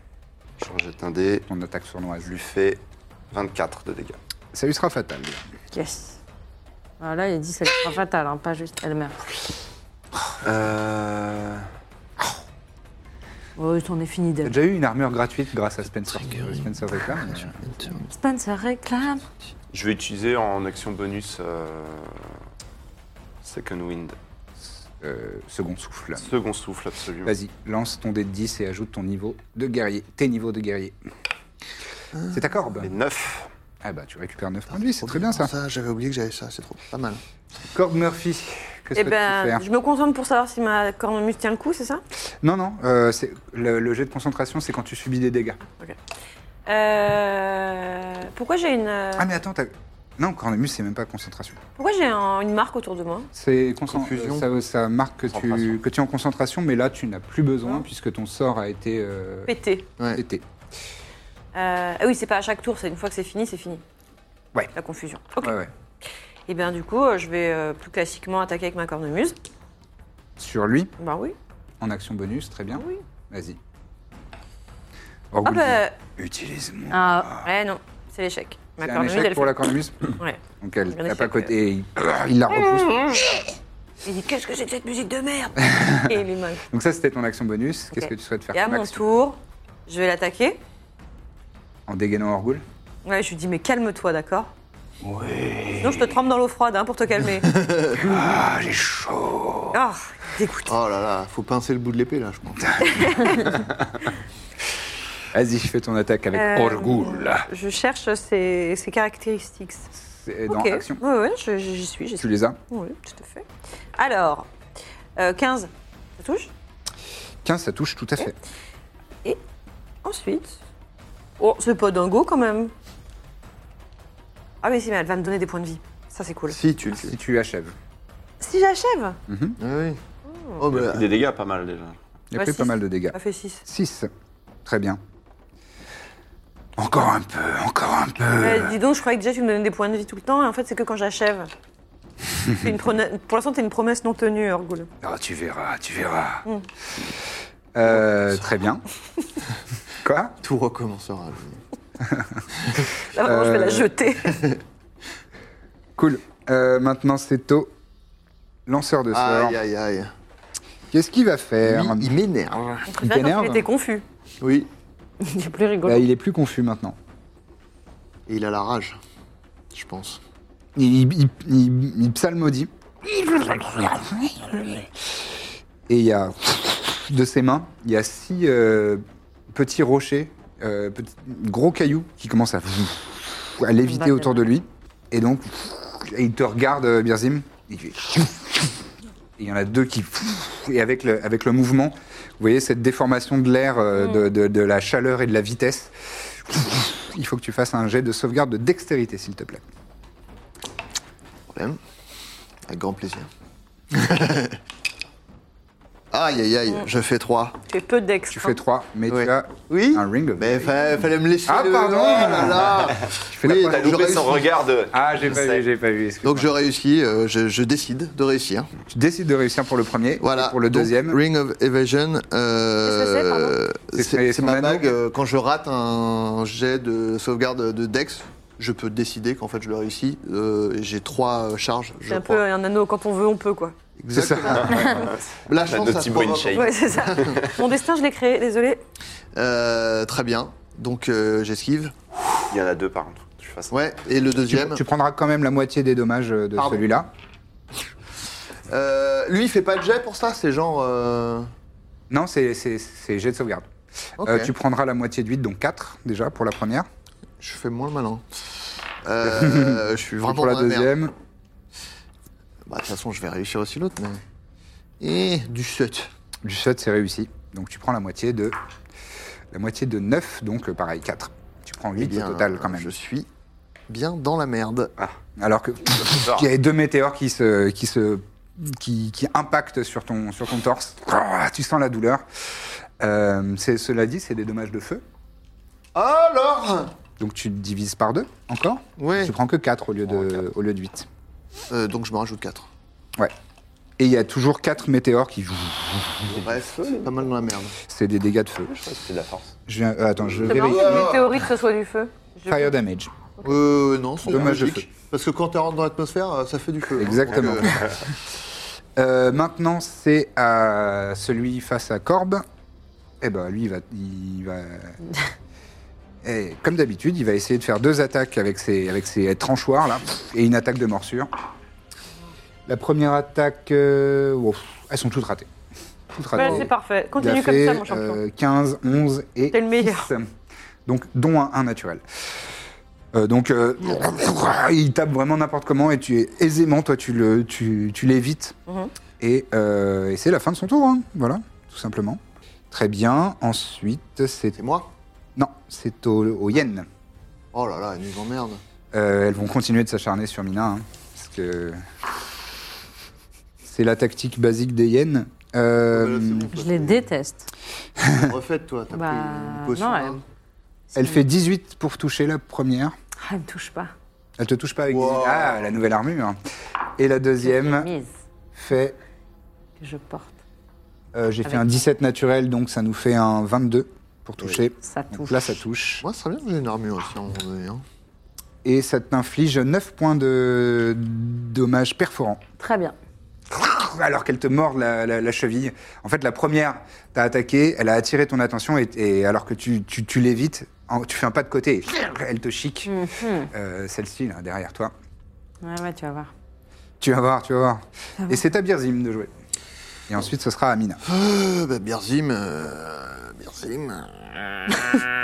Speaker 6: Je rejette un dé.
Speaker 1: Ton attaque sournoise.
Speaker 6: Je lui fais 24 de dégâts.
Speaker 1: Ça lui sera fatal.
Speaker 3: Yes. Ah, là, il dit c'est le fatal, hein, pas juste elle meurt.
Speaker 4: Euh...
Speaker 3: Oh, t'en es fini
Speaker 1: T'as
Speaker 3: d'elle.
Speaker 1: déjà eu une armure gratuite grâce à Spencer, Spencer Reclam, mais-
Speaker 3: Spencer réclame.
Speaker 6: Je vais utiliser en action bonus euh, Second Wind.
Speaker 1: Euh, second souffle.
Speaker 6: Second souffle, absolument.
Speaker 1: Vas-y, lance ton dé de 10 et ajoute ton niveau de guerrier, tes niveaux de guerrier. C'est ta corbe
Speaker 6: Et 9.
Speaker 1: Ah bah tu récupères 9 points de vie, c'est très bien ça.
Speaker 2: J'avais oublié que j'avais ça, c'est trop pas mal.
Speaker 1: Corbe Murphy, que hein
Speaker 5: Eh
Speaker 1: souhaites-tu
Speaker 5: ben,
Speaker 1: faire
Speaker 5: je me concentre pour savoir si ma cornemuse tient le coup, c'est ça
Speaker 1: Non, non, euh, c'est- le, le jet de concentration c'est quand tu subis des dégâts.
Speaker 5: Euh, Pourquoi j'ai une euh,
Speaker 1: Ah mais attends, t'as... Non, cornemuse c'est même pas concentration.
Speaker 5: Pourquoi j'ai un- une marque autour de moi
Speaker 1: C'est concent-
Speaker 2: Confusion.
Speaker 1: Ça, ça marque que tu,
Speaker 6: Concentration.
Speaker 1: que tu es en concentration, mais là tu n'as plus besoin puisque ton sort a été euh,
Speaker 5: Pété.
Speaker 2: Ouais.
Speaker 1: pété.
Speaker 5: Euh, ah oui, c'est pas à chaque tour, c'est une fois que c'est fini, c'est fini.
Speaker 1: Ouais.
Speaker 5: La confusion. Ok.
Speaker 1: Ouais, ouais.
Speaker 5: Et bien du coup, euh, je vais euh, plus classiquement attaquer avec ma cornemuse.
Speaker 1: Sur lui,
Speaker 5: Bah oui.
Speaker 1: en action bonus, très bien.
Speaker 5: Oui.
Speaker 1: Vas-y.
Speaker 5: Ah
Speaker 1: Orguleux.
Speaker 5: bah
Speaker 1: Utilise mon
Speaker 3: Ah,
Speaker 5: ouais non, c'est l'échec. Ma
Speaker 1: C'est un
Speaker 5: cornemuse,
Speaker 1: échec
Speaker 5: elle
Speaker 1: pour la
Speaker 5: fait.
Speaker 1: cornemuse.
Speaker 5: Ouais.
Speaker 1: Donc elle
Speaker 5: Un échec,
Speaker 1: tape à côté et il, il la repousse.
Speaker 5: Il dit qu'est-ce que c'est que cette musique de merde Et il est mal.
Speaker 1: Donc ça c'était ton action bonus. Qu'est-ce
Speaker 5: Ok.
Speaker 1: que tu souhaites faire
Speaker 5: Et à
Speaker 1: comme
Speaker 5: mon
Speaker 1: action
Speaker 5: tour, je vais l'attaquer.
Speaker 1: En dégainant Orgul
Speaker 5: Ouais, je lui dis mais calme-toi, d'accord Oui. Sinon je te trempe dans l'eau froide hein, pour te calmer. ah, j'ai chaud. Ah, dégoûte.
Speaker 2: Oh là là, faut pincer le bout de l'épée là, je pense.
Speaker 1: Vas-y, fais ton attaque avec
Speaker 5: Euh,
Speaker 1: Orgul.
Speaker 5: Je cherche ses, ses caractéristiques.
Speaker 1: C'est dans
Speaker 5: ok.
Speaker 1: action.
Speaker 5: Ouais, ouais, je- j'y suis, j'y
Speaker 1: Tu
Speaker 5: suis.
Speaker 1: les as
Speaker 5: Oui, tout à fait. Alors, euh, 15, ça touche
Speaker 1: 15, ça touche tout à fait.
Speaker 5: Ensuite. Oh, c'est pas dingo quand même. Ah, mais si, mais elle va me donner des points de vie. Ça, c'est cool.
Speaker 2: Si tu le
Speaker 1: Si Mm. tu achèves.
Speaker 5: Si j'achève
Speaker 2: Oui, oui. Oh, mais,
Speaker 6: Des dégâts pas mal déjà.
Speaker 1: Il a
Speaker 5: Ouais,
Speaker 1: pris
Speaker 5: six.
Speaker 1: pas mal de dégâts.
Speaker 5: Ça fait 6.
Speaker 1: 6. Très bien. Encore un peu, encore un peu.
Speaker 5: dis donc, je croyais que déjà tu me donnais des points de vie tout le temps, et en fait, c'est que quand j'achève. C'est une prona- Pour l'instant, t'es une promesse non tenue, Orgul.
Speaker 1: Ah, tu verras, tu verras.
Speaker 5: Mm.
Speaker 1: Euh, très bien. Quoi
Speaker 2: tout recommencera.
Speaker 5: Là, vraiment, Ah, je vais la
Speaker 1: Euh.
Speaker 5: jeter.
Speaker 1: Cool. Euh, maintenant, c'est au lanceur de sort.
Speaker 2: Aïe, aïe, aïe.
Speaker 1: Qu'est-ce qu'il va faire
Speaker 2: Lui, il m'énerve.
Speaker 1: Il t'énerve
Speaker 5: était confus.
Speaker 2: Oui,
Speaker 3: il est plus rigolo.
Speaker 1: Bah, Il est plus confus maintenant.
Speaker 2: et il a la rage, je pense.
Speaker 1: Il, il- il- il psalmodie. Et il y a de ses mains, il y a six euh, petits rochers, euh, petits- gros cailloux qui commencent à, à léviter autour de lui. Et donc, et il te regarde, euh, Birzim. Il fait- et il y en a deux qui. Et avec le, avec le mouvement, vous voyez cette déformation de l'air, euh, de, de- de la chaleur et de la vitesse. Il faut que tu fasses un jet de sauvegarde de dextérité, s'il te plaît.
Speaker 2: Problème. Avec grand plaisir. aïe, aïe, aïe, je fais 3.
Speaker 5: Tu es peu d'ex. hein.
Speaker 1: Tu fais 3, mais
Speaker 2: Ouais.
Speaker 1: tu as
Speaker 2: Oui
Speaker 1: un ring of
Speaker 2: Mais
Speaker 1: Fate.
Speaker 2: fa- fallait me laisser.
Speaker 1: Ah,
Speaker 2: le-
Speaker 1: pardon.
Speaker 2: Oh là là.
Speaker 1: fais la
Speaker 2: Oui,
Speaker 1: pointe.
Speaker 6: T'as
Speaker 2: donc je
Speaker 6: loupé
Speaker 2: réussis.
Speaker 6: son regard de.
Speaker 1: Ah, j'ai pas vu, j'ai pas vu. excuse-moi.
Speaker 2: Donc je réussis, euh, je, je décide de réussir.
Speaker 1: Tu décides de réussir pour le premier,
Speaker 2: Voilà.
Speaker 1: et pour le
Speaker 2: Donc,
Speaker 1: deuxième.
Speaker 2: Ring of Evasion. euh,
Speaker 1: C'est-
Speaker 2: c'est
Speaker 1: c'est
Speaker 2: c'est
Speaker 1: son
Speaker 2: ma
Speaker 1: anneau.
Speaker 2: bague. euh, Quand je rate un jet de sauvegarde de Dex, je peux décider qu'en fait je le réussis. euh, et J'ai trois euh, charges.
Speaker 5: C'est
Speaker 2: Je
Speaker 5: un peu
Speaker 2: crois.
Speaker 5: un anneau, quand on veut, on peut, quoi.
Speaker 2: Exactement. La chance,
Speaker 6: Notre
Speaker 2: ça se
Speaker 6: petit
Speaker 2: provoque.
Speaker 6: brain shake.
Speaker 5: Ouais, c'est ça. Mon destin, je l'ai créé, désolé.
Speaker 2: Euh, Très bien. Donc euh, j'esquive.
Speaker 6: Il y en a deux par contre. Je fasse
Speaker 2: Ouais. Et le
Speaker 1: Tu,
Speaker 2: deuxième.
Speaker 1: tu prendras quand même la moitié des dommages euh, de
Speaker 2: Pardon.
Speaker 1: celui-là.
Speaker 2: Euh, lui, il fait pas de jet pour ça. C'est genre. euh,
Speaker 1: Non, c'est c'est- c'est jet de sauvegarde.
Speaker 2: ok.
Speaker 1: Euh, tu prendras la moitié de 8, donc 4 déjà pour la première.
Speaker 2: Je fais moins le malin. Euh, je suis
Speaker 1: Et
Speaker 2: vraiment
Speaker 1: pour la
Speaker 2: dans merde.
Speaker 1: deuxième,
Speaker 2: Bah, de toute façon, je vais réussir aussi l'autre, mais. Et du 7.
Speaker 1: du 7, c'est réussi. Donc tu prends la moitié de la moitié de 9, donc euh, pareil, 4. Tu prends 8 au total quand même.
Speaker 2: Eh Je suis bien dans la merde.
Speaker 1: Alors que il y avait deux météores qui se qui se qui, qui impactent sur ton sur ton torse. Ah, Tu sens la douleur. Euh, c'est- cela dit, c'est des dommages de feu.
Speaker 2: Alors
Speaker 1: Donc tu divises par deux encore.
Speaker 2: Ouais.
Speaker 1: Tu prends que 4 au lieu de au lieu de 8.
Speaker 2: Euh, Donc, je me rajoute 4.
Speaker 1: Ouais. Et il y a toujours 4 météores qui
Speaker 2: Bref, c'est pas mal dans la merde.
Speaker 1: c'est des dégâts de feu.
Speaker 6: c'est de la force.
Speaker 1: Je viens- euh, attends, je
Speaker 5: C'est marrant que
Speaker 1: vérifie.
Speaker 5: les théories que ce soit du feu. Je-
Speaker 1: Fire damage.
Speaker 2: Euh, non, c'est
Speaker 1: Dommage de
Speaker 2: magique. Parce que quand tu rentres dans l'atmosphère, euh, ça fait du feu.
Speaker 1: Exactement.
Speaker 2: Donc, euh,
Speaker 1: Euh, maintenant, c'est à celui face à Corbe. Eh ben, lui, il va, il va. Eh, comme d'habitude, il va essayer de faire deux attaques avec ses, avec ses tranchoirs là, et une attaque de morsure. La première attaque, euh, ouf, elles sont toutes ratées. Toutes
Speaker 5: Bah,
Speaker 1: ratées.
Speaker 5: c'est parfait.
Speaker 1: Il a
Speaker 5: Continue comme
Speaker 1: fait,
Speaker 5: ça, mon champion.
Speaker 1: euh, 15, 11 et
Speaker 5: T'es le meilleur.
Speaker 1: 6. Donc, dont un, un naturel. Euh, donc, euh, il tape vraiment n'importe comment et tu es aisément, toi, tu le, tu, tu l'évites.
Speaker 5: Mhm.
Speaker 1: Et, euh, et c'est la fin de son tour, hein. voilà, tout simplement. Très bien. Ensuite, c'est
Speaker 2: C'est moi
Speaker 1: non, c'est au, au Yen.
Speaker 2: Oh là là, elle nous emmerde.
Speaker 1: Euh, elles vont continuer de s'acharner sur Mina, hein, parce que c'est la tactique basique des Yens. Euh,
Speaker 2: Euh, c'est bon, toi,
Speaker 3: Je les déteste.
Speaker 2: t'es- Refaite, toi, t'as
Speaker 3: Bah,
Speaker 2: pris une potion.
Speaker 3: non,
Speaker 2: hein.
Speaker 3: elle-
Speaker 1: elle fait 18 pour toucher la première.
Speaker 3: Ah, elle me touche pas.
Speaker 1: Elle te touche pas avec
Speaker 2: Wow.
Speaker 1: des- Ah, la nouvelle armure. Et la deuxième
Speaker 3: Mise
Speaker 1: fait.
Speaker 3: que je porte.
Speaker 1: euh, J'ai fait
Speaker 3: Avec-
Speaker 1: un 17 naturel, donc ça nous fait un 22 pour toucher.
Speaker 3: Ça
Speaker 1: Donc
Speaker 3: touche.
Speaker 1: là, ça touche.
Speaker 2: Moi, ça serait bien que j'ai une armure aussi à un moment donné. hein.
Speaker 1: Et ça t'inflige 9 points de dommages perforants.
Speaker 3: Très bien.
Speaker 1: Alors qu'elle te mord la, la- la cheville. En fait, la première t'a attaqué, elle a attiré ton attention, et, et alors que tu, tu, tu l'évites, en- tu fais un pas de côté, et elle te chic.
Speaker 3: Mm-hmm.
Speaker 1: Euh, Celle-ci, là, derrière toi.
Speaker 3: Ouais, ouais, tu vas voir.
Speaker 1: Tu vas voir, tu vas voir. Et c'est à Birzim de jouer. Et ensuite, ce sera à Mina.
Speaker 2: Euh, bah, Birzim. euh, Birzim.
Speaker 3: Ah,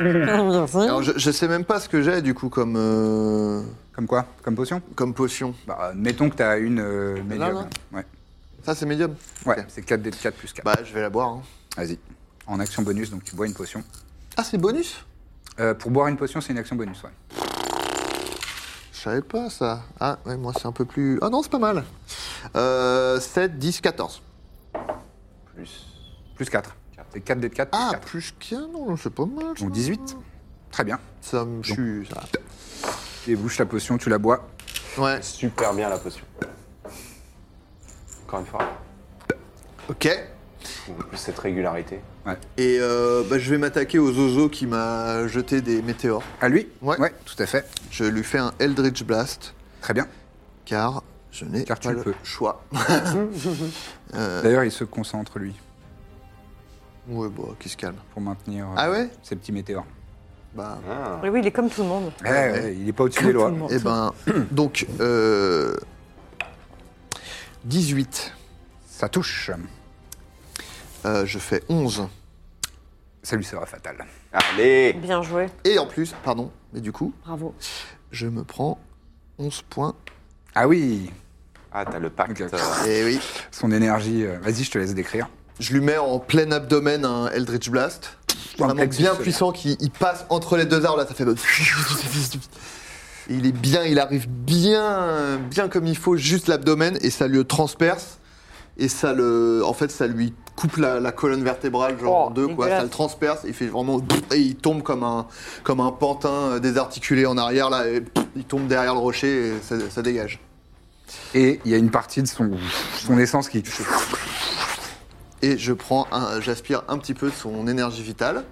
Speaker 2: Alors, je, je sais même pas ce que j'ai, du coup, comme, euh,
Speaker 1: Comme quoi Comme potion
Speaker 2: comme potion.
Speaker 1: Bah, mettons que t'as une euh, médium.
Speaker 2: là
Speaker 1: ouais,
Speaker 2: Ça, c'est médium
Speaker 1: ouais
Speaker 2: Ok.
Speaker 1: c'est 4 d 4 plus 4.
Speaker 2: Bah, je vais la boire. hein.
Speaker 1: Vas-y. En action bonus, donc tu bois une potion.
Speaker 2: Ah, c'est bonus
Speaker 1: Euh, pour boire une potion, c'est une action bonus, ouais.
Speaker 2: Je savais pas ça. Ah, ouais, moi, c'est un peu plus. Ah non, c'est pas mal. Euh, 7, 10, 14.
Speaker 1: Plus 4. C'est 4 d 4 plus
Speaker 2: Ah,
Speaker 1: 4.
Speaker 2: plus qu'un, non, c'est pas mal. ça.
Speaker 1: Donc 18. Très bien.
Speaker 2: Ça me tue, ça.
Speaker 1: Tu débouches la potion, tu la bois.
Speaker 2: Ouais,
Speaker 6: Super bien la potion. Encore une fois,
Speaker 2: ok.
Speaker 6: en plus cette régularité.
Speaker 2: Et euh, bah, je vais m'attaquer au Zozo qui m'a jeté des météores.
Speaker 1: À lui
Speaker 2: Ouais.
Speaker 1: Ouais, tout à fait.
Speaker 2: Je lui fais un Eldritch Blast,
Speaker 1: Très bien.
Speaker 2: car je n'ai
Speaker 1: Car tu
Speaker 2: pas
Speaker 1: le
Speaker 2: le
Speaker 1: peux.
Speaker 2: choix. Euh.
Speaker 1: D'ailleurs, il se concentre, lui,
Speaker 2: ouais, bon, qui se calme.
Speaker 1: pour maintenir euh,
Speaker 2: Ah ouais
Speaker 1: ses petits météores.
Speaker 2: Bah,
Speaker 5: Oui, oui, il est comme tout le monde.
Speaker 1: Eh,
Speaker 2: Ah
Speaker 1: ouais, il est pas au-dessus des lois.
Speaker 2: eh ben, donc, euh, 18.
Speaker 1: Ça touche.
Speaker 2: Euh, je fais 11.
Speaker 1: Ça lui sera fatal.
Speaker 6: Allez
Speaker 5: Bien joué.
Speaker 2: Et en plus, pardon, mais du coup,
Speaker 3: Bravo.
Speaker 2: je me prends 11 points.
Speaker 1: Ah oui
Speaker 6: Ah, t'as le pacte.
Speaker 1: Ok.
Speaker 6: euh,
Speaker 2: Et oui,
Speaker 1: Son énergie. euh, Vas-y, je te laisse décrire.
Speaker 2: je lui mets en plein abdomen un Eldritch Blast.
Speaker 1: Un
Speaker 2: Vraiment
Speaker 1: plexus
Speaker 2: bien
Speaker 1: solaire.
Speaker 2: puissant qui il passe entre les deux arbres là, ça fait. le- Il est bien, il arrive bien, bien comme il faut, juste l'abdomen et ça le transperce et ça le, en fait, ça lui coupe la, la colonne vertébrale genre
Speaker 5: Oh,
Speaker 2: en deux quoi,
Speaker 5: dégueulasse.
Speaker 2: ça le transperce, il fait vraiment et il tombe comme un, comme un pantin euh, désarticulé en arrière là, et il tombe derrière le rocher et ça, ça dégage.
Speaker 1: Et il y a une partie de son, son essence qui.
Speaker 2: Et je prends, un- j'aspire un petit peu de son énergie vitale.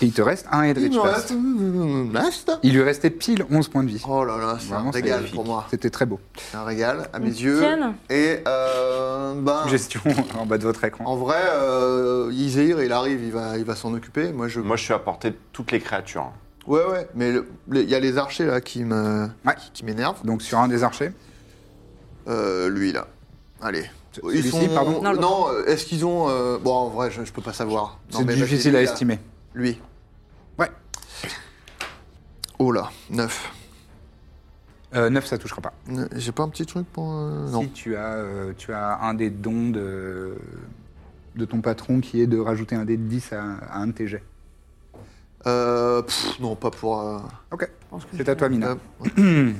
Speaker 1: Et il te reste un
Speaker 2: Il
Speaker 1: Eldritch
Speaker 2: me
Speaker 1: Blast.
Speaker 2: reste- Blast.
Speaker 1: Il lui restait pile 11 points de vie.
Speaker 2: euh, Oh là là, c'est un
Speaker 1: Vraiment, c'est
Speaker 2: régal
Speaker 1: magnifique.
Speaker 2: pour moi.
Speaker 1: C'était très beau.
Speaker 2: C'est un régal à mes yeux.
Speaker 3: tienne.
Speaker 2: Et euh, ben,
Speaker 1: Gestion en bas de votre écran.
Speaker 2: en vrai, euh, Izehir, il arrive, il va, il va s'en occuper. Moi, je.
Speaker 6: Moi, je suis à portée de toutes les créatures. hein.
Speaker 2: Ouais, ouais. Mais le- les- il y a les archers là qui me,
Speaker 1: Ouais.
Speaker 2: qui, qui m'énervent.
Speaker 1: Donc sur un des archers.
Speaker 2: Euh, lui là. Allez.
Speaker 1: celui-ci, pardon
Speaker 2: Non, euh, est-ce qu'ils ont euh, Bon, en vrai, je, je peux pas savoir.
Speaker 1: C'est
Speaker 2: Non, mais bah, vas-y,
Speaker 1: difficile
Speaker 2: lui,
Speaker 1: à
Speaker 2: là.
Speaker 1: estimer.
Speaker 2: Lui.
Speaker 1: Ouais.
Speaker 2: Oh là, 9.
Speaker 1: 9, Euh, ça touchera pas.
Speaker 2: J'ai pas un petit truc pour. euh,
Speaker 1: Si
Speaker 2: Non.
Speaker 1: tu as, euh, tu as un des dons de, de ton patron qui est de rajouter un dé de 10 à, à un de tes jets.
Speaker 2: Euh, pff, non, pas pour. euh,
Speaker 1: Ok. C'est à toi, Mina.
Speaker 2: euh,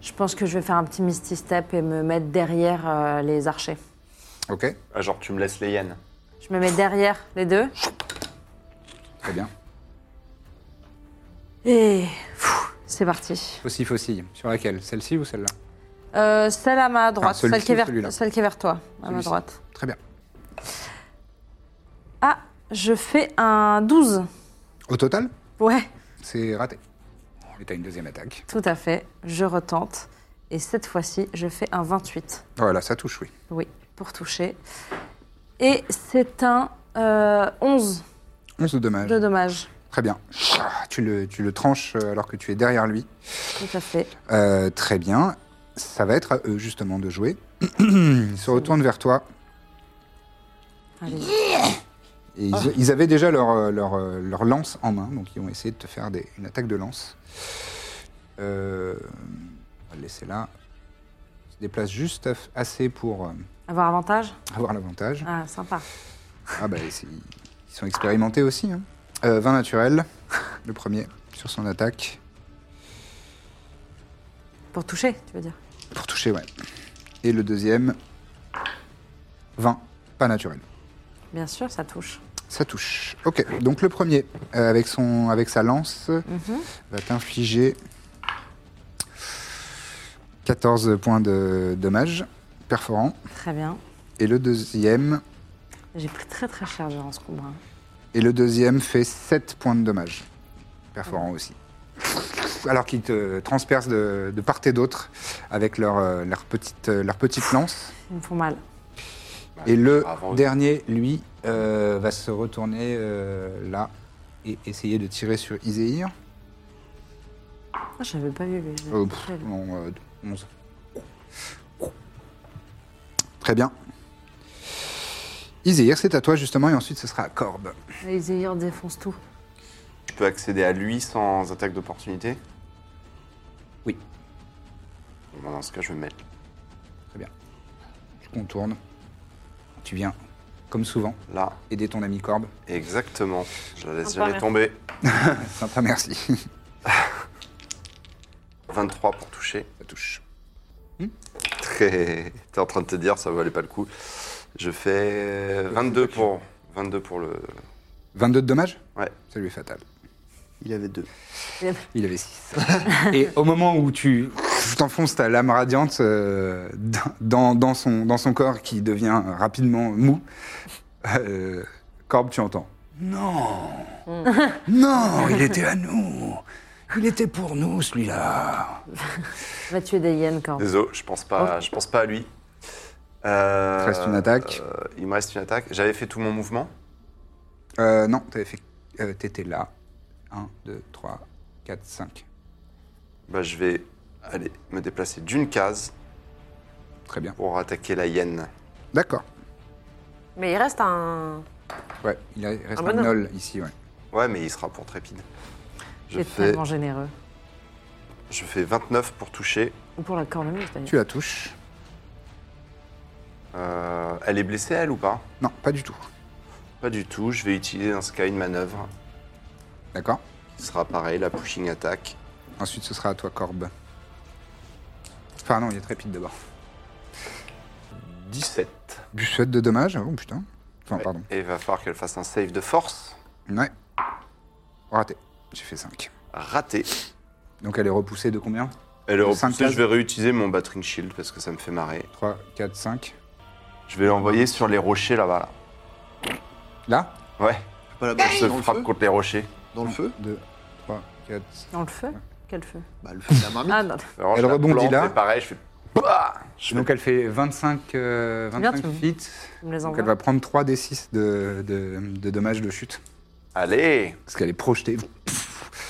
Speaker 3: Je pense que je vais faire un petit Misty Step et me mettre derrière euh, les archers.
Speaker 1: Ok.
Speaker 6: Ah, Genre, tu me laisses les yens.
Speaker 3: Je me mets derrière les deux.
Speaker 1: Très bien.
Speaker 3: Et pfff, c'est parti.
Speaker 1: Faucille, faucille. Sur laquelle Celle-ci ou celle-là
Speaker 3: Euh, celle à ma droite,
Speaker 1: Ah,
Speaker 3: celle,
Speaker 1: celui-ci
Speaker 3: qui est
Speaker 1: ou celui-là
Speaker 3: vers, celle qui est vers toi, à ma
Speaker 1: Celui-ci.
Speaker 3: droite.
Speaker 1: Très bien.
Speaker 3: Ah, je fais un 12.
Speaker 1: Au total,
Speaker 3: Ouais.
Speaker 1: c'est raté.
Speaker 3: Là
Speaker 1: Et t'as une deuxième attaque.
Speaker 3: Tout à fait, je retente. Et cette fois-ci, je fais un 28.
Speaker 1: Voilà, ça touche, oui.
Speaker 3: Oui, pour toucher. Et c'est un euh, 11
Speaker 1: 11 de dommage.
Speaker 3: de dommage.
Speaker 1: Très bien. Ah, Tu le, tu le tranches euh, alors que tu es derrière lui.
Speaker 3: Tout à fait.
Speaker 1: Euh, très bien. Ça va être à eux justement de jouer. ils se retournent vers toi.
Speaker 3: Allez.
Speaker 1: Et ils, ils avaient déjà leur, euh, leur, euh, leur lance en main, donc ils ont essayé de te faire des- une attaque de lance. Euh, on va le laisser là. Il se déplace juste aff- assez pour euh,
Speaker 3: Avoir avantage
Speaker 1: avoir l'avantage.
Speaker 3: Ah, sympa.
Speaker 1: Ah bah, c'est- ils sont expérimentés aussi. Hein. Euh, 20 naturel, le premier, sur son attaque.
Speaker 3: Pour toucher, tu veux dire
Speaker 1: Pour toucher, ouais. Et le deuxième, 20, pas naturel.
Speaker 3: Bien sûr, ça touche.
Speaker 1: Ça touche. Ok, donc le premier, euh, avec, son, avec sa lance, va t'infliger 14 points de dommage perforant.
Speaker 3: Très bien.
Speaker 1: Et le deuxième,
Speaker 3: J'ai pris très très cher durant ce combat. hein.
Speaker 1: et le deuxième fait 7 points de dommage perforant aussi. Alors qu'ils te transpercent de, de part et d'autre avec leur, euh, leur, petite, euh, leur petite lance.
Speaker 3: Ils me font mal.
Speaker 1: Et le
Speaker 4: Avant-
Speaker 1: dernier, lui, euh, va se retourner euh, là et essayer de tirer sur Iséir.
Speaker 3: Ah, j'avais pas vu. mais j'avais
Speaker 1: Euh, pff,
Speaker 3: pas vu.
Speaker 1: non, euh, 11. Très bien. Iséir, c'est à toi justement, et ensuite ce sera à Corbe.
Speaker 3: Les Zéhir défoncent tout.
Speaker 6: Tu peux accéder à lui sans attaque d'opportunité
Speaker 1: Oui.
Speaker 6: Bon, bah, Dans ce cas, je vais me mettre.
Speaker 1: Je contourne. Tu viens, comme souvent,
Speaker 6: Là,
Speaker 1: aider ton ami Corbe.
Speaker 6: exactement. Je la laisse
Speaker 5: Sympa,
Speaker 6: jamais
Speaker 5: merci.
Speaker 6: tomber.
Speaker 1: Sympa, merci.
Speaker 6: 23 pour toucher.
Speaker 1: Ça touche. Hmm.
Speaker 6: Très. T'es en train de te dire, ça valait pas le coup. Je fais 22 pour. 22 pour le.
Speaker 1: 22 de dommages
Speaker 6: Ouais.
Speaker 1: Ça lui est fatal.
Speaker 2: Il avait deux.
Speaker 1: Il avait 6. et au moment où tu t'enfonces ta lame radiante euh, dans, dans son, dans son corps qui devient rapidement mou, euh, Corbe, tu entends Non
Speaker 5: Mm.
Speaker 1: Non Il était à nous Il était pour nous, celui-là
Speaker 3: Va tuer des hyènes quand même.
Speaker 6: Désolé, je pense pas, je pense pas à lui. Euh,
Speaker 1: Il te Ah. reste une attaque.
Speaker 6: euh, il me reste une attaque. J'avais fait tout mon mouvement.
Speaker 1: euh, Non, t'avais fait. euh, T'étais là. 1, 2, 3, 4, 5.
Speaker 6: Bah, je vais aller me déplacer d'une case
Speaker 1: Très bien.
Speaker 6: pour attaquer la hyène.
Speaker 1: D'accord.
Speaker 5: Mais il reste un.
Speaker 1: Ouais, il a- il reste
Speaker 5: Un
Speaker 1: un
Speaker 5: bonhomme.
Speaker 1: nol ici, ouais.
Speaker 6: Ouais, mais il sera pour trépide. Je
Speaker 3: C'est
Speaker 6: fais,
Speaker 3: tellement généreux.
Speaker 6: je fais 29 pour toucher.
Speaker 3: Ou pour la cornemuse d'ailleurs.
Speaker 1: Tu la touches
Speaker 6: Euh, elle est blessée, elle, ou pas
Speaker 1: Non, pas du tout.
Speaker 6: Pas du tout. Je vais utiliser dans ce cas une manœuvre.
Speaker 1: D'accord
Speaker 6: Ce sera pareil, la pushing attack.
Speaker 1: Ensuite, ce sera à toi, Corbe. Enfin, non, il y a Trépide d'abord.
Speaker 6: 17.
Speaker 1: Buffette de dommages Oh putain. Enfin,
Speaker 6: Ouais.
Speaker 1: pardon.
Speaker 6: Et il va falloir qu'elle fasse un save de force.
Speaker 1: Ouais. Raté. J'ai fait 5.
Speaker 6: Raté.
Speaker 1: Donc, elle est repoussée de combien
Speaker 6: Elle est
Speaker 1: Cinq
Speaker 6: repoussée.
Speaker 1: cases.
Speaker 6: Je vais réutiliser mon battering shield parce que ça me fait marrer.
Speaker 1: 3, 4, 5.
Speaker 6: Je vais l'envoyer sur les rochers là-bas. là.
Speaker 1: Là
Speaker 6: Ouais.
Speaker 2: Pas la
Speaker 6: Elle
Speaker 2: basse
Speaker 6: se
Speaker 2: dans le
Speaker 6: frappe
Speaker 2: feu.
Speaker 6: contre les rochers.
Speaker 2: Dans le feu
Speaker 1: 2, 3, 4.
Speaker 3: Dans le feu Quel feu
Speaker 2: Bah le feu de la marmite.
Speaker 3: Ah non,
Speaker 6: Alors,
Speaker 1: Elle
Speaker 6: je la
Speaker 1: rebondit
Speaker 6: plante
Speaker 1: là.
Speaker 6: et pareil, je fais. Bah Je
Speaker 1: Donc, elle fait 25, euh,
Speaker 3: Combien
Speaker 1: 25
Speaker 3: tu-
Speaker 1: feet.
Speaker 3: tu me les
Speaker 1: Donc,
Speaker 3: envoies.
Speaker 1: elle va prendre 3 des 6 de, de, de dommages de chute.
Speaker 6: fais- Allez
Speaker 1: Parce qu'elle est projetée.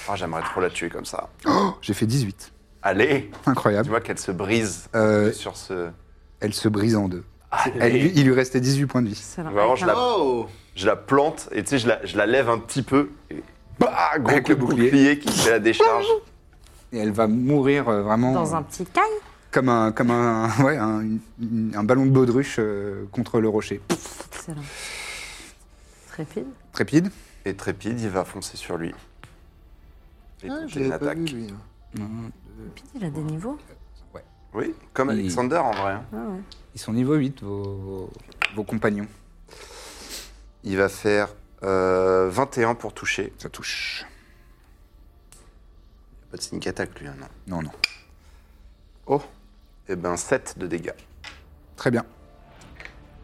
Speaker 6: Ah, J'aimerais trop la tuer comme ça.
Speaker 1: Oh, J'ai fait 18.
Speaker 6: Allez Tu
Speaker 1: Incroyable.
Speaker 6: vois qu'elle se brise
Speaker 1: Ah. Euh,
Speaker 6: sur ce.
Speaker 1: Elle se brise en deux. Elle, lui-
Speaker 6: Allez.
Speaker 1: il lui restait 18 points de vie.
Speaker 3: C'est là.
Speaker 6: Vraiment, je la,
Speaker 2: Oh
Speaker 6: je la plante et tu sais, je la, je la lève un petit peu. Et... Bah Gros
Speaker 1: Avec
Speaker 6: coup
Speaker 1: le
Speaker 6: de
Speaker 1: bouclier.
Speaker 6: qui fait la décharge.
Speaker 1: Et elle va mourir euh, vraiment.
Speaker 3: Dans un petit caille
Speaker 1: Comme un, comme un, ouais, un, une- un ballon de baudruche euh, contre le rocher.
Speaker 3: Excellent. Trépide.
Speaker 1: Trépide.
Speaker 6: Et Trépide, il va foncer sur lui. Et
Speaker 2: Ah,
Speaker 6: tenter
Speaker 2: Je
Speaker 6: une
Speaker 2: l'avais pas
Speaker 6: attaque.
Speaker 2: vu lui.
Speaker 3: Trépide, il a des niveaux.
Speaker 6: Oui, comme
Speaker 1: Il-
Speaker 6: Alexander en vrai. hein.
Speaker 3: Ah ouais.
Speaker 1: Ils sont niveau 8, vos, vos- vos compagnons.
Speaker 6: Il va faire euh, 21 pour toucher.
Speaker 1: Ça touche.
Speaker 6: Pas de sneak attack lui, hein, non.
Speaker 1: Non, non.
Speaker 6: Oh Et ben 7 de dégâts.
Speaker 1: Très bien.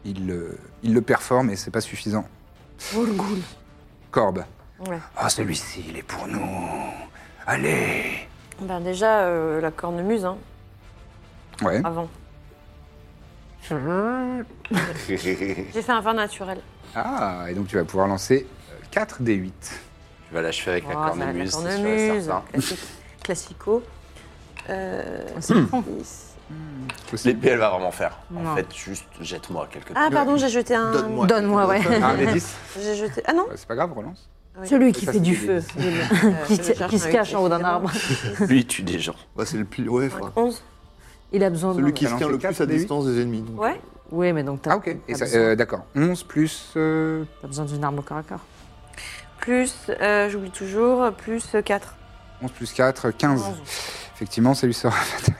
Speaker 1: Il le, il le performe et c'est pas suffisant. Corbe.
Speaker 5: Ouais.
Speaker 1: Ah, celui-ci, il est pour nous. Allez
Speaker 5: Ben déjà, euh, la cornemuse, hein,
Speaker 1: Ouais.
Speaker 3: Ah.
Speaker 5: avant. J'ai fait un vin naturel.
Speaker 1: Ah, et donc tu vas pouvoir lancer 4 des 8.
Speaker 4: Tu vas l'achever avec la
Speaker 5: Oh, ça,
Speaker 4: cornemuse,
Speaker 5: la
Speaker 4: c'est sûr et
Speaker 5: cornemuse,
Speaker 4: certain. Hum.
Speaker 5: classique, classico. Euh, dix.
Speaker 4: L'épée, elle va vraiment faire. En
Speaker 3: Non.
Speaker 4: fait, juste jette-moi quelque part.
Speaker 5: Ah, pardon, j'ai jeté un.
Speaker 2: Donne-moi.
Speaker 3: Donne-moi, ouais.
Speaker 1: Un des 10
Speaker 5: J'ai jeté. Ah non
Speaker 1: C'est pas grave, relance.
Speaker 3: Celui qui
Speaker 1: Ça,
Speaker 3: fait
Speaker 1: c'est
Speaker 3: du
Speaker 1: des
Speaker 3: feu.
Speaker 1: dix.
Speaker 5: Euh,
Speaker 3: Qui
Speaker 5: je
Speaker 3: se-
Speaker 5: cherche
Speaker 3: qui se
Speaker 5: un
Speaker 3: cache en haut d'un
Speaker 5: évidemment.
Speaker 3: arbre.
Speaker 4: Lui, il tue des gens.
Speaker 2: Bah, c'est le pli. Ouais, frère.
Speaker 5: 11.
Speaker 3: Il a besoin de.
Speaker 2: Celui qui
Speaker 1: T'as
Speaker 2: se tient
Speaker 1: lancé
Speaker 2: le
Speaker 1: quatre
Speaker 2: plus à
Speaker 1: des huit
Speaker 2: distance des ennemis. donc.
Speaker 5: Ouais.
Speaker 3: Oui, mais donc t'as
Speaker 1: Ah, ok. Et
Speaker 3: t'as
Speaker 1: ça,
Speaker 3: besoin,
Speaker 1: euh, D'accord. 11 plus. euh,
Speaker 3: t'as besoin d'une arme au corps à corps.
Speaker 5: Plus, euh, j'oublie toujours, plus 4.
Speaker 1: 11 plus 4, 15.
Speaker 5: Onze.
Speaker 1: Effectivement, ça lui sera fatal.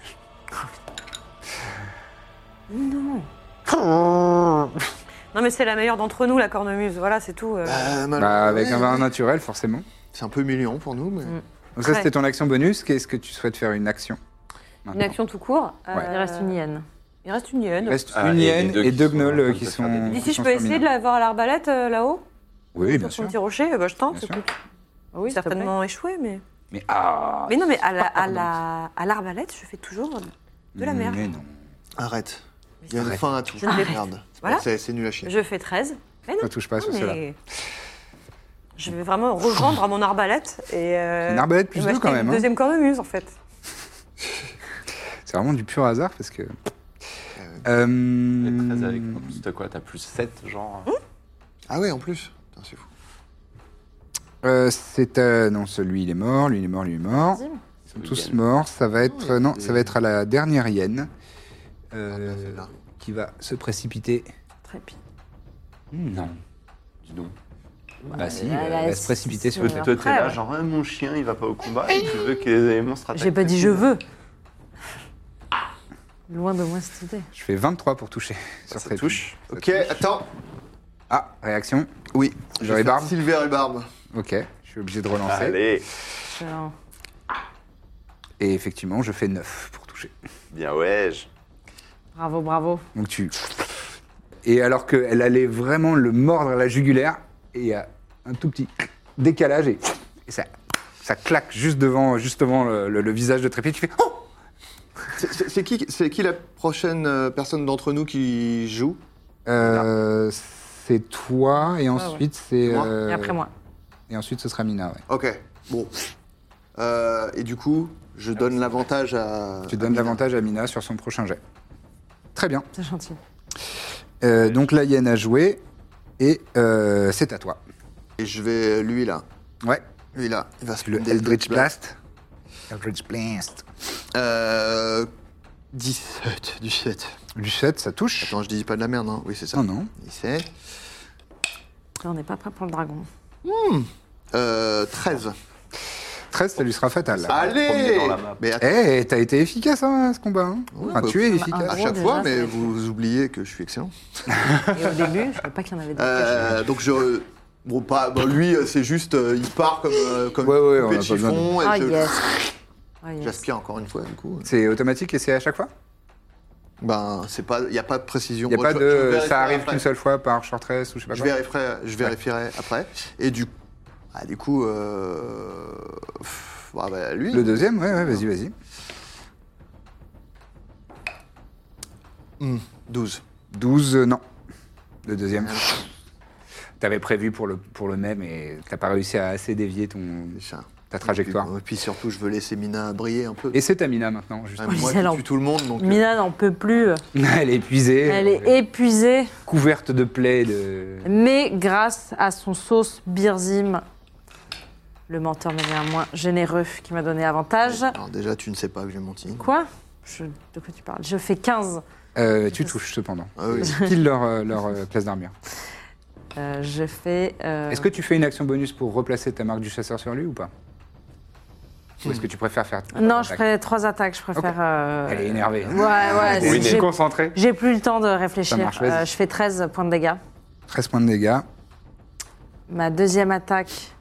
Speaker 5: Non, mais c'est la meilleure d'entre nous, la cornemuse. Voilà, c'est tout. euh.
Speaker 2: Euh, mal-
Speaker 1: Bah, avec
Speaker 2: ouais,
Speaker 1: un vin
Speaker 2: ouais.
Speaker 1: naturel, forcément.
Speaker 2: C'est un peu humiliant pour nous, mais.
Speaker 1: Donc, ça,
Speaker 5: Ouais.
Speaker 1: c'était ton action bonus. Qu'est-ce que tu souhaites faire Une action
Speaker 5: Une
Speaker 1: maintenant
Speaker 5: action tout court. euh,
Speaker 3: Il reste une hyène.
Speaker 5: Il reste une hyène.
Speaker 1: Il reste
Speaker 4: Ah,
Speaker 1: une
Speaker 4: et les
Speaker 1: hyène
Speaker 4: deux
Speaker 1: et
Speaker 4: qui
Speaker 1: deux
Speaker 4: sont en train
Speaker 1: gnolls euh,
Speaker 4: de
Speaker 1: qui
Speaker 4: faire
Speaker 1: sont.
Speaker 4: des dégâts.
Speaker 5: D'ici,
Speaker 1: qui
Speaker 5: je
Speaker 1: sont
Speaker 5: peux
Speaker 1: sur
Speaker 5: essayer
Speaker 1: Mina.
Speaker 5: de l'avoir à l'arbalète euh, là-haut
Speaker 1: Oui, bien
Speaker 5: Sur son
Speaker 1: sûr.
Speaker 5: petit rocher. Bah, je tente,
Speaker 1: Bien
Speaker 5: c'est
Speaker 1: sûr.
Speaker 5: tout.
Speaker 3: Ah oui, s'il te plaît.
Speaker 5: Certainement échoué, mais.
Speaker 1: Mais ah
Speaker 5: Mais non, mais à la- à la- à l'arbalète, je fais toujours de la merde.
Speaker 1: Mais non.
Speaker 2: Arrête. Il y a une
Speaker 1: Arrête.
Speaker 2: fin à tout.
Speaker 5: Je ne vais-
Speaker 2: Merde. C'est
Speaker 5: Voilà.
Speaker 2: pas- C'est c'est nul à chier.
Speaker 5: Je fais 13. Mais non.
Speaker 1: Ça touche pas à
Speaker 5: non,
Speaker 1: cela.
Speaker 5: mais Je vais vraiment revendre à mon arbalète et. euh,
Speaker 1: Une arbalète plus
Speaker 5: et
Speaker 1: deux,
Speaker 5: m'acheter
Speaker 1: quand même,
Speaker 5: Une
Speaker 1: hein.
Speaker 5: deuxième cornemuse en fait.
Speaker 1: C'est vraiment du pur hasard parce que.
Speaker 4: Les
Speaker 1: Euh,
Speaker 4: 13 avec en plus, t'as quoi T'as plus 7, genre
Speaker 2: Ah ouais, en plus. Putain, C'est fou.
Speaker 1: euh, c'est euh, non celui il est mort, lui il est mort, lui il est mort. Ils sont tous morts. Ça va être
Speaker 5: Ah,
Speaker 1: euh, non, ça va être à la dernière hyène euh,
Speaker 2: Ah, celle-là.
Speaker 1: qui va se précipiter.
Speaker 3: Très bien.
Speaker 1: Non.
Speaker 4: Dis donc.
Speaker 1: Ah si,
Speaker 3: là,
Speaker 1: elle
Speaker 3: là,
Speaker 1: va se
Speaker 3: c'est-
Speaker 1: précipiter sur.
Speaker 3: c'est-
Speaker 4: Toi,
Speaker 3: Alors,
Speaker 4: toi, t'es
Speaker 3: après,
Speaker 4: là,
Speaker 3: ouais.
Speaker 4: genre, Ah, mon chien, il va pas au combat et tu veux que les éléments se rattaquent.
Speaker 3: J'ai pas dit je veux. Loin de moi cette idée.
Speaker 1: Je fais 23 pour toucher. sur
Speaker 4: Ça
Speaker 1: treize.
Speaker 4: touche.
Speaker 2: Ok, attends.
Speaker 1: Ah réaction.
Speaker 2: Oui.
Speaker 1: Genre
Speaker 2: je vais
Speaker 1: les
Speaker 2: faire
Speaker 1: barbes
Speaker 2: Silver et barbe.
Speaker 1: Ok. Je suis obligé de relancer.
Speaker 4: Allez
Speaker 3: Alors,
Speaker 1: Et effectivement, je fais 9 pour toucher.
Speaker 4: Bien, ouais. je-
Speaker 3: bravo, bravo.
Speaker 1: Donc tu. Et alors qu'elle allait vraiment le mordre à la jugulaire, et il y a un tout petit décalage et, et ça, ça claque juste devant, juste devant le, le- le visage de Trépied. Tu fais Oh
Speaker 2: C'est- C'est c'est qui, c'est qui la prochaine euh, personne d'entre nous qui joue
Speaker 1: Euh, C'est toi, et ensuite c'est.
Speaker 2: Moi
Speaker 1: euh,
Speaker 3: Et après moi.
Speaker 1: et ensuite ce sera Mina, ouais.
Speaker 2: Ok, bon. Euh, et du coup, je donne l'avantage à.
Speaker 1: Ah, Tu
Speaker 2: à
Speaker 1: donnes
Speaker 2: Mina.
Speaker 1: l'avantage à Mina sur son prochain jet. Très bien.
Speaker 3: C'est gentil.
Speaker 1: Euh, donc la hyène a joué, et euh, c'est à toi.
Speaker 2: Et je vais. Lui là.
Speaker 1: Ouais,
Speaker 2: Lui là. Il va se
Speaker 1: le
Speaker 2: prendre des-
Speaker 1: Eldritch Blast. Eldritch Blast.
Speaker 2: Euh. 17. 17.
Speaker 1: Du 7, ça touche.
Speaker 2: Attends, je dis pas de la merde, hein. Oui, c'est ça.
Speaker 1: Non, non.
Speaker 2: Il sait.
Speaker 3: Là, on n'est pas prêt pour le dragon.
Speaker 2: Euh. 13.
Speaker 1: 13, ça lui sera fatal.
Speaker 2: Ah. Allez
Speaker 4: dans la map.
Speaker 2: Mais attends,
Speaker 1: Eh, t'as été efficace hein, à ce combat. hein. enfin,
Speaker 2: bah,
Speaker 1: tu es
Speaker 2: à
Speaker 1: efficace.
Speaker 3: gros,
Speaker 2: chaque fois,
Speaker 3: déjà,
Speaker 2: mais
Speaker 3: c'est-
Speaker 2: vous oubliez que je suis excellent.
Speaker 3: Et au début, je ne pas qu'il y en avait des cachés.
Speaker 2: Euh, donc je. Bon, pas. bon, lui, euh, c'est juste. euh, il part comme. euh, comme
Speaker 1: Ouais, ouais,
Speaker 2: une
Speaker 1: on
Speaker 2: poupée
Speaker 1: a
Speaker 2: de
Speaker 1: pas besoin de-
Speaker 2: chiffon. et
Speaker 3: Ah,
Speaker 2: je-
Speaker 3: yes. Ah, yes.
Speaker 2: J'aspire encore une fois, du coup.
Speaker 1: C'est automatique et c'est à chaque fois
Speaker 2: Ben, c'est pas, il n'y a pas de précision.
Speaker 1: Il a
Speaker 2: Bon,
Speaker 1: pas
Speaker 2: je- je
Speaker 1: de.
Speaker 2: vérifierai
Speaker 1: Ça arrive
Speaker 2: après.
Speaker 1: qu'une seule fois par short rest ou je sais pas
Speaker 2: Je
Speaker 1: quoi.
Speaker 2: vérifierai, je vérifierai après. Et du, ah, du coup, euh, pff, bah, bah, lui,
Speaker 1: Le deuxième, ouais, ouais, vas-y, vas-y.
Speaker 2: 12.
Speaker 1: 12, euh, non. Le deuxième.
Speaker 3: Ah,
Speaker 1: T'avais prévu pour le, pour le même et t'as pas réussi à assez dévier ton,
Speaker 2: C'est ça.
Speaker 1: ta trajectoire.
Speaker 2: Et puis, et puis surtout, je veux laisser Mina briller un peu.
Speaker 1: Et c'est Tamina maintenant, juste.
Speaker 2: Ah,
Speaker 3: Oh,
Speaker 2: moi,
Speaker 3: les ailes
Speaker 2: je
Speaker 3: en-
Speaker 2: tue tout le monde, donc. euh,
Speaker 3: Mina n'en peut plus.
Speaker 1: Elle est épuisée, euh,
Speaker 3: Elle est épuisée,
Speaker 1: couverte de plaies. De...
Speaker 3: mais grâce à son sauce Birzim, le menteur devient moins généreux qui m'a donné avantage.
Speaker 2: Alors déjà, tu ne sais pas que j'ai menti.
Speaker 3: Quoi Je- De quoi tu parles Je fais 15.
Speaker 1: Euh, tu touches cependant.
Speaker 2: Ah oui.
Speaker 1: Pile leur, euh, leur euh, classe d'armure.
Speaker 3: Ah. Euh, je fais. euh,
Speaker 1: Est-ce que tu fais une action bonus pour replacer ta marque du chasseur sur lui ou pas Ou est-ce que tu préfères faire
Speaker 3: Hmm. Non, je
Speaker 1: attaque
Speaker 3: ferai trois attaques. Je préfère. euh,
Speaker 1: Elle est énervée. hein.
Speaker 3: Ouais, ouais.
Speaker 1: Elle est
Speaker 3: c'est- j'ai-
Speaker 1: concentrée.
Speaker 3: J'ai plus le temps de réfléchir. Euh,
Speaker 1: Ça marche, vas-y.
Speaker 3: je fais 13 points de dégâts.
Speaker 1: 13 points de dégâts.
Speaker 3: Ma deuxième attaque.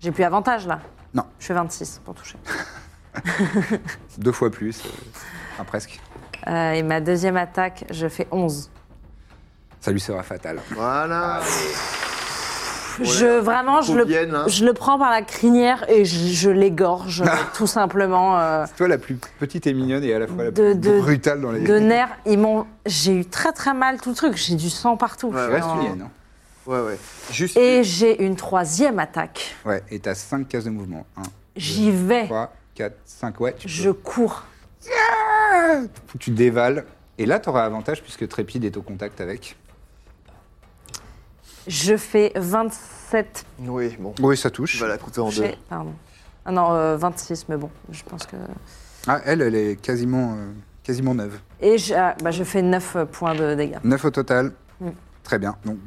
Speaker 3: J'ai plus avantage là
Speaker 1: Non.
Speaker 3: Je fais 26 pour toucher.
Speaker 1: Deux fois plus. euh, Enfin, presque.
Speaker 3: Euh, et ma deuxième attaque, je fais 11.
Speaker 1: Ça lui sera fatal.
Speaker 2: Voilà.
Speaker 3: Je, vraiment, je le,
Speaker 2: Paupienne, là.
Speaker 3: je le prends par la crinière et je, je l'égorge, euh, tout simplement. euh,
Speaker 1: C'est toi la plus petite et mignonne et à la fois la
Speaker 3: De-
Speaker 1: plus
Speaker 3: de-
Speaker 1: brutale dans les.
Speaker 3: de nerfs, ils m'ont. J'ai eu très très mal tout le truc, j'ai du sang partout.
Speaker 1: Tu restes une hyène. hein.
Speaker 2: Ouais, ouais. Juste.
Speaker 3: Et j'ai une troisième attaque.
Speaker 1: Ouais, et t'as 5 cases de mouvement. 1,
Speaker 3: J'y vais,
Speaker 1: 3, 4, 5. Ouais, tu,
Speaker 3: je cours.
Speaker 1: peux- tu dévales. Et là, t'auras avantage puisque Trépide est au contact avec.
Speaker 3: Je fais 27
Speaker 2: Oui, bon.
Speaker 1: Oui, ça
Speaker 2: Tu
Speaker 1: touche.
Speaker 2: vas la couper en deux.
Speaker 3: touchés. Pardon. Ah non, euh, 26, mais bon, je pense que.
Speaker 1: Ah, elle, elle est quasiment, euh, quasiment neuve.
Speaker 3: Et je, ah, bah, je fais 9 points de dégâts.
Speaker 1: 9 au total.
Speaker 3: Mm.
Speaker 1: Très bien. Donc,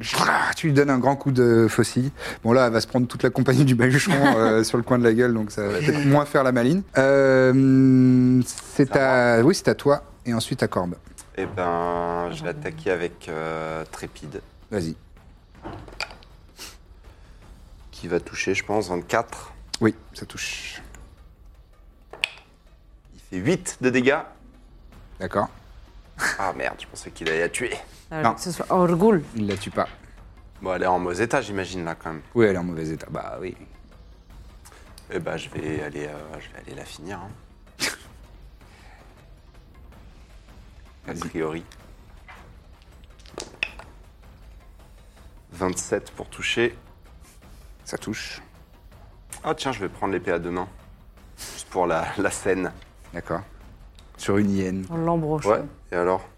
Speaker 1: tu lui donnes un grand coup de faucille. Bon, là, elle va se prendre toute la compagnie du baluchon euh, sur le coin de la gueule, donc ça va peut-être
Speaker 3: Mm.
Speaker 1: moins faire la maline. Euh, c'est à, oui, c'est à toi, et ensuite à Corbe.
Speaker 4: Eh
Speaker 3: Ah,
Speaker 4: ben, je vais attaquer avec euh, Trépide,
Speaker 1: Vas-y.
Speaker 4: qui va toucher, je pense, 24.
Speaker 1: Oui, ça touche.
Speaker 4: Il fait 8 de dégâts.
Speaker 1: D'accord.
Speaker 4: Ah merde, je pensais qu'il allait la tuer.
Speaker 3: Euh,
Speaker 1: Non.
Speaker 3: Que ce soit Orgul.
Speaker 1: Il la tue pas.
Speaker 4: Bon, elle est en mauvais état, j'imagine, là, quand même.
Speaker 1: Oui, elle est en mauvais état. Bah oui.
Speaker 4: Eh ben, je vais aller, euh, je vais aller la finir. hein. A priori. 27 pour toucher.
Speaker 1: Ça touche.
Speaker 4: Ah tiens, je vais prendre l'épée à deux mains. Juste pour la, la scène.
Speaker 1: D'accord. Sur une hyène.
Speaker 3: On l'embroche.
Speaker 4: Ouais, et alors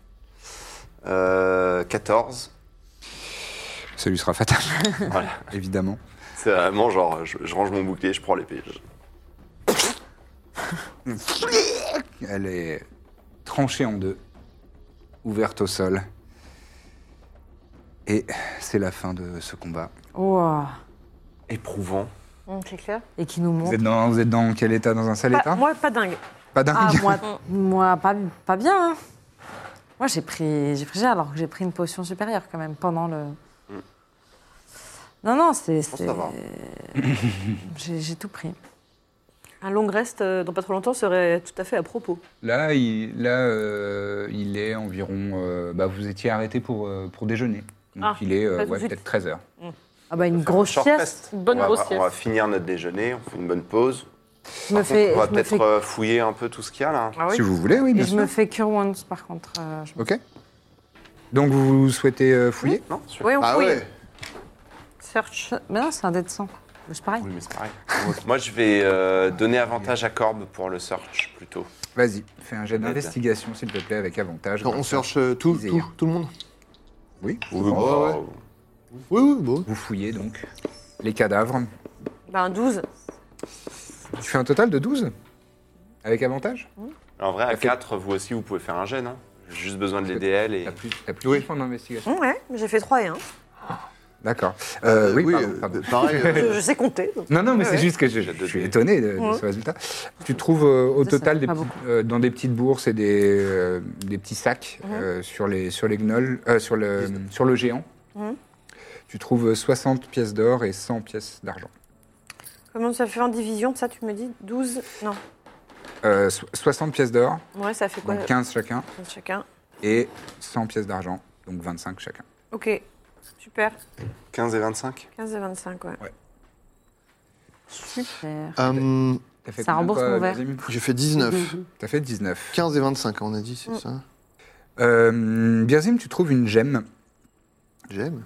Speaker 4: Euh, 14.
Speaker 1: Ça lui sera fatal,
Speaker 4: Voilà.
Speaker 1: évidemment.
Speaker 4: C'est vraiment genre, je, je range mon bouclier, je prends l'épée. je-
Speaker 1: Elle est tranchée en deux, ouverte au sol. Et c'est la fin de ce combat.
Speaker 3: Ouah.
Speaker 4: Éprouvant.
Speaker 5: C'est clair
Speaker 3: Oh, Et qui nous
Speaker 1: Vous
Speaker 3: montre.
Speaker 1: êtes dans, vous êtes dans quel état Dans un sale état
Speaker 5: Moi, pas dingue.
Speaker 1: Pas dingue.
Speaker 3: Ah, moi, moi pas, pas bien. hein. Moi, j'ai pris, j'ai pris gel, alors que j'ai pris une potion supérieure quand même pendant le. Non, non, c'est. c'est-
Speaker 4: Hmm. ça va.
Speaker 3: J'ai j'ai tout pris.
Speaker 5: Un long reste euh, dans pas trop longtemps serait tout à fait à propos.
Speaker 1: Là, il, là, euh, il est environ. euh, bah, vous étiez arrêté pour, euh, pour déjeuner. Donc
Speaker 5: Ah,
Speaker 1: il est euh,
Speaker 5: pas tout
Speaker 1: ouais,
Speaker 5: de suite.
Speaker 1: peut-être 13h.
Speaker 3: Ah, bah, une grosse
Speaker 4: Short
Speaker 3: sieste.
Speaker 4: rest.
Speaker 7: Une bonne
Speaker 4: on va,
Speaker 7: grosse
Speaker 4: On va
Speaker 7: sieste.
Speaker 4: finir notre déjeuner, on fait une bonne pause.
Speaker 3: Je me fais,
Speaker 4: on va
Speaker 3: je me
Speaker 4: peut-être
Speaker 3: fais,
Speaker 4: euh, fouiller un peu tout ce qu'il y a
Speaker 6: hein.
Speaker 4: là.
Speaker 5: Ah oui
Speaker 1: Si vous voulez, oui,
Speaker 3: et
Speaker 1: bien
Speaker 3: je
Speaker 1: sûr.
Speaker 3: me fais Cure Wounds, par contre. euh, je-
Speaker 1: Ok. Donc vous souhaitez euh, fouiller
Speaker 4: Non sûr.
Speaker 5: Oui, on
Speaker 2: Ah
Speaker 5: fouille.
Speaker 2: ouais.
Speaker 5: Search.
Speaker 3: Mais non, c'est un dé de sang. C'est pareil.
Speaker 4: Oui, mais c'est pareil. Moi, je vais euh, donner avantage à Corbe pour le search plutôt.
Speaker 1: Vas-y, fais un jet d'investigation, s'il te plaît, avec avantage.
Speaker 2: Genre, on cherche euh, tout,
Speaker 1: Ils
Speaker 2: tout,
Speaker 1: aillent.
Speaker 2: tout le monde.
Speaker 1: Oui.
Speaker 6: Oh,
Speaker 2: bah, ouais. Oui, oui, bon.
Speaker 1: Vous fouillez donc les cadavres.
Speaker 5: Ben, 12.
Speaker 1: Tu fais un total de 12 Avec avantage
Speaker 4: En vrai, à
Speaker 1: fait-
Speaker 4: 4, vous aussi, vous pouvez faire un
Speaker 6: hein.
Speaker 4: jet, non J'ai juste besoin de les DL et.
Speaker 1: T'as plus, t'as plus de points d'investigation.
Speaker 5: Ouais, mais j'ai fait 3 et 1.
Speaker 1: D'accord. Euh, oui, pardon,
Speaker 2: euh,
Speaker 1: pardon.
Speaker 2: pareil. euh,
Speaker 5: Je, je sais compter. donc.
Speaker 1: Non, non, mais
Speaker 5: Ouais,
Speaker 1: c'est
Speaker 5: ouais.
Speaker 1: juste que je, je suis étonné de, de ce résultat. Tu trouves euh, au
Speaker 3: Ça, ça
Speaker 1: total
Speaker 3: fait
Speaker 1: des
Speaker 3: pas
Speaker 1: petits-
Speaker 3: beaucoup.
Speaker 1: euh, dans des petites bourses et des, euh, des petits sacs euh, sur les sur les gnolls, euh, sur le sur le géant. Tu trouves 60 pièces d'or et 100 pièces d'argent.
Speaker 5: Comment ça fait en division, ça, tu me dis 12 Non.
Speaker 1: Euh, so- 60 pièces d'or,
Speaker 5: Ouais, ça fait quoi
Speaker 1: donc 15 chacun,
Speaker 5: Chacun.
Speaker 1: et 100 pièces d'argent, donc 25 chacun.
Speaker 5: Ok. Super.
Speaker 4: 15 et 25
Speaker 5: 15 et 25, ouais.
Speaker 3: Super.
Speaker 2: euh,
Speaker 1: T'as fait
Speaker 3: Ça
Speaker 1: combien,
Speaker 3: rembourse
Speaker 1: toi,
Speaker 3: mon verre.
Speaker 1: Nazim
Speaker 2: J'ai fait 19.
Speaker 1: T'as fait 19.
Speaker 2: 15 et 25, on a dit, c'est ça
Speaker 1: Euh, Birzim, tu trouves une gemme.
Speaker 2: J'aime.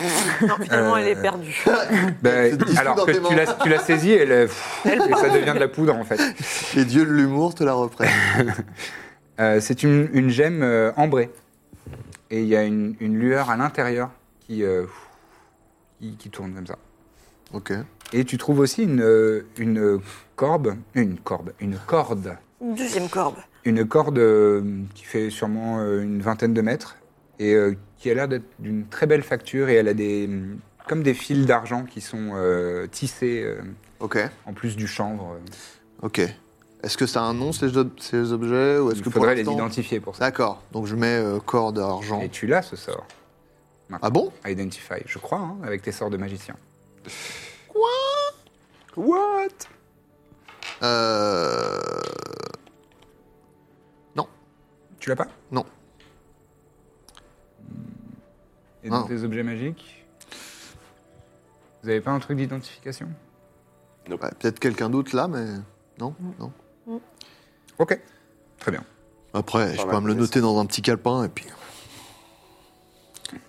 Speaker 5: Non, finalement,
Speaker 1: Euh,
Speaker 5: elle est perdue.
Speaker 1: Ben,
Speaker 2: Elle se dissout
Speaker 1: alors
Speaker 2: dans
Speaker 1: que
Speaker 2: tes
Speaker 1: tu
Speaker 2: mains.
Speaker 1: la, tu la saisis, elle, euh, pff, et ça devient de la poudre en fait.
Speaker 2: Les dieux de l'humour te la reprennent.
Speaker 1: Euh, c'est une, une gemme euh, ambrée. Et il y a une, une lueur à l'intérieur qui, euh, qui, qui tourne comme ça.
Speaker 2: ok.
Speaker 1: Et tu trouves aussi une, euh, une corbe, une corbe, une corde.
Speaker 5: Une Deuxième corde.
Speaker 1: Une corde euh, qui fait sûrement euh, une vingtaine de mètres et euh, qui a l'air d'être d'une très belle facture et elle a des, hum, comme des fils d'argent qui sont euh, tissés euh,
Speaker 2: Ok.
Speaker 1: en plus du chanvre.
Speaker 2: Ok. Est-ce que ça a un nom, ces, ob- ces objets ou est-ce
Speaker 1: Il
Speaker 2: que pour
Speaker 1: faudrait les
Speaker 2: l'instant-
Speaker 1: identifier pour ça.
Speaker 2: D'accord. Donc je mets euh, corde, argent.
Speaker 1: Et tu l'as ce sort,
Speaker 2: Ah bon
Speaker 1: Identify, je crois, hein, avec tes sorts de magicien.
Speaker 2: What Euh. Non.
Speaker 1: Tu l'as pas
Speaker 2: Non.
Speaker 1: Et dans
Speaker 2: Non.
Speaker 1: tes objets magiques Vous avez pas un truc d'identification
Speaker 2: Ouais, Peut-être quelqu'un d'autre là, mais non, non.
Speaker 1: Ok. Très bien.
Speaker 2: Après, je
Speaker 6: Par
Speaker 2: peux
Speaker 6: la
Speaker 2: me le noter dans un petit calepin et puis.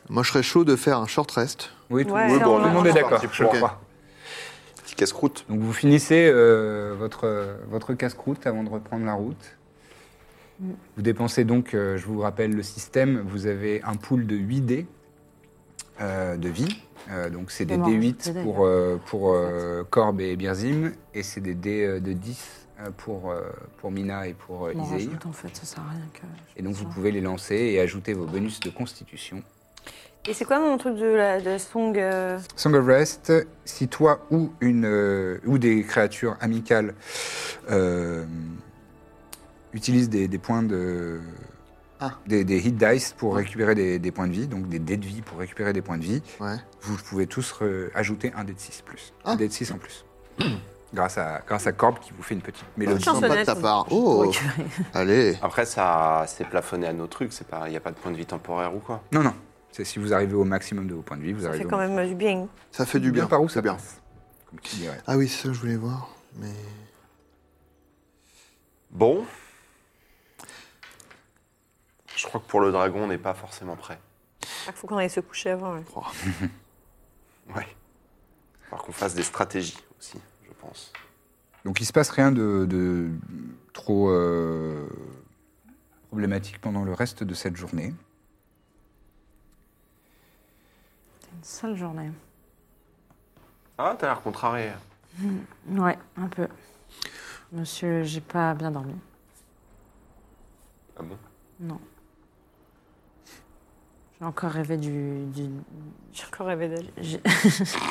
Speaker 2: Moi, je serais chaud de faire un short rest.
Speaker 1: Oui, tout,
Speaker 5: Ouais,
Speaker 1: oui,
Speaker 5: ça,
Speaker 1: bon,
Speaker 5: on
Speaker 1: tout le
Speaker 5: va-
Speaker 1: monde est
Speaker 5: on
Speaker 6: va
Speaker 1: d'accord.
Speaker 6: partir
Speaker 1: je
Speaker 6: pour-
Speaker 1: crois.
Speaker 6: Petit casse-croûte.
Speaker 1: Donc vous finissez euh, votre, euh, votre casse-croûte avant de reprendre la route. Vous dépensez donc, euh, je vous rappelle le système, vous avez un pool de 8 dés euh, de vie. Euh, donc c'est des
Speaker 3: Comment
Speaker 1: D8
Speaker 3: je fais
Speaker 1: pour, euh, pour euh, Corbe et Birzim, et c'est des dés euh, de 10 euh, pour, euh, pour Mina et pour euh,
Speaker 3: Bon,
Speaker 1: Iseï.
Speaker 3: rajoute, en fait, ça sert à rien que. je
Speaker 1: Et donc
Speaker 3: fasse
Speaker 1: vous
Speaker 3: ça.
Speaker 1: pouvez les lancer et ajouter vos bonus de constitution.
Speaker 5: Et c'est quoi mon truc de la de song euh,
Speaker 1: Song of Rest, si toi ou, une, euh, ou des créatures amicales euh, utilisent des, des points de.
Speaker 2: Ah.
Speaker 1: Des, des hit dice pour récupérer des, des points de vie, donc des dés de vie pour récupérer des points de vie,
Speaker 2: Ouais.
Speaker 1: vous pouvez tous re- ajouter un dé de 6 plus. Un
Speaker 2: Ah.
Speaker 1: dé de 6 en plus. grâce, à, grâce à Corbe qui vous fait une petite mélodie.
Speaker 5: Chansonnette.
Speaker 2: Sympa de ta part. Oh, allez.
Speaker 6: Après, ça, c'est plafonné à nos trucs. C'est pas, il y a pas de point de vie temporaire ou quoi.
Speaker 1: Non, non. C'est si vous arrivez au maximum de vos points de vie, vous
Speaker 5: Ça
Speaker 1: arrivez
Speaker 5: fait
Speaker 1: au
Speaker 5: quand même euh, du bien.
Speaker 2: Ça fait du bien.
Speaker 1: par où
Speaker 2: C'est
Speaker 1: ça
Speaker 2: bien.
Speaker 1: passe, comme tu dirais.
Speaker 2: Ah oui, c'est ça que je voulais voir. Mais
Speaker 6: Bon. Je crois que pour le dragon, on n'est pas forcément prêt.
Speaker 5: Il Ah, faut qu'on aille se coucher avant. ouais.
Speaker 6: Ouais. Faut qu'on fasse des stratégies aussi, je pense.
Speaker 1: Donc il se passe rien de, de trop euh, problématique pendant le reste de cette journée.
Speaker 3: Une sale journée.
Speaker 6: Ah, t'as l'air contrarié.
Speaker 3: Ouais, un peu. Monsieur, j'ai pas bien dormi.
Speaker 6: Ah bon
Speaker 3: Non. J'ai encore rêvé du. du...
Speaker 5: J'ai encore rêvé d'elle.
Speaker 3: j'ai-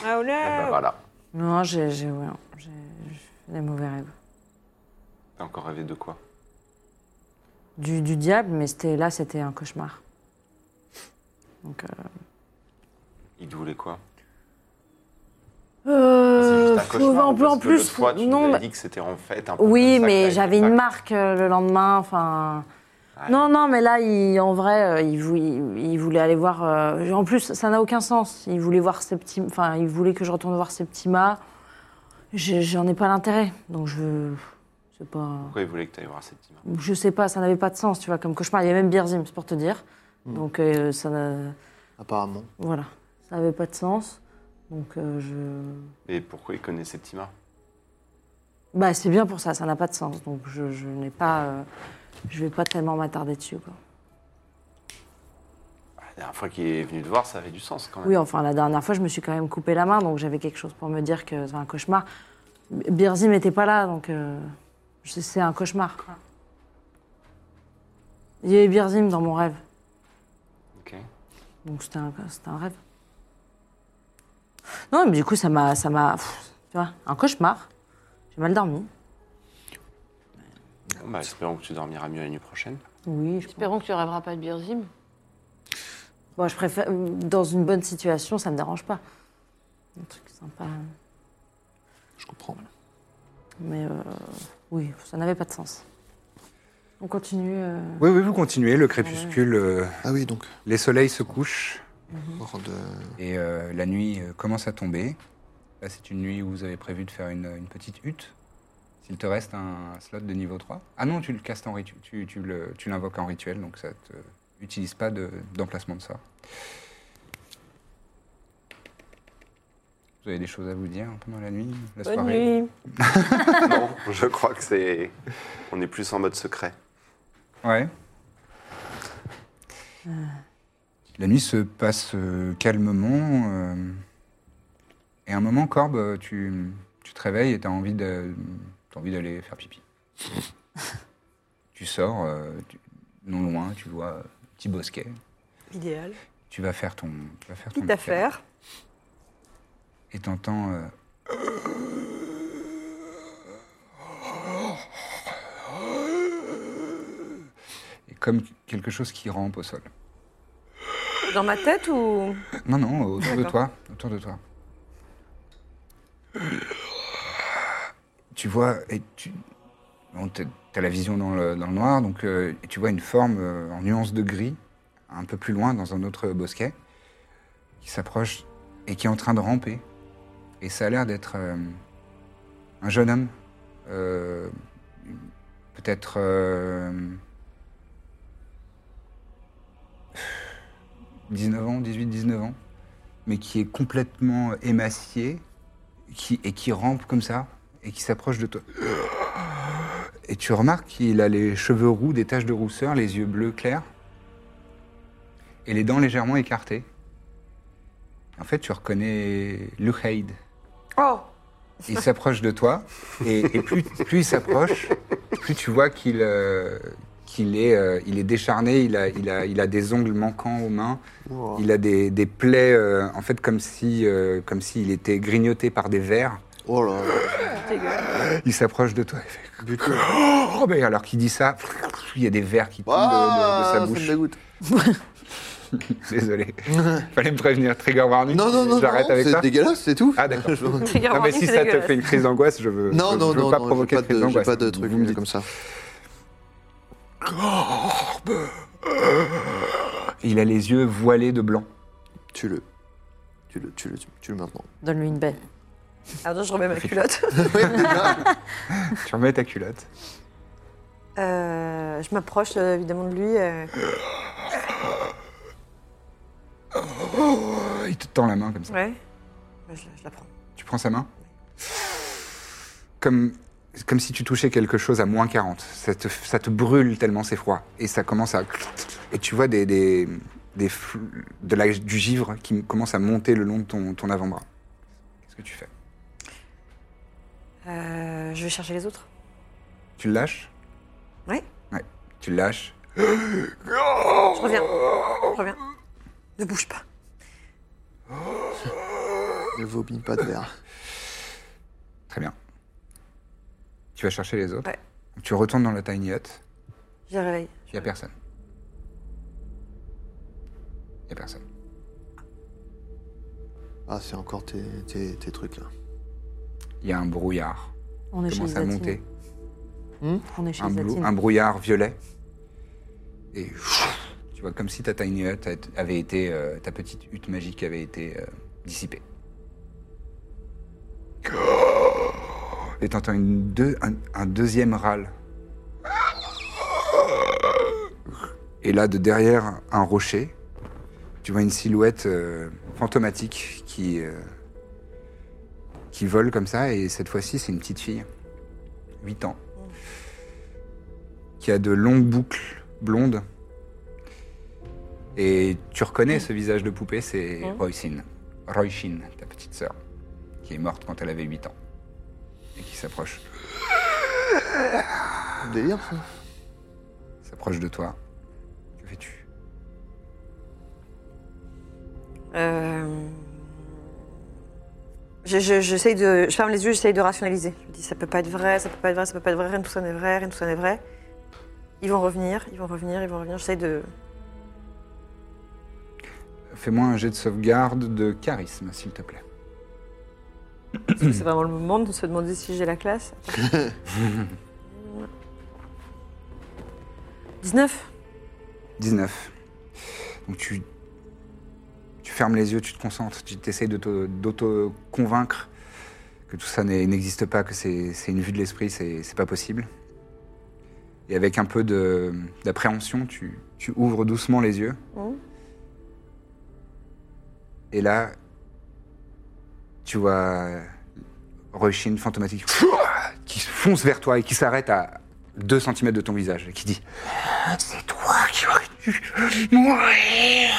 Speaker 5: Ah
Speaker 6: Ah bah
Speaker 5: oh là
Speaker 6: voilà.
Speaker 3: Non, j'ai. j'ai- Ouais, j'ai j'ai fait des mauvais rêves.
Speaker 6: T'as encore rêvé de quoi
Speaker 3: Du, du diable, mais c'était là, c'était un cauchemar. Donc, euh,
Speaker 6: Il voulait quoi Ah,
Speaker 3: Euh,
Speaker 6: C'est juste un
Speaker 3: faut-
Speaker 6: cauchemar,
Speaker 3: un peu en
Speaker 6: parce que l'autre
Speaker 3: plus.
Speaker 6: fois, tu
Speaker 3: non,
Speaker 6: nous avais
Speaker 3: mais-
Speaker 6: dit que c'était en fait un peu
Speaker 3: oui,
Speaker 6: comme ça que
Speaker 3: mais
Speaker 6: t'avais
Speaker 3: j'avais
Speaker 6: fait
Speaker 3: une
Speaker 6: ça.
Speaker 3: marque euh, le lendemain. Enfin,
Speaker 6: Ouais.
Speaker 3: non, non, mais là, il- en vrai, euh, il, vou- il- il voulait aller voir. euh, en plus, ça n'a aucun sens. Il voulait voir Septima. Enfin, il voulait que je retourne voir Septima. J'ai- J'en ai pas l'intérêt, donc je. C'est pas.
Speaker 6: Pourquoi il voulait que t'ailles voir cette image
Speaker 3: Je sais pas, ça n'avait pas de sens, tu vois, comme cauchemar. Il y avait même Birzim, c'est pour te dire.
Speaker 6: Hmm.
Speaker 3: Donc, euh, ça n'a.
Speaker 2: apparemment.
Speaker 3: Voilà, ça n'avait pas de sens. Donc, euh, je.
Speaker 6: Et pourquoi il connaît Septima
Speaker 3: Bah, c'est bien pour ça, ça n'a pas de sens. Donc je, je n'ai pas. euh, je vais pas tellement m'attarder dessus. Quoi.
Speaker 6: La dernière fois qu'il est venu te voir, ça avait du sens quand même.
Speaker 3: Oui, enfin, la dernière fois, je me suis quand même coupé la main, donc j'avais quelque chose pour me dire que c'est un cauchemar. B- Birzim n'était pas là, donc euh, je sais, c'est un cauchemar. Il y avait Birzim dans mon rêve,
Speaker 6: Ok.
Speaker 3: donc c'était un, c'était un rêve. Non, mais du coup, ça m'a. ça m'a pff, tu vois, un cauchemar. J'ai mal dormi.
Speaker 6: Bon, bah, espérons que tu dormiras mieux la nuit prochaine.
Speaker 3: Oui, je
Speaker 7: Espérons que tu rêveras pas de Birzim.
Speaker 3: Bon, je préfère. Dans une bonne situation, ça me dérange pas. Un truc sympa.
Speaker 2: Je comprends.
Speaker 3: Mais euh, oui, ça n'avait pas de sens. On continue. euh,
Speaker 1: Oui, oui, vous continuez, le crépuscule, euh,
Speaker 2: Ah oui, donc.
Speaker 1: les soleils se couchent
Speaker 2: hors de-
Speaker 1: et euh, la nuit euh, commence à tomber. Là, c'est une nuit où vous avez prévu de faire une, une petite hutte. S'il te reste un slot de niveau 3. Ah non, tu le castes en ritu- tu, tu le- tu l'invoques en rituel, donc ça te utilise pas de- d'emplacement de, sort. Vous avez des choses à vous dire pendant la nuit, la
Speaker 5: Bonne
Speaker 1: soirée
Speaker 5: nuit.
Speaker 6: non, je crois que c'est. On est plus en mode secret.
Speaker 1: Ouais. La nuit se passe euh, calmement. euh, et à un moment, Corbe, euh, tu, tu te réveilles et t'as envie de- t'as envie d'aller faire pipi. tu sors, euh, tu- non loin, tu vois euh, un petit bosquet.
Speaker 5: Idéal.
Speaker 1: Tu vas faire ton. Tu vas faire ton
Speaker 5: Quitte à
Speaker 1: pipi.
Speaker 5: faire.
Speaker 1: Et t'entends. euh, et comme quelque chose qui rampe au sol.
Speaker 5: Dans ma tête ou.
Speaker 1: Non, non, autour de
Speaker 5: D'accord.
Speaker 1: toi. Autour de toi. Tu vois, et tu. Bon, t'as t'as la vision dans le, dans le noir, donc euh, et tu vois une forme euh, en nuance de gris, un peu plus loin, dans un autre bosquet, qui s'approche et qui est en train de ramper Et ça a l'air d'être euh, un jeune homme. euh, Peut-être. euh, 19 ans, 18, 19 ans. Mais qui est complètement émacié. Qui, et qui rampe comme ça. Et qui s'approche de toi. Et tu remarques qu'il a les cheveux roux, des taches de rousseur, les yeux bleus clairs. Et les dents légèrement écartées. En fait, tu reconnais Luke Hyde.
Speaker 5: Oh
Speaker 1: Il s'approche de toi, et, et plus, plus il s'approche, plus tu vois qu'il euh, qu'il est, euh, il est décharné, il a, il, a, il a des ongles manquants aux mains, il a des, des plaies, euh, en fait, comme si, euh, comme s'il était grignoté par des vers.
Speaker 2: Oh là là.
Speaker 1: Il s'approche de toi. Il fait,
Speaker 2: Putain.
Speaker 1: oh, mais alors qu'il dit ça, il y a des vers qui tombent de- de, de
Speaker 2: Ah,
Speaker 1: sa
Speaker 2: ça me
Speaker 1: bouche.
Speaker 2: dégoûte.
Speaker 1: Désolé. Fallait me prévenir. Trigger warning.
Speaker 2: Non, non, non,
Speaker 1: J'arrête
Speaker 2: non,
Speaker 1: avec
Speaker 2: c'est
Speaker 1: ça.
Speaker 2: dégueulasse, c'est tout.
Speaker 1: Ah, d'accord.
Speaker 2: Je- non,
Speaker 5: Trigger
Speaker 1: Non, mais
Speaker 5: warning,
Speaker 1: si
Speaker 5: c'est
Speaker 1: ça te
Speaker 5: dégueulasse.
Speaker 1: fait une crise d'angoisse, je veux, je- je
Speaker 2: non,
Speaker 1: veux
Speaker 2: non,
Speaker 1: pas
Speaker 2: non,
Speaker 1: provoquer
Speaker 2: j'ai pas
Speaker 1: de crise
Speaker 2: de, j'ai
Speaker 1: d'angoisse.
Speaker 2: pas de
Speaker 1: Vous
Speaker 2: trucs
Speaker 1: me dites.
Speaker 2: comme ça.
Speaker 1: Il a les yeux voilés de blanc.
Speaker 2: Tue-le. Tue-le, tue-le, tue-le maintenant.
Speaker 3: Donne-lui une baie.
Speaker 5: Ah non, je remets ma culotte.
Speaker 1: Tu remets ta culotte.
Speaker 5: Euh, je m'approche euh, évidemment de lui. euh.
Speaker 1: Oh, Il te tend la main comme ça.
Speaker 5: Ouais. Je, je la prends.
Speaker 1: Tu prends sa main. Comme, comme si tu touchais quelque chose à moins 40. Ça te, ça te brûle tellement c'est froid. Et ça commence à... Et tu vois des, des, des flou- de la, du givre qui commence à monter le long de ton, ton avant-bras. Qu'est-ce que tu fais
Speaker 5: Euh, je vais chercher les autres.
Speaker 1: Tu le lâches
Speaker 5: Ouais.
Speaker 1: Ouais. Tu le lâches.
Speaker 5: Je reviens. Je reviens. Ne bouge pas.
Speaker 2: Ne vomis pas de verre.
Speaker 1: Très bien. Tu vas chercher les autres.
Speaker 5: Ouais.
Speaker 1: Tu retournes dans la tiny hut.
Speaker 5: Je les réveille.
Speaker 1: Il n'y a personne. Il n'y a personne.
Speaker 2: Ah, c'est encore tes, tes, tes trucs là.
Speaker 1: Il y a un brouillard.
Speaker 3: On est
Speaker 1: qui
Speaker 3: chez les
Speaker 1: commence à
Speaker 3: Latines.
Speaker 1: monter.
Speaker 3: On est chez
Speaker 1: Un,
Speaker 3: les
Speaker 1: blou-
Speaker 3: Latines.
Speaker 1: un brouillard violet. Et tu vois, comme si ta tiny hut a- avait été. euh, ta petite hutte magique avait été euh, dissipée. Et t'entends une deux, un, un deuxième râle. Et là, de derrière un rocher, tu vois une silhouette euh, fantomatique qui, euh, qui vole comme ça. Et cette fois-ci, c'est une petite fille, 8 ans, qui a de longues boucles blondes. Et tu reconnais ce visage de poupée, c'est Roisin. Roisin, ta petite sœur, qui est morte quand elle avait 8 ans. Et qui s'approche.
Speaker 2: Délire ça
Speaker 1: s'approche de toi. Que fais-tu
Speaker 5: Euh... je- je- J'essaye de. Je ferme les yeux, j'essaye de rationaliser. Je me dis, ça peut pas être vrai, ça peut pas être vrai, ça peut pas être vrai, rien de tout ça n'est vrai, rien de tout ça n'est vrai. Ils vont revenir, ils vont revenir, ils vont revenir. J'essaye de.
Speaker 1: Fais-moi un jet de sauvegarde de charisme, s'il te plaît.
Speaker 5: Est-ce que c'est vraiment le moment de se demander si j'ai la classe 19
Speaker 1: 19. Donc tu, tu fermes les yeux, tu te concentres, tu t'essayes de te- d'auto-convaincre que tout ça n'est- n'existe pas, que c'est c'est une vue de l'esprit, c'est c'est pas possible. Et avec un peu de- d'appréhension, tu, tu ouvres doucement les yeux.
Speaker 5: Mhm.
Speaker 1: Et là, tu vois Roisin fantomatique qui fonce vers toi et qui s'arrête à 2 cm de ton visage et qui dit c'est toi qui aurais dû mourir.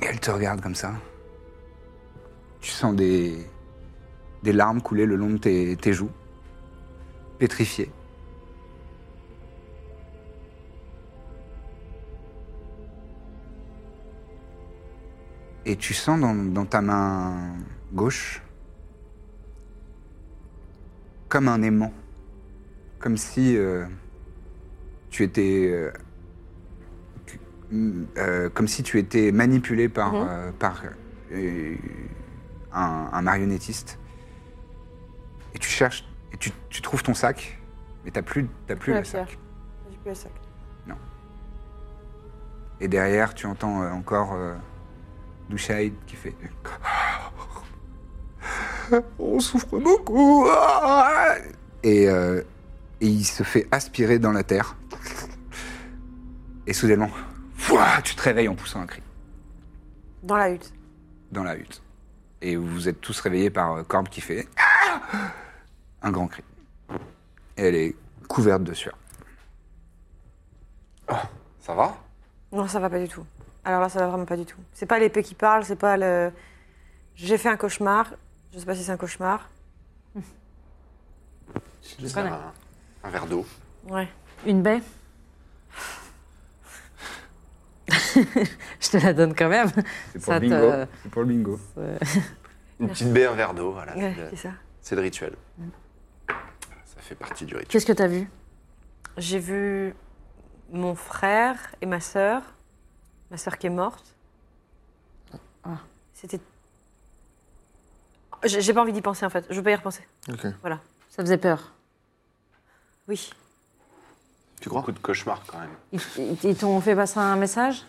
Speaker 1: Et elle te regarde comme ça. Tu sens des, des larmes couler le long de tes, tes joues, pétrifiées. Et tu sens dans, dans ta main gauche comme un aimant. Comme si euh, tu étais. euh, que- mm, euh, comme si tu étais manipulé par, euh, par euh, un, un marionnettiste. Et tu cherches. Et tu, tu trouves ton sac, mais t'as plus, t'as plus
Speaker 3: La
Speaker 1: le sac.
Speaker 3: pierre.
Speaker 5: J'ai plus la sac.
Speaker 1: Et derrière, tu entends euh, encore euh, Douchaïd qui fait. On souffre beaucoup. ah Et, euh, et il se fait aspirer dans la terre. Et soudainement, ouah, tu te réveilles en poussant un cri
Speaker 5: Dans la hutte.
Speaker 1: dans la hutte. Et vous êtes tous réveillés par euh, Corbe qui fait Ah un grand cri. Et elle est couverte de sueur.
Speaker 6: Ça va
Speaker 5: Non, ça va pas du tout. Alors là, ça va vraiment pas du tout. C'est pas l'épée qui parle, c'est pas le. J'ai fait un cauchemar. Je sais pas si c'est un cauchemar.
Speaker 6: Juste un, un verre d'eau.
Speaker 5: Ouais.
Speaker 3: Une baie Je te la donne quand même.
Speaker 1: C'est pour,
Speaker 3: Ça
Speaker 1: le
Speaker 3: te-
Speaker 1: bingo. C'est pour le bingo.
Speaker 6: Une petite baie, un verre d'eau, voilà.
Speaker 5: Ouais,
Speaker 6: c'est le-
Speaker 5: c'est ça.
Speaker 6: C'est le rituel.
Speaker 3: Mm.
Speaker 6: Ça fait partie du rituel.
Speaker 3: Qu'est-ce que t'as vu
Speaker 5: J'ai vu mon frère et ma sœur. Ma sœur qui est morte.
Speaker 3: Ah.
Speaker 5: C'était. J'ai j'ai pas envie d'y penser en fait. Je veux pas y repenser.
Speaker 2: Ok.
Speaker 3: Ça faisait peur.
Speaker 5: Oui.
Speaker 2: Tu crois
Speaker 6: Beaucoup de cauchemars quand même.
Speaker 3: Ils, ils- ils t'ont fait passer un message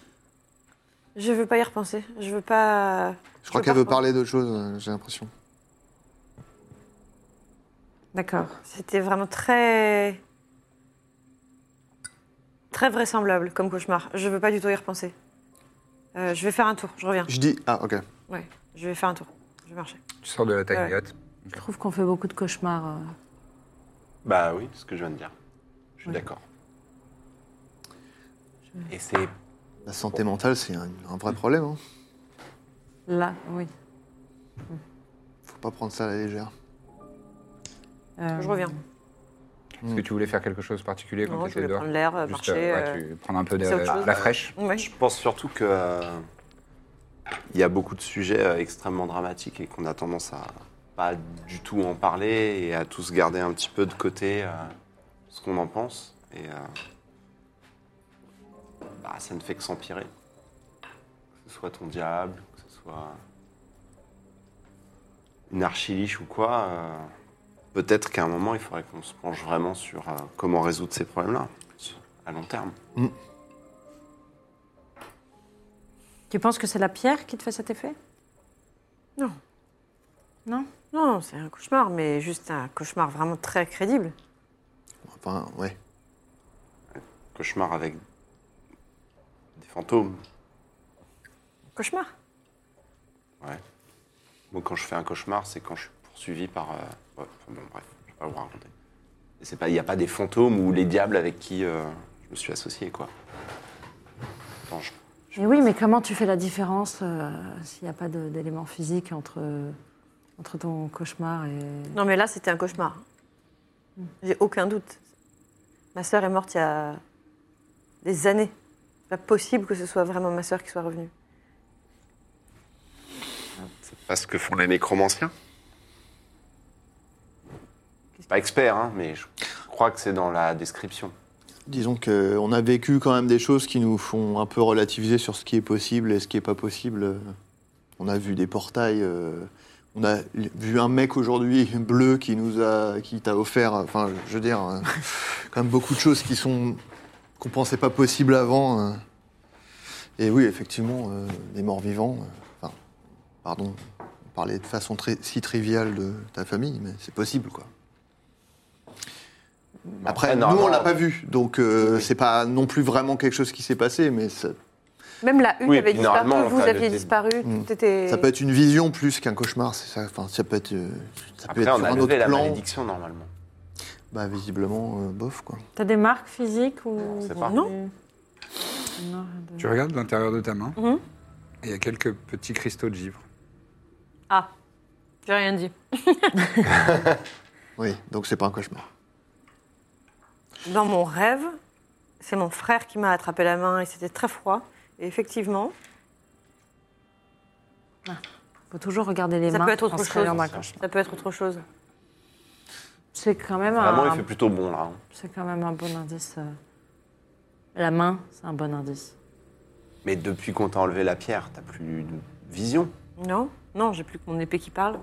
Speaker 5: Je veux pas y repenser. Je veux pas.
Speaker 2: Je crois
Speaker 5: veux
Speaker 2: qu'elle
Speaker 5: pas
Speaker 2: veut
Speaker 5: repenser.
Speaker 2: parler d'autre chose, euh, j'ai l'impression.
Speaker 3: D'accord.
Speaker 5: C'était vraiment très. très vraisemblable comme cauchemar. Je veux pas du tout y repenser. Euh, je vais faire un tour, je reviens.
Speaker 2: Je dis. Ah, ok.
Speaker 5: Ouais, je vais faire un tour. Je vais marcher.
Speaker 1: Tu sors de la tagliate.
Speaker 3: Je trouve qu'on fait beaucoup de cauchemars. euh.
Speaker 6: Bah oui, c'est ce que je viens de dire. Je suis d'accord. Et c'est
Speaker 2: La santé mentale, c'est un, un vrai problème. Hein.
Speaker 3: Là, oui.
Speaker 2: Faut pas prendre ça à la légère.
Speaker 3: Euh,
Speaker 5: Je reviens.
Speaker 1: Est-ce que tu voulais faire quelque chose de particulier quand
Speaker 5: Non,
Speaker 1: tu
Speaker 5: je
Speaker 1: étais
Speaker 5: vais
Speaker 1: dehors
Speaker 5: prendre l'air, euh,
Speaker 1: Juste,
Speaker 5: marcher.
Speaker 1: euh,
Speaker 5: euh,
Speaker 1: ouais, tu prends un peu de
Speaker 5: c'est autre chose. euh.
Speaker 1: la fraîche.
Speaker 5: ouais.
Speaker 6: Je pense surtout que euh, il y a beaucoup de sujets euh, extrêmement dramatiques et qu'on a tendance à pas du tout en parler et à tous garder un petit peu de côté euh, ce qu'on en pense. Et euh, bah, ça ne fait que s'empirer. Que ce soit ton diable, que ce soit une archiliche ou quoi, euh, peut-être qu'à un moment il faudrait qu'on se penche vraiment sur euh, comment résoudre ces problèmes-là à long terme.
Speaker 3: Tu penses que c'est la pierre qui te fait cet effet
Speaker 5: Non.
Speaker 3: Non
Speaker 5: Non, c'est un cauchemar, mais juste un cauchemar vraiment très crédible.
Speaker 2: Enfin, ouais.
Speaker 6: cauchemar avec des fantômes.
Speaker 5: Cauchemar
Speaker 6: Ouais. Moi, quand je fais un cauchemar, c'est quand je suis poursuivi par. euh, ouais, enfin, bon, bref, je vais pas vous raconter. Et c'est pas, il n'y a pas des fantômes ou les diables avec qui euh, je me suis associé, quoi. Attends, je-
Speaker 3: Mais Eh oui, mais comment tu fais la différence euh, s'il n'y a pas de- d'éléments physiques entre, entre ton cauchemar et.
Speaker 5: Non, mais là, c'était un cauchemar. J'ai aucun doute. Ma sœur est morte il y a des années. C'est pas possible que ce soit vraiment ma sœur qui soit revenue.
Speaker 6: c'est pas ce que font les nécromanciens. Pas expert, hein, mais je crois que c'est dans la description.
Speaker 2: Disons qu'on a vécu quand même des choses qui nous font un peu relativiser sur ce qui est possible et ce qui n'est pas possible. Euh, On a vu des portails. euh, on a l- vu un mec aujourd'hui bleu qui nous a, qui t'a offert. euh, Enfin, je veux dire, euh, quand même beaucoup de choses qui sont qu'on pensait pas possible avant. euh. Et oui, effectivement, euh, des morts vivants. euh, enfin, pardon, on parlait de façon très- si triviale de ta famille, mais c'est possible, quoi. Après,
Speaker 6: Après,
Speaker 2: nous,
Speaker 6: normalement-
Speaker 2: on l'a pas vu, donc euh, c'est pas non plus vraiment quelque chose qui s'est passé, mais ça,
Speaker 5: Même la hutte
Speaker 6: Oui,
Speaker 5: avait
Speaker 6: puis
Speaker 5: disparu,
Speaker 6: normalement,
Speaker 5: vous
Speaker 6: enfin,
Speaker 5: aviez
Speaker 6: le- Mm.
Speaker 5: disparu, tout était.
Speaker 2: ça peut être une vision plus qu'un cauchemar, c'est ça. Enfin, ça peut être, euh, ça peut
Speaker 6: Après,
Speaker 2: être
Speaker 6: on
Speaker 2: sur
Speaker 6: a
Speaker 2: un
Speaker 6: levé
Speaker 2: autre
Speaker 6: la
Speaker 2: plan.
Speaker 6: malédiction, normalement.
Speaker 2: Bah, visiblement, euh, bof, quoi.
Speaker 3: T'as des marques physiques ou.
Speaker 6: On sait pas.
Speaker 3: Non. Non, rien de-
Speaker 1: Tu regardes l'intérieur de ta main.
Speaker 5: Mhm.
Speaker 1: et Il y a quelques petits cristaux de givre.
Speaker 5: Ah, j'ai rien dit.
Speaker 2: Oui, donc c'est pas un cauchemar.
Speaker 5: Dans mon rêve, c'est mon frère qui m'a attrapé la main et c'était très froid. Et effectivement,
Speaker 3: Faut toujours regarder les
Speaker 5: ça
Speaker 3: mains.
Speaker 5: peut être autre
Speaker 3: quand
Speaker 5: chose.
Speaker 3: c'est dans un cauchemar.
Speaker 5: Ça peut être autre chose.
Speaker 3: C'est quand même
Speaker 6: Vraiment, il
Speaker 3: un.
Speaker 6: fait plutôt bon, là. hein.
Speaker 3: C'est quand même un bon indice. euh. La main, c'est un bon indice.
Speaker 6: Mais depuis qu'on t'a enlevé la pierre, t'as plus de vision.
Speaker 5: Non, non, j'ai plus que mon épée qui parle.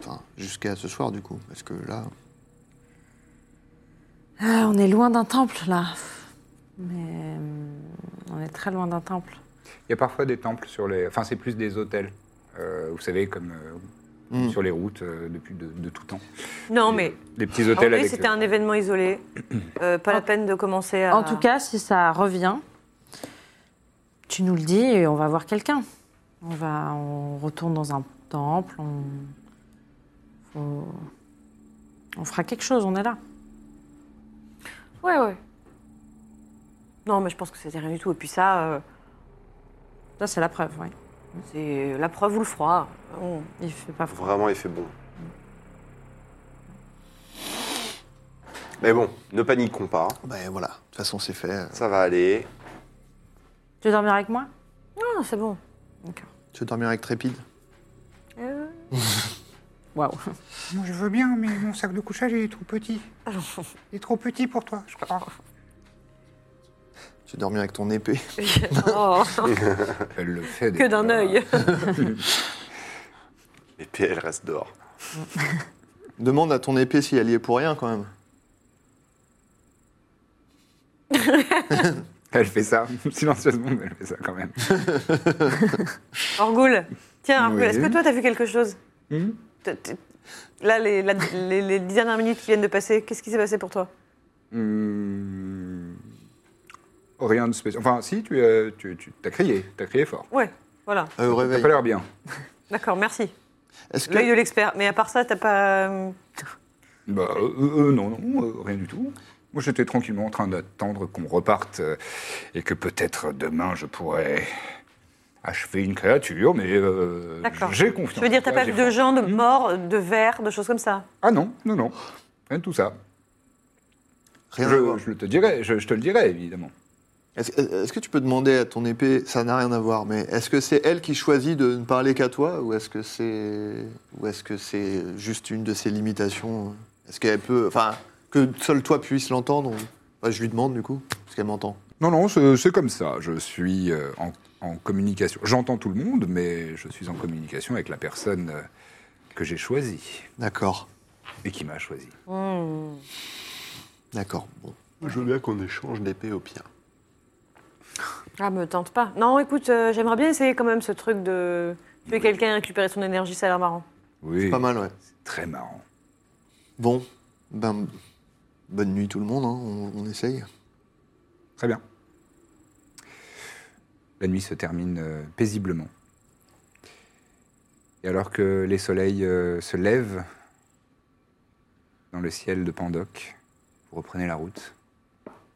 Speaker 2: Enfin, jusqu'à ce soir, du coup, parce que là,
Speaker 3: Ah, on est loin d'un temple là. Mais. euh, très loin d'un temple.
Speaker 1: Il y a parfois des temples sur les. Enfin, c'est plus des hôtels. euh, vous savez, comme euh,
Speaker 2: Mm.
Speaker 1: sur les routes euh, depuis de, de tout temps.
Speaker 5: Non,
Speaker 1: Des-
Speaker 5: mais
Speaker 1: Des petits
Speaker 5: en
Speaker 1: hôtels
Speaker 5: plus,
Speaker 1: avec. euh,
Speaker 5: c'était un événement isolé. Euh, pas la peine de commencer à.
Speaker 3: En tout cas, si ça revient, tu nous le dis et on va voir quelqu'un. On va, on retourne dans un temple, on, faut- on fera quelque chose, on est là.
Speaker 5: Ouais, ouais. Non, mais je pense que c'était rien du tout. Et puis ça, euh,
Speaker 3: Là, c'est la preuve, oui.
Speaker 5: c'est la preuve ou le froid. On-
Speaker 3: Il fait pas froid.
Speaker 6: Vraiment, il fait bon. Mais bon, ne paniquons pas.
Speaker 2: Ben voilà, de toute façon, c'est fait. euh.
Speaker 6: Ça va aller.
Speaker 3: Tu veux dormir avec moi
Speaker 5: Non, c'est bon.
Speaker 2: Tu veux dormir avec Trépide
Speaker 5: Euh,
Speaker 3: Waouh.
Speaker 1: Moi, je veux bien, mais mon sac de couchage, il est trop petit. Il est trop petit pour toi, je crois.
Speaker 2: Tu veux dormir avec ton épée
Speaker 5: oh,
Speaker 1: Elle le fait.
Speaker 5: que d'un œil.
Speaker 6: Et puis elle reste dehors.
Speaker 2: Demande à ton épée si elle y est pour rien, quand même.
Speaker 1: Elle fait ça, silencieusement, mais elle fait ça quand même.
Speaker 5: Orgoul, tiens, Orgoul,
Speaker 1: Oui.
Speaker 5: est-ce que toi, t'as vu quelque chose
Speaker 1: Hmm
Speaker 5: T'as- t'as- Là, les, la- les- les dix dernières minutes qui viennent de passer, qu'est-ce qui s'est passé pour toi
Speaker 1: Hmm. Rien de spécial. Enfin, si, tu, euh, tu, tu as crié, tu as crié fort.
Speaker 5: Ouais, voilà.
Speaker 2: Euh, au
Speaker 1: T'as
Speaker 2: réveil.
Speaker 1: pas l'air bien.
Speaker 5: D'accord, merci.
Speaker 2: Est-ce
Speaker 5: L'œil de
Speaker 2: que,
Speaker 5: l'expert. Mais à part ça, t'as pas. euh,
Speaker 1: Bah, euh, euh, non, non, euh, rien du tout. Moi, j'étais tranquillement en train d'attendre qu'on reparte euh, et que peut-être demain je pourrais achever une créature, mais euh,
Speaker 5: D'accord.
Speaker 1: j'ai confiance.
Speaker 5: Je veux dire, t'as
Speaker 1: Ah,
Speaker 5: pas
Speaker 1: j'ai
Speaker 5: vu de
Speaker 1: foi.
Speaker 5: gens, de morts, de verres, de choses comme ça
Speaker 1: Ah non, non, non, rien de tout ça.
Speaker 2: rien à
Speaker 1: je,
Speaker 2: voir.
Speaker 1: je le te dirai, je, je te le dirai évidemment.
Speaker 2: Est-ce euh, est-ce que tu peux demander à ton épée, ça n'a rien à voir, mais est-ce que c'est elle qui choisit de ne parler qu'à toi ou est-ce que c'est ou est-ce que c'est juste une de ses limitations Est-ce qu'elle peut, enfin, que seul toi puisse l'entendre ou- Enfin, Je lui demande du coup, parce qu'elle m'entend.
Speaker 1: Non, non, c'est c'est comme ça. Je suis euh, en, en communication. J'entends tout le monde, mais je suis en communication avec la personne euh, que j'ai choisie
Speaker 2: D'accord,
Speaker 1: et qui m'a choisi.
Speaker 2: d'accord. Bon.
Speaker 6: Je veux bien qu'on échange d'épée au pire.
Speaker 5: Ah, me tente pas. Non, écoute, euh, j'aimerais bien essayer quand même ce truc de tuer quelqu'un et récupérer son énergie, ça a l'air marrant.
Speaker 1: Oui,
Speaker 2: Pas mal, ouais.
Speaker 1: très marrant.
Speaker 2: Bon, ben, bonne nuit tout le monde. hein, On, on essaye.
Speaker 1: Très bien. La nuit se termine euh, paisiblement. Et alors que les soleils euh, se lèvent dans le ciel de Pandoc, vous reprenez la route,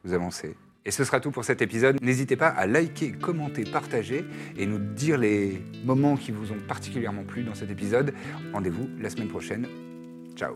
Speaker 1: vous avancez. Et ce sera tout pour cet épisode. N'hésitez pas à liker, commenter, partager et nous dire les moments qui vous ont particulièrement plu dans cet épisode. Rendez-vous la semaine prochaine. Ciao